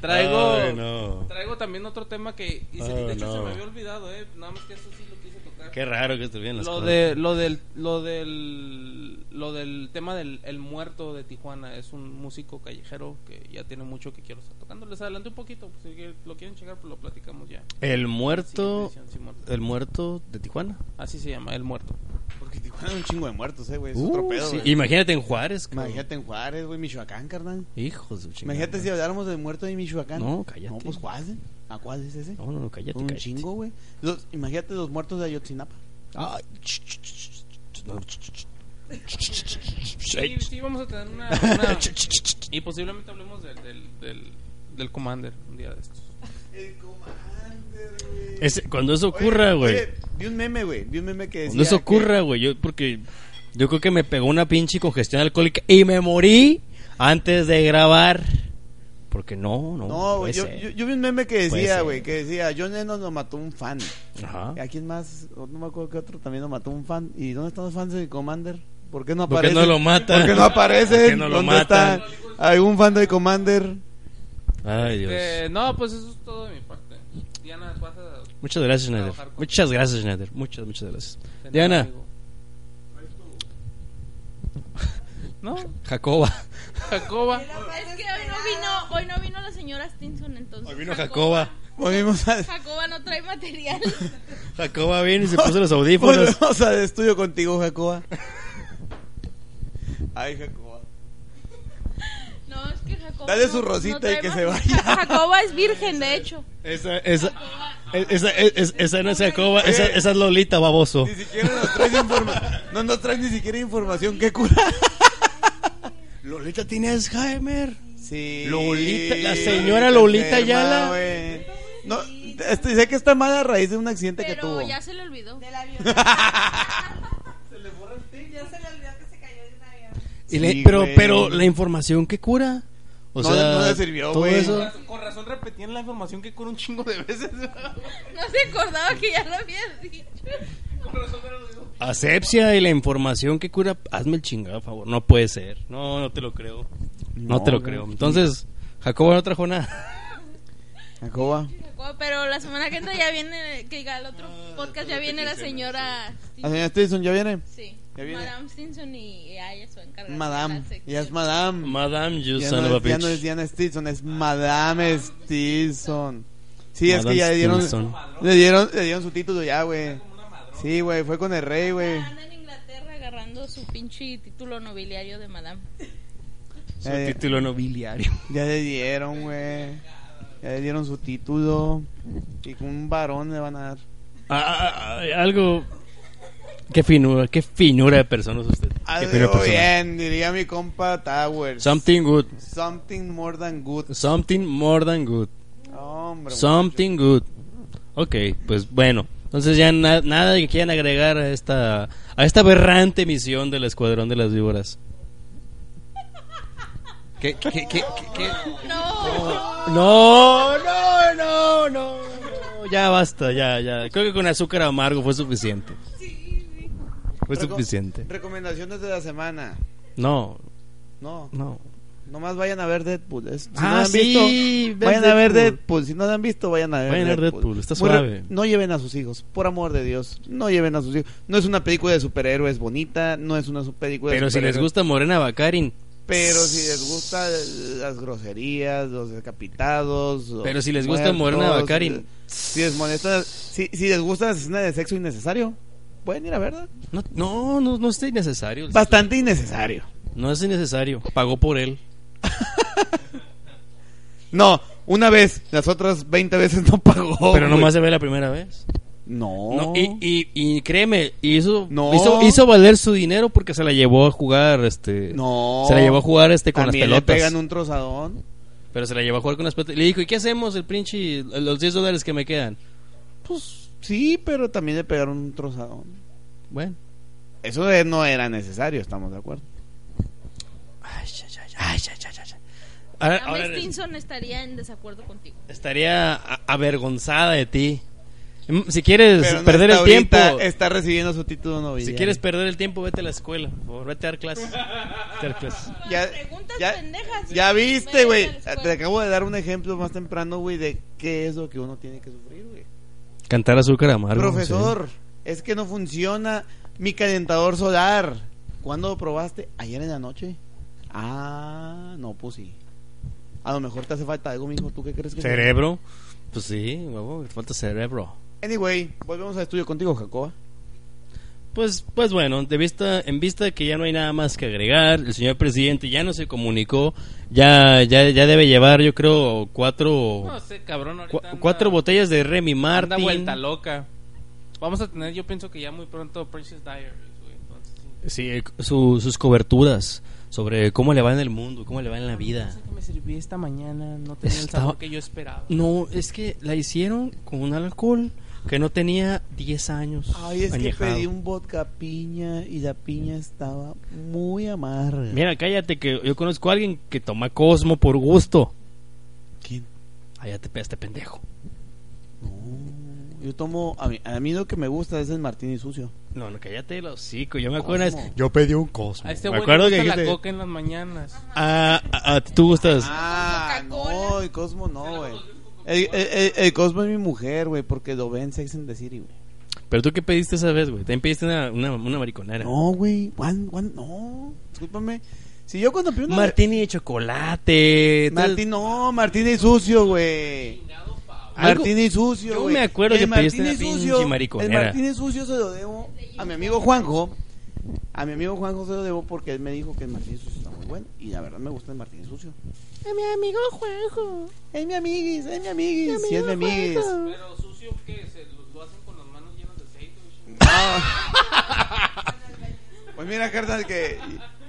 D: Traigo,
E: Ay, no.
D: traigo también otro tema que, y se-
E: Oh,
D: de hecho se
E: no.
D: me había olvidado, eh, nada más que eso sí lo quise tocar.
A: Qué raro que estuvieran las
D: lo
A: cosas.
D: de lo del lo del lo del tema del el muerto de Tijuana es un músico callejero que ya tiene mucho que quiero estar tocando les adelanté un poquito pues, si que- lo quieren checar pues lo platicamos ya
A: El muerto,
D: Siguiente edición, Simón.
A: el muerto de Tijuana.
D: así se llama el muerto
C: Porque Tijuana es un chingo de muertos, eh, güey. Es
A: Uh,
C: otro pedo,
A: sí.
C: güey.
A: Imagínate en Juárez. cabrón.
C: Imagínate en Juárez, güey, Michoacán, carnal.
A: Hijos de chingada.
C: Imagínate si habláramos del muerto de Michoacán.
A: No, cállate.
C: No, pues Juárez. eh. ¿A cuál es ese?
A: No, no, no, cállate,
C: un
A: cállate.
C: chingo, güey. Los- Imagínate los muertos de Ayotzinapa.
A: Ay, ch, ch, ch, ch, no, ch, ch, ch.
D: sí, sí vamos a tener una, una- y posiblemente hablemos del del, del del commander un día de estos
C: El comandante, güey.
A: Ese- cuando eso ocurra, güey.
C: Vi un meme, güey. Vi un meme que decía.
A: Cuando eso ocurra, güey. Yo, porque yo creo que me pegó una pinche congestión alcohólica y me morí antes de grabar. Porque no, no.
C: que- No,
A: puede
C: güey. Yo,
A: ser.
C: yo, yo vi un meme que
A: Puede
C: decía,
A: ser.
C: güey. Que decía, John Lennon nos mató un fan.
A: Ajá.
C: ¿A quién más? No me acuerdo que otro también nos mató un fan. ¿Y dónde están los fans de Commander? ¿Por qué no
A: ¿Por qué
C: aparecen?
A: no lo matan?
C: ¿Por qué no aparecen?
A: ¿Por qué no lo
C: ¿Dónde
A: matan?
C: está algún fan de Commander?
A: Ay, Dios.
D: Eh, no pues eso es todo de mi parte Diana vas a
A: Muchas gracias, Schneider.
D: trabajar con-
A: Muchas gracias, Schneider. Muchas, muchas gracias.
D: tener
A: Diana,
D: algo. no
A: Jacoba.
D: Jacoba
B: Es que hoy no vino, hoy no vino la señora Stinson, entonces.
A: Hoy vino Jacoba.
C: Volvimos a,
B: Jacoba no trae material.
A: Jacoba vino y se puso los audífonos.
C: volvimos al estudio contigo, Jacoba. Ay, Jacoba.
B: No, es que Jacoba.
C: Dale
B: no-
C: su rosita
B: no trae
C: y que
B: más-
C: se vaya.
B: Ja- Jacoba es virgen, de hecho.
A: Esa, esa, esa, esa, esa no es Jacoba, esa,
C: Eh.
A: esa es Lolita, baboso.
C: Ni siquiera nos traes información. No nos traes ni siquiera información que cura.
A: Lolita tiene Alzheimer.
C: Sí.
A: Lolita, la señora Lolita Ayala.
C: güey. No, este, sé que está mal a raíz de un accidente que
B: Pero
C: tuvo.
B: ya se le olvidó.
K: Del avión. Ya se le olvidó que se cayó de un avión.
A: Y le-
C: Sí,
A: pero,
C: güey.
A: pero la información que cura. O
C: No,
A: sea,
C: no le sirvió,
A: todo
C: güey.
A: eso.
D: Con razón repetían la información que con un chingo de veces. Con
B: No se acordaba que ya lo había dicho.
D: razón era lo mismo.
A: Asepsia y la información que cura. Hazme el chingado, por favor. No puede ser. No, no te lo creo. No, te lo
C: güey.
A: creo. Entonces, Jacoba no trajo nada.
C: Jacoba.
B: Jacoba, Pero la semana que entra ya viene, que diga el otro
C: Ah,
B: podcast, ya viene la señora
C: La
B: Stinson.
C: señora Stinson ya viene.
B: Sí.
C: Ah, Ya viene.
B: Madame Stinson y ella se va a encargar. de
C: Madame.
B: la sección.
C: Ya es Madame.
A: Madame, you
C: ya,
A: son of
C: no
A: a
C: es, ya
A: bitch.
C: no es Diana Stinson, es Madame Stinson. Sí, es
A: Madame
C: que ya le dieron,
A: Stinson.
C: le dieron, le dieron su título ya, güey. Sí, güey, fue con el rey, güey.
B: Anda en Inglaterra agarrando su pinche título nobiliario de Madame.
A: Su
C: Eh,
A: título nobiliario.
C: Ya le dieron, güey. Ya le dieron su título. Y con un varón le van a dar.
A: Ah, ah, ah, algo. Qué finura, qué finura de persona es usted.
C: Ah,
A: Qué finura de
C: Algo
A: persona.
C: bien, diría mi compa Towers.
A: Something good.
C: Something more than good.
A: Something more than good.
C: Hombre,
A: Something good. Ok, pues bueno. Entonces ya na- nada que quieran agregar a esta a esta aberrante misión del Escuadrón de las Víboras. ¿Qué, qué, qué, qué, qué?
B: No,
A: No, no, no, no. no. Ya basta, ya, ya. Creo que con azúcar amargo fue suficiente. Fue
C: Reco-
A: suficiente.
C: Recomendaciones de la semana.
A: No,
C: No.
A: no.
C: Nomás vayan a ver Deadpool. Es- si
E: Ah,
C: no la han
E: sí,
C: visto,
E: ven
C: vayan a ver
E: Deadpool.
C: Deadpool. Si no la han visto, vayan a ver
E: Vayan a ver Deadpool, está
C: Muy re-
E: suave.
C: No lleven a sus hijos, por amor de Dios. No lleven a sus hijos. No es una película de superhéroes bonita, no es una su- película de
A: Pues, Pero si les
C: superhéroes.
A: gusta Morena Bacarin,
C: Pero si les gusta las groserías, los decapitados. los
A: Pero si les gusta
C: muertos, eh,
A: Morena Baccarin.
C: Si les molesta, si, si les gusta las escenas de sexo innecesario, pueden ir a verla.
A: no, no, no, no es innecesario.
C: Bastante innecesario.
A: No es innecesario. Pagó por él.
C: No, una vez, las otras 20 veces no pagó.
A: pero
C: Oh, güey.
A: nomás se ve la primera vez.
C: No.
A: No, y, y, y créeme, hizo,
C: No.
A: hizo, hizo valer su dinero porque se la llevó a jugar, este...
C: No.
A: Se la llevó a jugar este con las
C: También
A: pelotas.
C: Le pegan un trozadón.
A: Pero se la llevó a jugar con las pelotas. Le dijo, ¿y qué hacemos el pinche, los 10 dólares que me quedan?
C: Pues sí, pero también le pegaron un trozadón.
A: Bueno.
C: Eso de- no era necesario, estamos de acuerdo.
A: Ay, ya, ya, ya, ay, ya, ya, ya, ya. Ahora, ahora
B: Mel Stinson estaría en desacuerdo contigo.
A: estaría a- avergonzada de ti. Mm, Si quieres
C: Pero no
A: perder el
C: está
A: tiempo...
C: ahorita, Está recibiendo su título novillero.
A: Si quieres perder el tiempo, vete a la escuela, por favor, vete a dar clases. Vete a dar clases.
C: Ya-
B: preguntas
C: ya-
B: pendejas.
C: Ya viste, güey.
B: Vete a la escuela.
C: Te acabo de dar un ejemplo más temprano, güey, de qué es lo que uno tiene que sufrir, güey.
A: Cantar azúcar amargo.
C: Profesor, es que no funciona mi calentador solar. ¿Cuándo lo probaste? Ayer en la noche. Ah, no, pues sí. A lo mejor te hace falta algo, mijo. ¿Tú qué crees
A: sí.
C: que sea?
A: Cerebro. Pues sí, huevo, falta cerebro.
C: Anyway, volvemos al estudio contigo, Jacoba.
A: Pues, pues bueno, de vista, en vista de que ya no hay nada más que agregar, el señor presidente ya no se comunicó, ya, ya, ya debe llevar, yo creo, cuatro,
D: No sé, cabrón.
A: cua-
D: ahorita anda-
A: Oh. cuatro botellas de Remy
D: Anda
A: Martin.
D: vuelta loca. Vamos a tener, yo pienso que ya muy pronto Princess Diaries, güey. Entonces, sí.
A: Sí, eh, su- sus coberturas sobre cómo le va en el mundo, cómo le va en la vida.
D: que me serví esta mañana no tenía el
A: Estaba-
D: sabor que yo esperaba.
A: No, es que la hicieron con un alcohol que no tenía 10 años.
C: Ay, es
A: añejado.
C: que pedí un vodka piña y la piña estaba muy amarga.
A: Mira, cállate, que yo conozco a alguien que toma Cosmo por gusto.
C: ¿Quién?
A: Ay, ya te pegaste, pendejo.
C: Yo tomo. A mí, a mí lo que me gusta es el martini sucio.
A: No, no, cállate el hocico. Yo me acuerdo.
C: Cosmo.
A: Yo pedí un Cosmo.
D: A este
A: me
D: güey
A: acuerdo
D: le
A: que
D: gusta
A: dijiste,
D: la coca en las mañanas.
A: Ah, ah, ah, tú gustas.
C: Ah,
B: Coca-Cola.
C: no, el Cosmo no, güey. El, el- el- el Cosmo es mi mujer, güey, porque lo ven Sex and the City, güey.
A: Pero tú qué pediste esa vez, güey. También pediste una, una, una mariconera.
C: No, güey, Juan, Juan, no. Discúlpame. Si yo cuando pido una...
A: Martini de chocolate.
C: Martín, no, Martín es sucio, güey.
A: Algo-
C: Martín es sucio,
A: Yo
C: güey.
A: me acuerdo
C: El
A: que
C: Martín
A: pediste una
C: es
A: pinche
C: sucio, El
A: mariconera.
C: Martín es sucio se lo debo a mi amigo Juanjo. A mi amigo Juanjo se lo debo porque él me dijo que el Martín sucio está muy bueno. Y la verdad me gusta el Martín sucio.
K: A mi amigo Juanjo.
C: Es mi amiguis, es mi amiguis. Sí, es mi amiguis.
D: Pero sucio, ¿qué? Se lo, hacen con las manos llenas de aceite.
C: Pues mira, carnal, que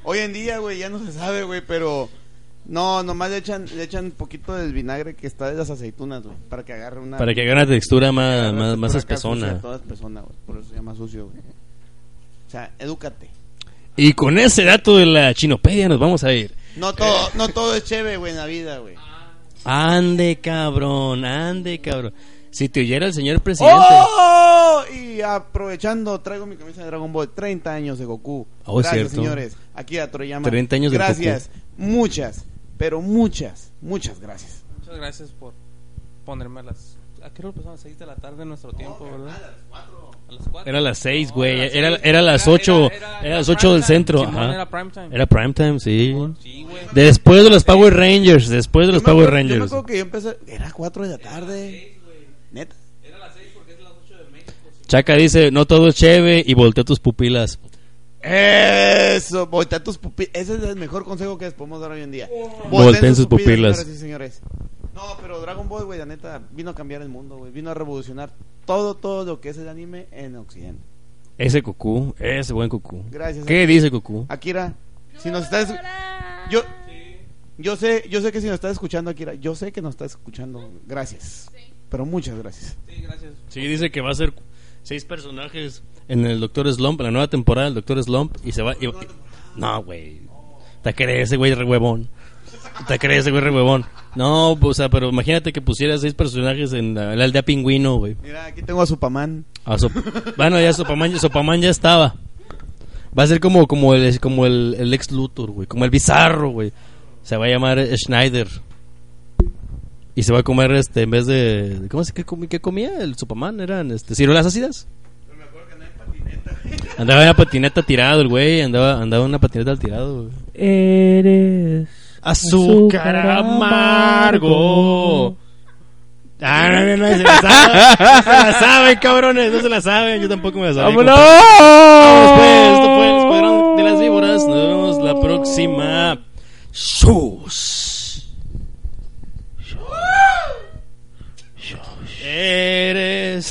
C: hoy en día, güey, ya no se sabe, güey, pero... No, nomás le echan, le echan poquito del vinagre que está de las aceitunas, güey, para que agarre una...
A: Para que haga una textura más, más, más
C: Acá sucia,
A: espesona.
C: toda espesona, güey, Por eso se llama sucio, güey. O sea, edúcate.
A: Y con ese dato de la chinopedia nos vamos a ir.
C: No todo, no todo es chévere, güey, en la vida, güey.
A: Ande, cabrón, ande, cabrón. Si te oyera el señor presidente.
C: ¡Oh! Y aprovechando, traigo mi camisa de Dragon Ball. 30 años de Goku.
A: Oh, es
C: Gracias,
A: cierto.
C: señores. Aquí a Toriyama.
A: 30 años de
C: Gracias. Muchas, pero muchas, muchas gracias.
D: Muchas gracias por ponerme a las... ¿A qué hora empezamos? A las 6 de la tarde en nuestro tiempo, ¿verdad? A las 4.
A: Era las seis, güey.
D: las
A: Era,
D: seis.
A: era las ocho. Era, las ocho del
D: primetime.
A: centro.
D: Simón,
A: ajá.
D: Era prime time.
A: Era prime time, sí.
D: Sí, güey.
A: Después de los Power Rangers. Después de los
C: Yo me acuerdo-
A: Power
C: Yo me
A: Rangers.
C: acuerdo que yo empecé. Era 4 de la tarde. Neta.
A: Chaca dice: No todo es cheve y voltea tus pupilas.
C: Eso, voltea tus pupilas. Ese es el mejor consejo que les podemos dar hoy en día.
A: Volteen sus pupilas.
C: señoras y señores. No, pero Dragon Ball, güey, la neta, vino a cambiar el mundo, güey. Vino a revolucionar todo, todo lo que es el anime en Occidente.
A: Ese cucú, ese buen cucú.
C: Gracias.
A: ¿Qué dice cucú?
C: Akira, si nos estás... Yo... Yo sé, yo sé que si nos estás escuchando, Akira, yo sé que nos estás escuchando. Gracias. Pero muchas gracias.
D: Sí, gracias.
A: Sí, dice que va a ser seis personajes en el Doctor Slump, en la nueva temporada del Doctor Slump. Y se va. y- no, güey. Te crees ese güey re huevón. Te crees ese güey re huevón. No, o sea, pero imagínate que pusiera seis personajes en la, en la aldea pingüino, güey.
C: Mira, aquí tengo a Supamán.
A: A Sop- bueno, ya Sopaman, Sopaman ya estaba. Va a ser como, como el, como el, el ex Luthor, güey. Como el bizarro, güey. Se va a llamar Schneider. Y se va a comer, este, en vez de... ¿Cómo se qué, comi- qué comía el Superman? Eran, este, ciruelas ácidas. Andaba en una patineta tirado el güey, andaba, andaba en una patineta tirado. güey.
L: Eres.
A: Azúcar
L: Azúcar
A: amargo.
L: amargo.
A: Ah, no, no, no, se la saben, no se la saben, cabrones, no se la saben, yo tampoco me la sabía.
L: ¡Vámonos!
A: compadre. Vamos, pues, esto fue el Escuadrón de las Víboras, nos vemos la próxima. ¡Sus! Eres